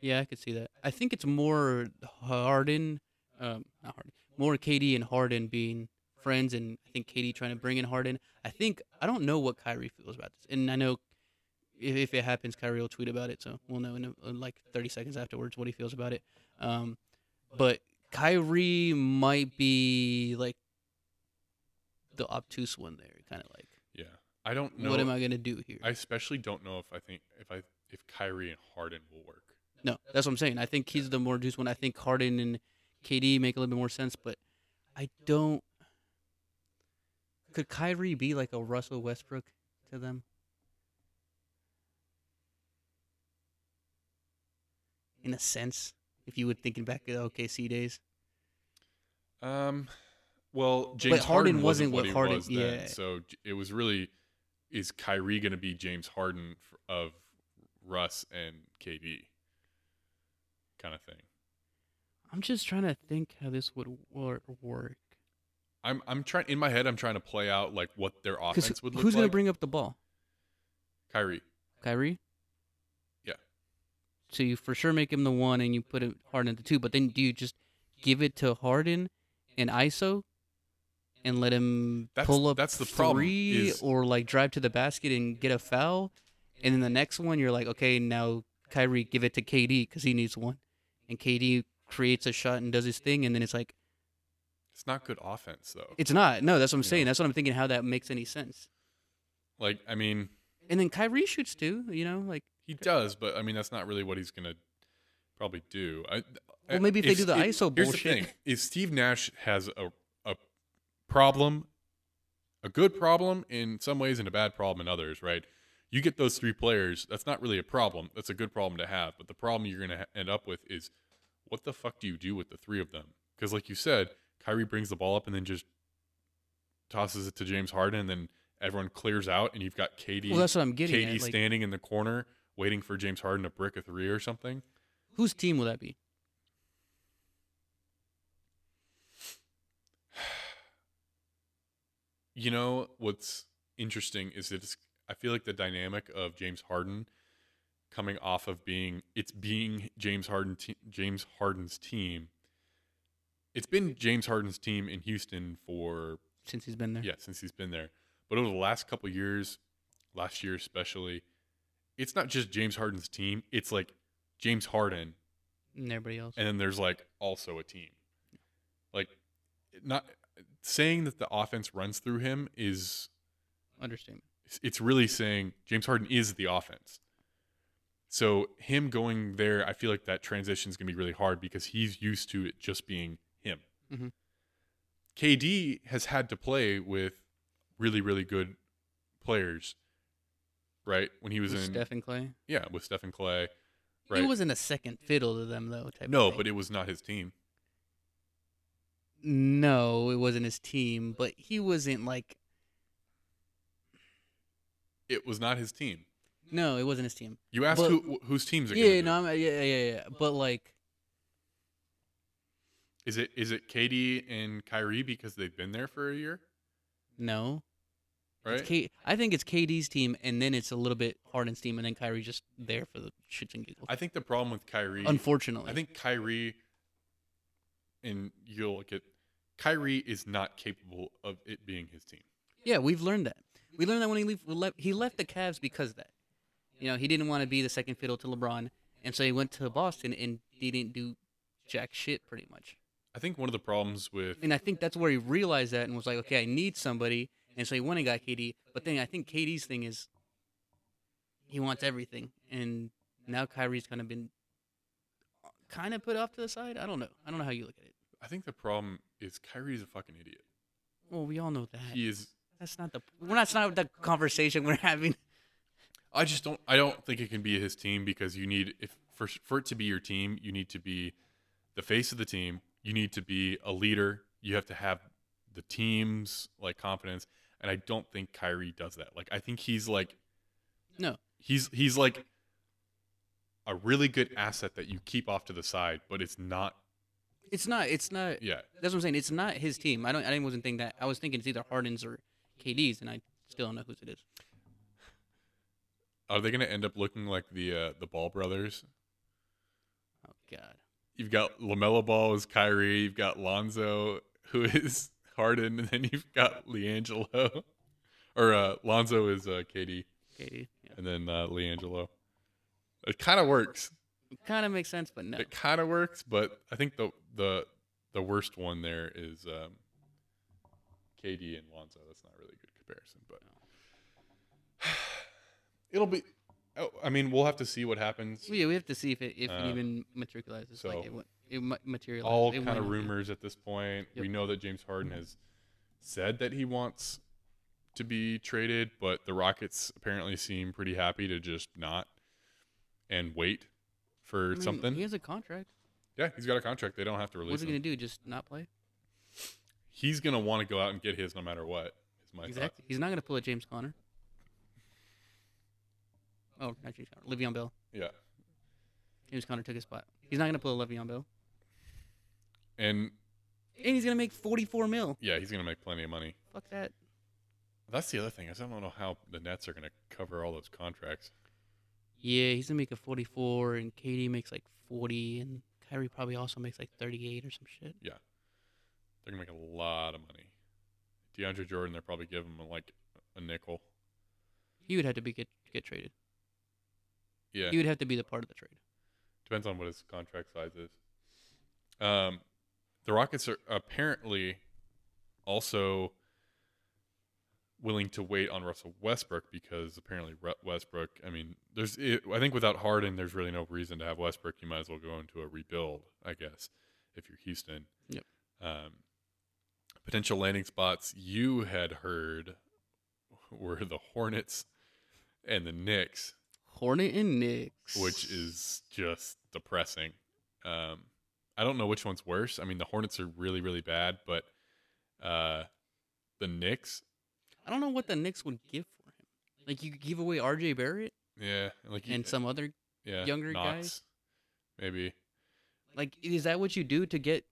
Speaker 2: Yeah, I could see that. I think it's more Harden, um, not Harden, more KD and Harden being friends, and I think KD trying to bring in Harden. I think I don't know what Kyrie feels about this, and I know if, if it happens, Kyrie will tweet about it, so we'll know in, uh, like 30 seconds afterwards what he feels about it. Um, but Kyrie might be like the obtuse one there, kind of like,
Speaker 1: Yeah. I don't know.
Speaker 2: what am I gonna do here?
Speaker 1: I especially don't know if I think if I if Kyrie and Harden will work.
Speaker 2: No, that's what I'm saying. I think he's the more juice one. I think Harden and KD make a little bit more sense, but I don't. Could Kyrie be like a Russell Westbrook to them? In a sense, if you would thinking back to the OKC days,
Speaker 1: Um, well, James Harden, wasn't what, Harden was then,
Speaker 2: yeah.
Speaker 1: so j- it was really is Kyrie going to be James Harden f- of Russ and KD kind of thing.
Speaker 2: I'm just trying to think how this would wor- work.
Speaker 1: I'm I'm trying in my head. I'm trying to play out like what their
Speaker 2: Because
Speaker 1: offense would look
Speaker 2: who's
Speaker 1: like.
Speaker 2: gonna bring up the ball?
Speaker 1: Kyrie.
Speaker 2: Kyrie?
Speaker 1: Yeah.
Speaker 2: So you for sure make him the one and you put it Harden at the two, but then do you just give it to Harden and ISO and let him
Speaker 1: That's-
Speaker 2: pull up
Speaker 1: that's the problem,
Speaker 2: three
Speaker 1: is-
Speaker 2: or like drive to the basket and get a foul? And then the next one, you're like, okay, now Kyrie, give it to KD because he needs one. And KD creates a shot and does his thing. And then it's like,
Speaker 1: It's not good offense though.
Speaker 2: it's not. No, that's what I'm
Speaker 1: Yeah.
Speaker 2: saying. That's what I'm thinking how that makes any sense.
Speaker 1: Like I mean,
Speaker 2: And then Kyrie shoots too, you know? Like,
Speaker 1: he does, but I mean that's not really what he's gonna probably do. I,
Speaker 2: Well, maybe if they do the ISO
Speaker 1: here's
Speaker 2: bullshit.
Speaker 1: The thing, if Steve Nash has a a problem, a good problem in some ways and a bad problem in others, right? You get those three players. That's not really a problem. That's a good problem to have. But the problem you're gonna ha- end up with is what the fuck do you do with the three of them? Because like you said, Kyrie brings the ball up and then just tosses it to James Harden, and then everyone clears out, and you've got KD.
Speaker 2: well, that's what I'm getting
Speaker 1: KD
Speaker 2: at. Like,
Speaker 1: standing in the corner waiting for James Harden to brick a three or something.
Speaker 2: whose team will that be?
Speaker 1: You know what's interesting is that it's, I feel like the dynamic of James Harden coming off of being it's being James Harden te- James Harden's team. It's been James Harden's team in Houston for
Speaker 2: Since he's been there.
Speaker 1: Yeah, since he's been there. But over the last couple of years, last year especially, it's not just James Harden's team. It's like James Harden,
Speaker 2: And everybody else.
Speaker 1: and then there's like also a team. Like, not saying that the offense runs through him is
Speaker 2: Understatement.
Speaker 1: it's really saying James Harden is the offense. So him going there, I feel like that transition is going to be really hard because he's used to it just being him.
Speaker 2: Mhm.
Speaker 1: KD has had to play with really, really good players, right? When he was
Speaker 2: With
Speaker 1: in,
Speaker 2: Steph and Clay.
Speaker 1: yeah, with Steph and Clay,
Speaker 2: He
Speaker 1: right?
Speaker 2: wasn't a second fiddle to them though. Type
Speaker 1: no,
Speaker 2: of
Speaker 1: but
Speaker 2: thing.
Speaker 1: it was not his team.
Speaker 2: no, it wasn't his team. But he wasn't like
Speaker 1: It was not his team.
Speaker 2: no, it wasn't his team.
Speaker 1: You asked
Speaker 2: But-
Speaker 1: who, whose teams it gonna
Speaker 2: Yeah,
Speaker 1: be.
Speaker 2: no, I'm, yeah, yeah, yeah, yeah. But like,
Speaker 1: Is it is it KD and Kyrie because they've been there for a year,
Speaker 2: no,
Speaker 1: right?
Speaker 2: It's K- I think it's KD's team, and then it's a little bit Harden's team, and then Kyrie just there for the shits and giggles.
Speaker 1: I think the problem with Kyrie,
Speaker 2: Unfortunately,
Speaker 1: I think Kyrie, and you'll look at Kyrie is not capable of it being his team.
Speaker 2: Yeah, we've learned that. We learned that when he leave, we left, he left the Cavs because of that. You know, he didn't want to be the second fiddle to LeBron, and so he went to Boston and didn't do jack shit pretty much.
Speaker 1: I think one of the problems with
Speaker 2: And I think that's where he realized that and was like, okay, I need somebody, and so he went and got KD. But then I think KD's thing is he wants everything, and now Kyrie's kind of been kind of put off to the side. I don't know. I don't know how you look at it.
Speaker 1: I think the problem is Kyrie's a fucking idiot.
Speaker 2: Well, we all know that.
Speaker 1: He is.
Speaker 2: That's not the. We're not. That's not the conversation we're having.
Speaker 1: I just don't. I don't think it can be his team because you need if for for it to be your team, you need to be the face of the team. You need to be a leader. You have to have the team's like confidence, and I don't think Kyrie does that. Like I think he's like
Speaker 2: No.
Speaker 1: he's he's like a really good asset that you keep off to the side, but it's not.
Speaker 2: It's not. It's not.
Speaker 1: Yeah,
Speaker 2: That's what I'm saying. It's not his team. I don't. I wasn't thinking that. I was thinking it's either Harden's or KD's, and I still don't know whose it is.
Speaker 1: are they going to end up looking like the uh, the Ball brothers?
Speaker 2: Oh God.
Speaker 1: You've got Lamelo Ball as Kyrie. You've got Lonzo, who is *laughs* Harden, and then you've got Leangelo, *laughs* or uh, Lonzo is uh, KD,
Speaker 2: KD. Yeah.
Speaker 1: and then uh, Leangelo. It kind of works.
Speaker 2: Kind of makes sense, but no.
Speaker 1: It kind of works, but I think the the the worst one there is um, KD and Lonzo. That's not really a good comparison, but *sighs* it'll be. Oh, I mean, we'll have to see what happens.
Speaker 2: Yeah, we have to see if it if
Speaker 1: Uh,
Speaker 2: it even materializes.
Speaker 1: so-
Speaker 2: like it, wa- it ma- materializes.
Speaker 1: All
Speaker 2: It
Speaker 1: kind of
Speaker 2: wouldn't.
Speaker 1: rumors at this point.
Speaker 2: Yep. Mm-hmm.
Speaker 1: We know that James Harden has said that he wants to be traded, but the Rockets apparently seem pretty happy to just not and wait for
Speaker 2: I mean,
Speaker 1: something.
Speaker 2: He has a contract.
Speaker 1: yeah, he's got a contract. They don't have to release
Speaker 2: What's he
Speaker 1: him.
Speaker 2: gonna do? Just not play?
Speaker 1: he's gonna want to go out and get his no matter what. Is my thought.
Speaker 2: Exactly. He's not gonna pull a James Conner. Oh, not James Conner. Le'Veon Bell.
Speaker 1: Yeah,
Speaker 2: James Conner took his spot. He's not gonna pull a Le'Veon Bell.
Speaker 1: and
Speaker 2: And he's gonna make forty four mil.
Speaker 1: yeah, he's gonna make plenty of money.
Speaker 2: Fuck that.
Speaker 1: That's the other thing. is I don't know how the Nets are going to cover all those contracts.
Speaker 2: Yeah, he's gonna make a 44, and KD makes like 40, and Kyrie probably also makes like 38 or some shit.
Speaker 1: They're going to make a lot of money. DeAndre Jordan, they're probably giving him like a nickel.
Speaker 2: He would have to be get get traded.
Speaker 1: Yeah.
Speaker 2: He would have to be the part of the trade.
Speaker 1: Depends on what his contract size is. Um, the Rockets are apparently also willing to wait on Russell Westbrook because apparently Ru- Westbrook. I mean, there's. It, I think without Harden, there's really no reason to have Westbrook. You might as well go into a rebuild, I guess, if you're Houston.
Speaker 2: Yep.
Speaker 1: Um, potential landing spots you had heard were the Hornets and the Knicks
Speaker 2: Hornet and Knicks,
Speaker 1: which is just depressing. Um, I don't know which one's worse. I mean, the Hornets are really, really bad, but uh, the Knicks,
Speaker 2: I don't know what the Knicks would give for him. Like you could give away R.J. Barrett
Speaker 1: yeah, like you-
Speaker 2: and some other.
Speaker 1: yeah,
Speaker 2: younger
Speaker 1: Knox,
Speaker 2: guys.
Speaker 1: maybe.
Speaker 2: Like, is that what you do to get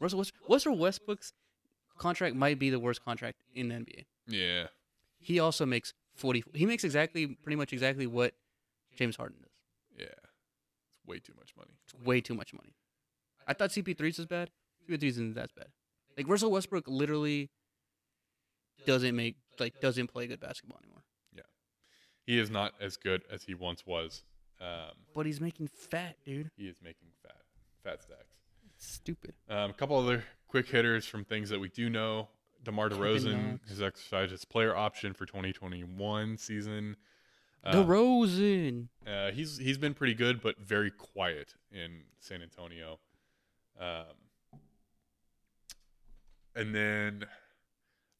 Speaker 2: Russell Westbrook? Russell Westbrook's contract might be the worst contract in the NBA.
Speaker 1: Yeah,
Speaker 2: He also makes 40. He makes exactly, pretty much exactly what James Harden does.
Speaker 1: yeah, it's way too much money.
Speaker 2: It's way too much money. I thought CP3's was bad. CP3's isn't that bad. Like Russell Westbrook literally doesn't make like doesn't play good basketball anymore.
Speaker 1: He is not as good as he once was. Um,
Speaker 2: But he's making fat, dude.
Speaker 1: he is making fat, fat stacks.
Speaker 2: It's stupid.
Speaker 1: Um, a couple other quick hitters from things that we do know. DeMar
Speaker 2: Kevin
Speaker 1: DeRozan
Speaker 2: Knox.
Speaker 1: has exercised his player option for 2021 season.
Speaker 2: The DeRozan.
Speaker 1: Uh, he's he's been pretty good, but very quiet in San Antonio. Um, and then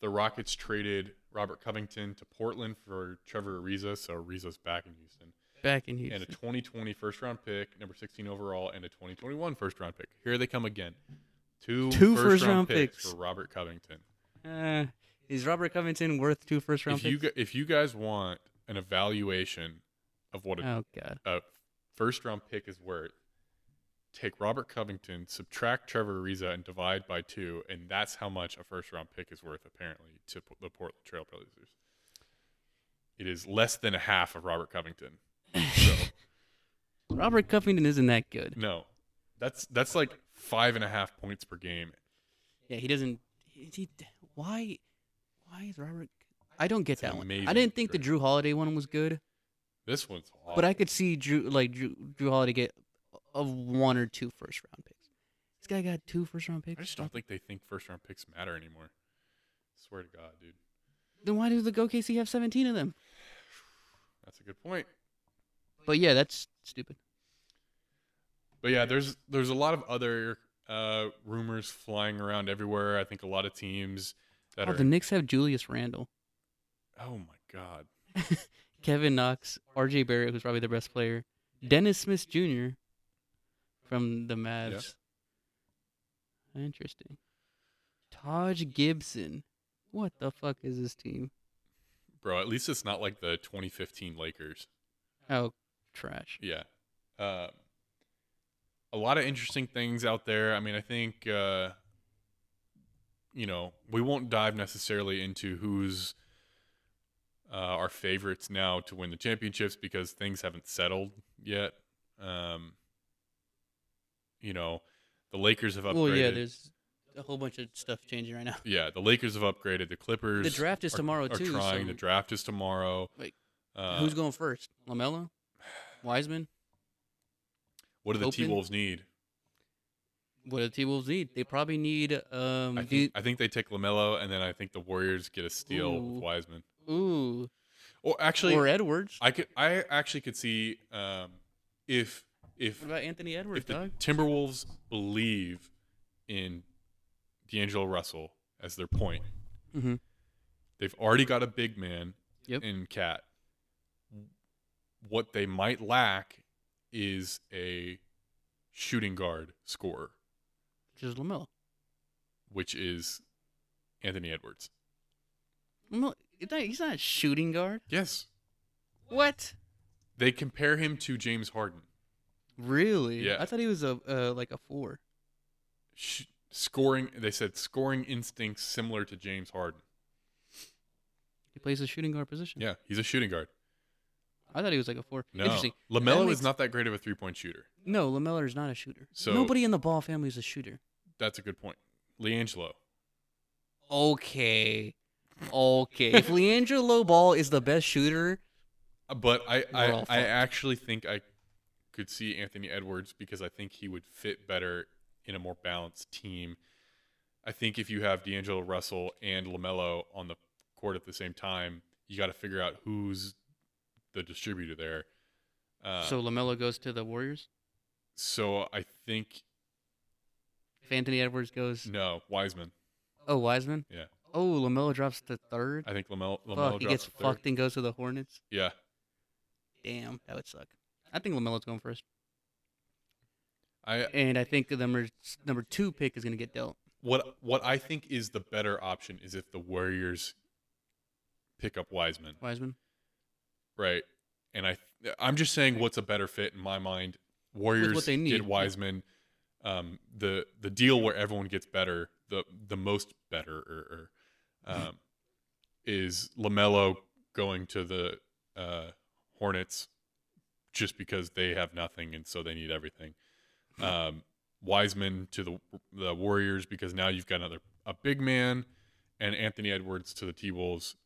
Speaker 1: the Rockets traded Robert Covington to Portland for Trevor Ariza, so Ariza's back in Houston,
Speaker 2: Back in
Speaker 1: and a
Speaker 2: Houston.
Speaker 1: 2020 first round pick, number 16 overall, and a 2021 first round pick. Here they come again. Two
Speaker 2: Two
Speaker 1: first
Speaker 2: first
Speaker 1: round,
Speaker 2: round
Speaker 1: picks,
Speaker 2: picks.
Speaker 1: for Robert Covington.
Speaker 2: Uh, is Robert Covington worth two first round
Speaker 1: If you
Speaker 2: picks?
Speaker 1: gu- if you guys want an evaluation of what a
Speaker 2: oh god.
Speaker 1: a first round pick is worth, take Robert Covington, subtract Trevor Ariza, and divide by two, and that's how much a first round pick is worth, apparently, to P- the Portland Trailblazers. It is less than a half of Robert Covington.
Speaker 2: *laughs*
Speaker 1: So
Speaker 2: Robert Covington isn't that good.
Speaker 1: no, that's that's like five and a half points per game.
Speaker 2: Yeah, he doesn't. He, he, why? Why is Robert? I don't get
Speaker 1: It's an
Speaker 2: that one. I
Speaker 1: amazing
Speaker 2: didn't think the
Speaker 1: trade.
Speaker 2: Drew Holiday one was good.
Speaker 1: This one's awful.
Speaker 2: But I could see Drew like Drew, Drew Holiday get a one or two first round picks. This guy got two first round picks.
Speaker 1: I just don't think they think first round picks matter anymore. Swear to God, dude.
Speaker 2: Then why do the OKC have seventeen of them?
Speaker 1: That's a good point.
Speaker 2: But yeah, that's stupid.
Speaker 1: But yeah, there's there's a lot of other uh, rumors flying around everywhere. I think a lot of teams that
Speaker 2: Oh,
Speaker 1: are
Speaker 2: the Knicks have Julius Randle,
Speaker 1: oh my god,
Speaker 2: Kevin Knox, R.J. Barrett, who's probably the best player, Dennis Smith Jr. from the Mavs. Interesting. Taj Gibson. What the fuck is this team?
Speaker 1: bro. At least it's not like the 2015 Lakers.
Speaker 2: Oh, trash.
Speaker 1: Yeah, Um a lot of interesting things out there. I mean, I think uh, you know we won't dive necessarily into who's uh, our favorites now to win the championships because things haven't settled yet. Um, you know, the Lakers have upgraded.
Speaker 2: Well, yeah, there's a whole bunch of stuff changing right now.
Speaker 1: Yeah, the Lakers have upgraded. The Clippers.
Speaker 2: The draft is
Speaker 1: are-
Speaker 2: tomorrow
Speaker 1: are
Speaker 2: too.
Speaker 1: Trying.
Speaker 2: so
Speaker 1: The draft is tomorrow.
Speaker 2: Like,
Speaker 1: uh,
Speaker 2: who's going first? Lamelo, Wiseman.
Speaker 1: What do the
Speaker 2: open?
Speaker 1: T Wolves need?
Speaker 2: What do the T Wolves need? They probably need um.
Speaker 1: I
Speaker 2: do you-
Speaker 1: think, I think they take Lamelo, and then I think the Warriors get a steal
Speaker 2: Ooh.
Speaker 1: with Wiseman.
Speaker 2: ooh,
Speaker 1: Or actually,
Speaker 2: or Edwards.
Speaker 1: I could. I actually could see um, if if
Speaker 2: what about Anthony Edwards,
Speaker 1: if the
Speaker 2: dog?
Speaker 1: Timberwolves believe in D'Angelo Russell as their point,
Speaker 2: Mm-hmm.
Speaker 1: they've already got a big man
Speaker 2: Yep.
Speaker 1: in Cat. What they might lack is a shooting guard scorer,
Speaker 2: Just Lamelo.
Speaker 1: which is Anthony Edwards.
Speaker 2: Lamelo. it's not- He's not a shooting guard.
Speaker 1: Yes.
Speaker 2: What?
Speaker 1: They compare him to James Harden.
Speaker 2: Really?
Speaker 1: Yeah.
Speaker 2: I thought he was a uh, like a four.
Speaker 1: Sh- scoring, they said scoring instincts similar to James Harden.
Speaker 2: He plays the shooting guard position.
Speaker 1: Yeah, he's a shooting guard.
Speaker 2: I thought he was like a four.
Speaker 1: No,
Speaker 2: Interesting.
Speaker 1: Lamelo
Speaker 2: makes-
Speaker 1: is not that great of a three point shooter.
Speaker 2: No, Lameller is not a shooter.
Speaker 1: So-
Speaker 2: Nobody in the Ball family is a shooter.
Speaker 1: That's a good point. Leangelo.
Speaker 2: Okay. Okay. *laughs* if LiAngelo Ball is the best shooter,
Speaker 1: Uh, But I, I,
Speaker 2: We're all
Speaker 1: I
Speaker 2: fucked.
Speaker 1: actually think I could see Anthony Edwards because I think he would fit better in a more balanced team. I think if you have D'Angelo Russell and LaMelo on the court at the same time, you got to figure out who's the distributor there. Uh,
Speaker 2: so Lamelo goes to the Warriors.
Speaker 1: so I think,
Speaker 2: If Anthony Edwards goes,
Speaker 1: no, Wiseman.
Speaker 2: oh Wiseman.
Speaker 1: Mm. Yeah.
Speaker 2: Oh, Lamelo drops to third.
Speaker 1: I think LaMelo, LaMelo
Speaker 2: Fuck, Oh, he
Speaker 1: drops
Speaker 2: gets
Speaker 1: to third.
Speaker 2: fucked and goes to the Hornets.
Speaker 1: Yeah.
Speaker 2: Damn, that would suck. I think Lamelo's going first,
Speaker 1: I,
Speaker 2: and I think the number number two pick is gonna get dealt.
Speaker 1: what what I think is the better option is if the Warriors pick up Wiseman,
Speaker 2: Wiseman.
Speaker 1: right? And I I'm just saying what's a better fit in my mind. Warriors
Speaker 2: they need,
Speaker 1: did
Speaker 2: yeah.
Speaker 1: Wiseman. Um, the the deal where everyone gets better, the the most better, er, er,
Speaker 2: *laughs*
Speaker 1: um, is Lamelo going to the uh, Hornets, just because they have nothing and so they need everything. Um, Wiseman to the the Warriors because now you've got another a big man, and Anthony Edwards to the T Wolves,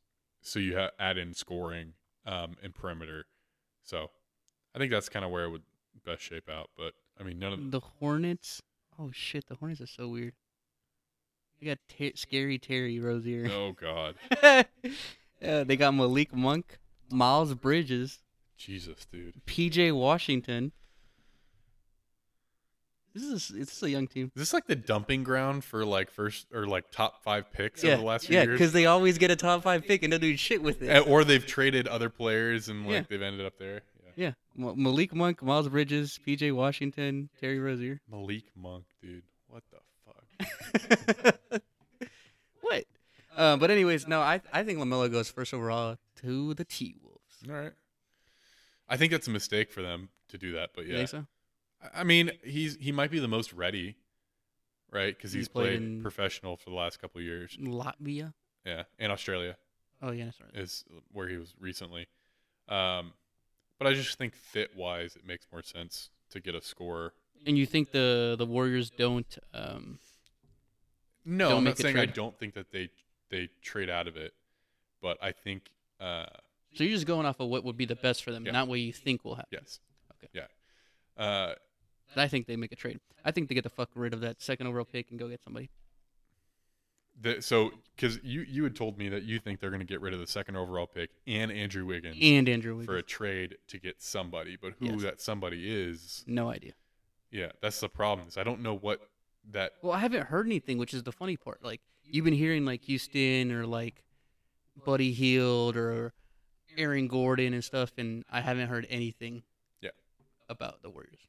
Speaker 1: so you ha- add in scoring um, and perimeter. So I think that's kind of where it would best shape out. But I mean, none of
Speaker 2: The Hornets. Oh shit, the Hornets are so weird. They got ter- scary Terry
Speaker 1: *laughs*
Speaker 2: Rozier.
Speaker 1: oh god,
Speaker 2: *laughs* uh, they got Malik Monk, Miles Bridges,
Speaker 1: Jesus, dude,
Speaker 2: P.J. Washington. This is it's a young team.
Speaker 1: is this like the dumping ground for like first or like top five picks
Speaker 2: yeah,
Speaker 1: over the last few
Speaker 2: yeah,
Speaker 1: years?
Speaker 2: because they always get a top five pick and don't do shit with it.
Speaker 1: Uh, or they've traded other players and like
Speaker 2: Yeah.
Speaker 1: they've ended up there. Yeah.
Speaker 2: Yeah, Ma- Malik Monk, Miles Bridges, P.J. Washington,
Speaker 1: *laughs*
Speaker 2: Terry Rozier.
Speaker 1: Malik Monk, dude, what the fuck?
Speaker 2: what? Uh, but anyways, no, I I think Lamelo goes first overall to the T Wolves.
Speaker 1: All right. I think that's a mistake for them to do that, but
Speaker 2: You
Speaker 1: yeah.
Speaker 2: think so?
Speaker 1: I- I mean, he's he might be the most ready, right? Because
Speaker 2: He's
Speaker 1: he's
Speaker 2: played
Speaker 1: played,
Speaker 2: in- Mm.
Speaker 1: professional for the last couple of years.
Speaker 2: Latvia.
Speaker 1: Yeah, and Australia
Speaker 2: Oh yeah, that's right.
Speaker 1: is where he was recently. Um, but I just think fit wise, it makes more sense to get a scorer.
Speaker 2: And you think the the Warriors don't? Um,
Speaker 1: No,
Speaker 2: Don't
Speaker 1: I'm
Speaker 2: make
Speaker 1: not
Speaker 2: a
Speaker 1: saying I
Speaker 2: trade.
Speaker 1: don't think that they they trade out of it, but I think uh,
Speaker 2: so you're just going off of what would be the best for them,
Speaker 1: Yeah.
Speaker 2: not what you think will happen.
Speaker 1: yes,
Speaker 2: Okay.
Speaker 1: yeah. Uh,
Speaker 2: But I think they make a trade. I think they get the fuck rid of that second overall pick and go get somebody.
Speaker 1: the, so because you you had told me that you think they're going to get rid of the second overall pick and Andrew Wiggins.
Speaker 2: And Andrew Wiggins.
Speaker 1: for a trade to get somebody, but who
Speaker 2: Yes.
Speaker 1: that somebody is,
Speaker 2: No idea.
Speaker 1: yeah, that's the problem. Is I don't know what that.
Speaker 2: Well, I haven't heard anything, which is the funny part. Like you've been hearing like Houston or like Buddy Heald or Aaron Gordon and stuff, and I haven't heard anything.
Speaker 1: Yeah.
Speaker 2: About the Warriors.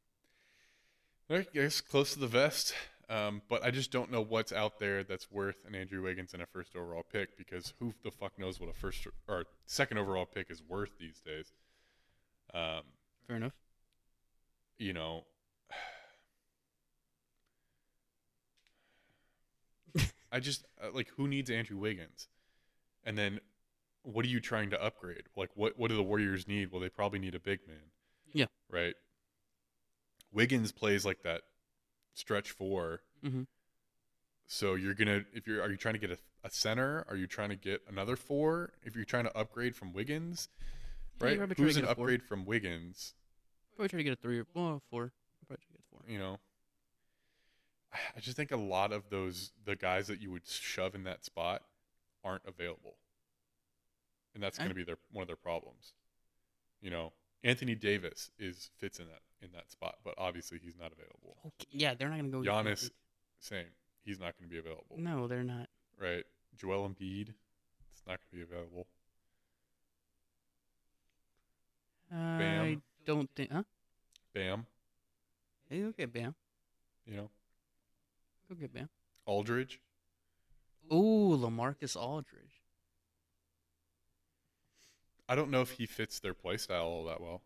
Speaker 1: I guess close to the vest, um, but I just don't know what's out there that's worth an Andrew Wiggins and a first overall pick because who the fuck knows what a first or second overall pick is worth these days. Um,
Speaker 2: Fair enough.
Speaker 1: you know, I just uh, like who needs Andrew Wiggins? And then what are you trying to upgrade? Like what what do the Warriors need? Well, they probably need a big man.
Speaker 2: Yeah.
Speaker 1: Right. Wiggins plays like that stretch 4
Speaker 2: Mhm.
Speaker 1: So you're gonna if you're are you trying to get a, a center? Are you trying to get another four? If you're trying to upgrade from Wiggins,
Speaker 2: Yeah,
Speaker 1: right?
Speaker 2: you're probably trying
Speaker 1: Who's
Speaker 2: to
Speaker 1: an
Speaker 2: get a four.
Speaker 1: upgrade from Wiggins?
Speaker 2: Probably try to get a three or well, four. Probably try to get a four.
Speaker 1: you know *sighs* i just think a lot of those the guys that you would shove in that spot aren't available and that's
Speaker 2: I-
Speaker 1: going to be their one of their problems you know anthony davis is fits in that in that spot but obviously he's not available
Speaker 2: Okay. Oh, Yeah, they're not gonna go. get
Speaker 1: Giannis-
Speaker 2: Jokic.
Speaker 1: same he's not going to be available
Speaker 2: No, they're not.
Speaker 1: right joel Embiid it's not going to be available
Speaker 2: I
Speaker 1: Bam.
Speaker 2: don't think. Huh?
Speaker 1: bam
Speaker 2: Hey, go get Bam.
Speaker 1: you know
Speaker 2: Go get Bam.
Speaker 1: aldridge
Speaker 2: Ooh, Lamarcus Aldridge.
Speaker 1: I don't know if he fits their playstyle all that well.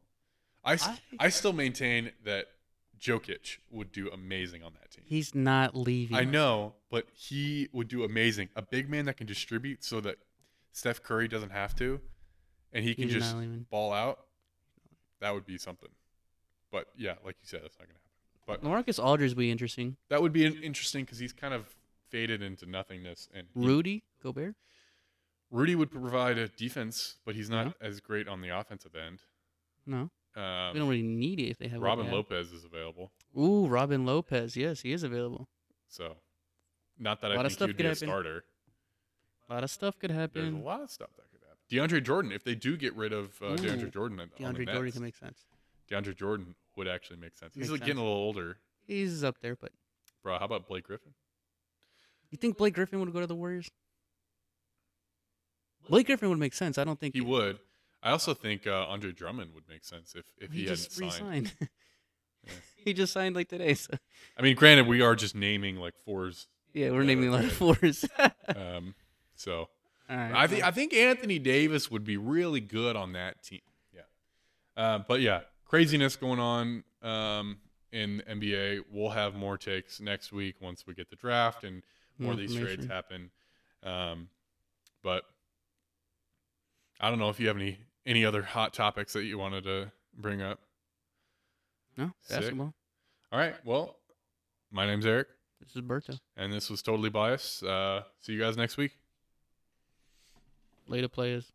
Speaker 1: I, s-
Speaker 2: I-
Speaker 1: I still maintain that Jokic would do amazing on that team.
Speaker 2: He's not leaving.
Speaker 1: I know, but he would do amazing. A big man that can distribute so that Steph Curry doesn't have to, and he can
Speaker 2: He's
Speaker 1: just
Speaker 2: not leaving.
Speaker 1: ball out, that would be something. But yeah, like you said, that's not gonna happen.
Speaker 2: Lamarcus Aldridge would be interesting.
Speaker 1: That would be an- interesting because he's kind of faded into nothingness, and he-
Speaker 2: Rudy Gobert.
Speaker 1: Rudy would provide a defense, but he's not
Speaker 2: Yeah.
Speaker 1: as great on the offensive end.
Speaker 2: No, we don't
Speaker 1: Um,
Speaker 2: really need it if they have what
Speaker 1: Robin
Speaker 2: they have.
Speaker 1: Lopez is available,
Speaker 2: Ooh, Robin Lopez. Yes, he is available.
Speaker 1: so not that
Speaker 2: Lot
Speaker 1: I
Speaker 2: of
Speaker 1: think
Speaker 2: stuff
Speaker 1: he'd
Speaker 2: could
Speaker 1: be a
Speaker 2: happen.
Speaker 1: starter.
Speaker 2: A lot of stuff could
Speaker 1: There's a
Speaker 2: happen.
Speaker 1: lot of stuff that could happen. DeAndre Jordan, if they do get rid of uh,
Speaker 2: Ooh,
Speaker 1: DeAndre Jordan, on the
Speaker 2: DeAndre Jordan
Speaker 1: Nets,
Speaker 2: can make sense.
Speaker 1: DeAndre Jordan would actually make sense. He's
Speaker 2: Makes
Speaker 1: like, getting
Speaker 2: sense.
Speaker 1: a little older,
Speaker 2: He's up there, but
Speaker 1: bro. How about Blake Griffin?
Speaker 2: you think Blake Griffin would go to the Warriors? Blake Griffin would make sense. I don't think
Speaker 1: He would. I also think uh, Andre Drummond would make sense if if
Speaker 2: he,
Speaker 1: he, hadn't
Speaker 2: just
Speaker 1: signed.
Speaker 2: re-signed.
Speaker 1: Yeah.
Speaker 2: *laughs* he just signed like today. So
Speaker 1: I mean, granted, we are just naming like fours.
Speaker 2: yeah, we're
Speaker 1: Yeah,
Speaker 2: naming a lot of
Speaker 1: that's
Speaker 2: fours. *laughs* All
Speaker 1: Um, so
Speaker 2: right,
Speaker 1: I think
Speaker 2: well,
Speaker 1: I think Anthony Davis would be really good on that team. Yeah. Uh, but yeah, craziness going on um, in NBA. We'll have more takes next week once we get the draft and more of these trades
Speaker 2: information.
Speaker 1: happen. Um, but I don't know if you have any any other hot topics that you wanted to bring up.
Speaker 2: No
Speaker 1: Sick.
Speaker 2: basketball.
Speaker 1: All right. Well, my name's Eric,
Speaker 2: This is Berto.
Speaker 1: and this was totally biased. Uh, see you guys next week.
Speaker 2: Later players.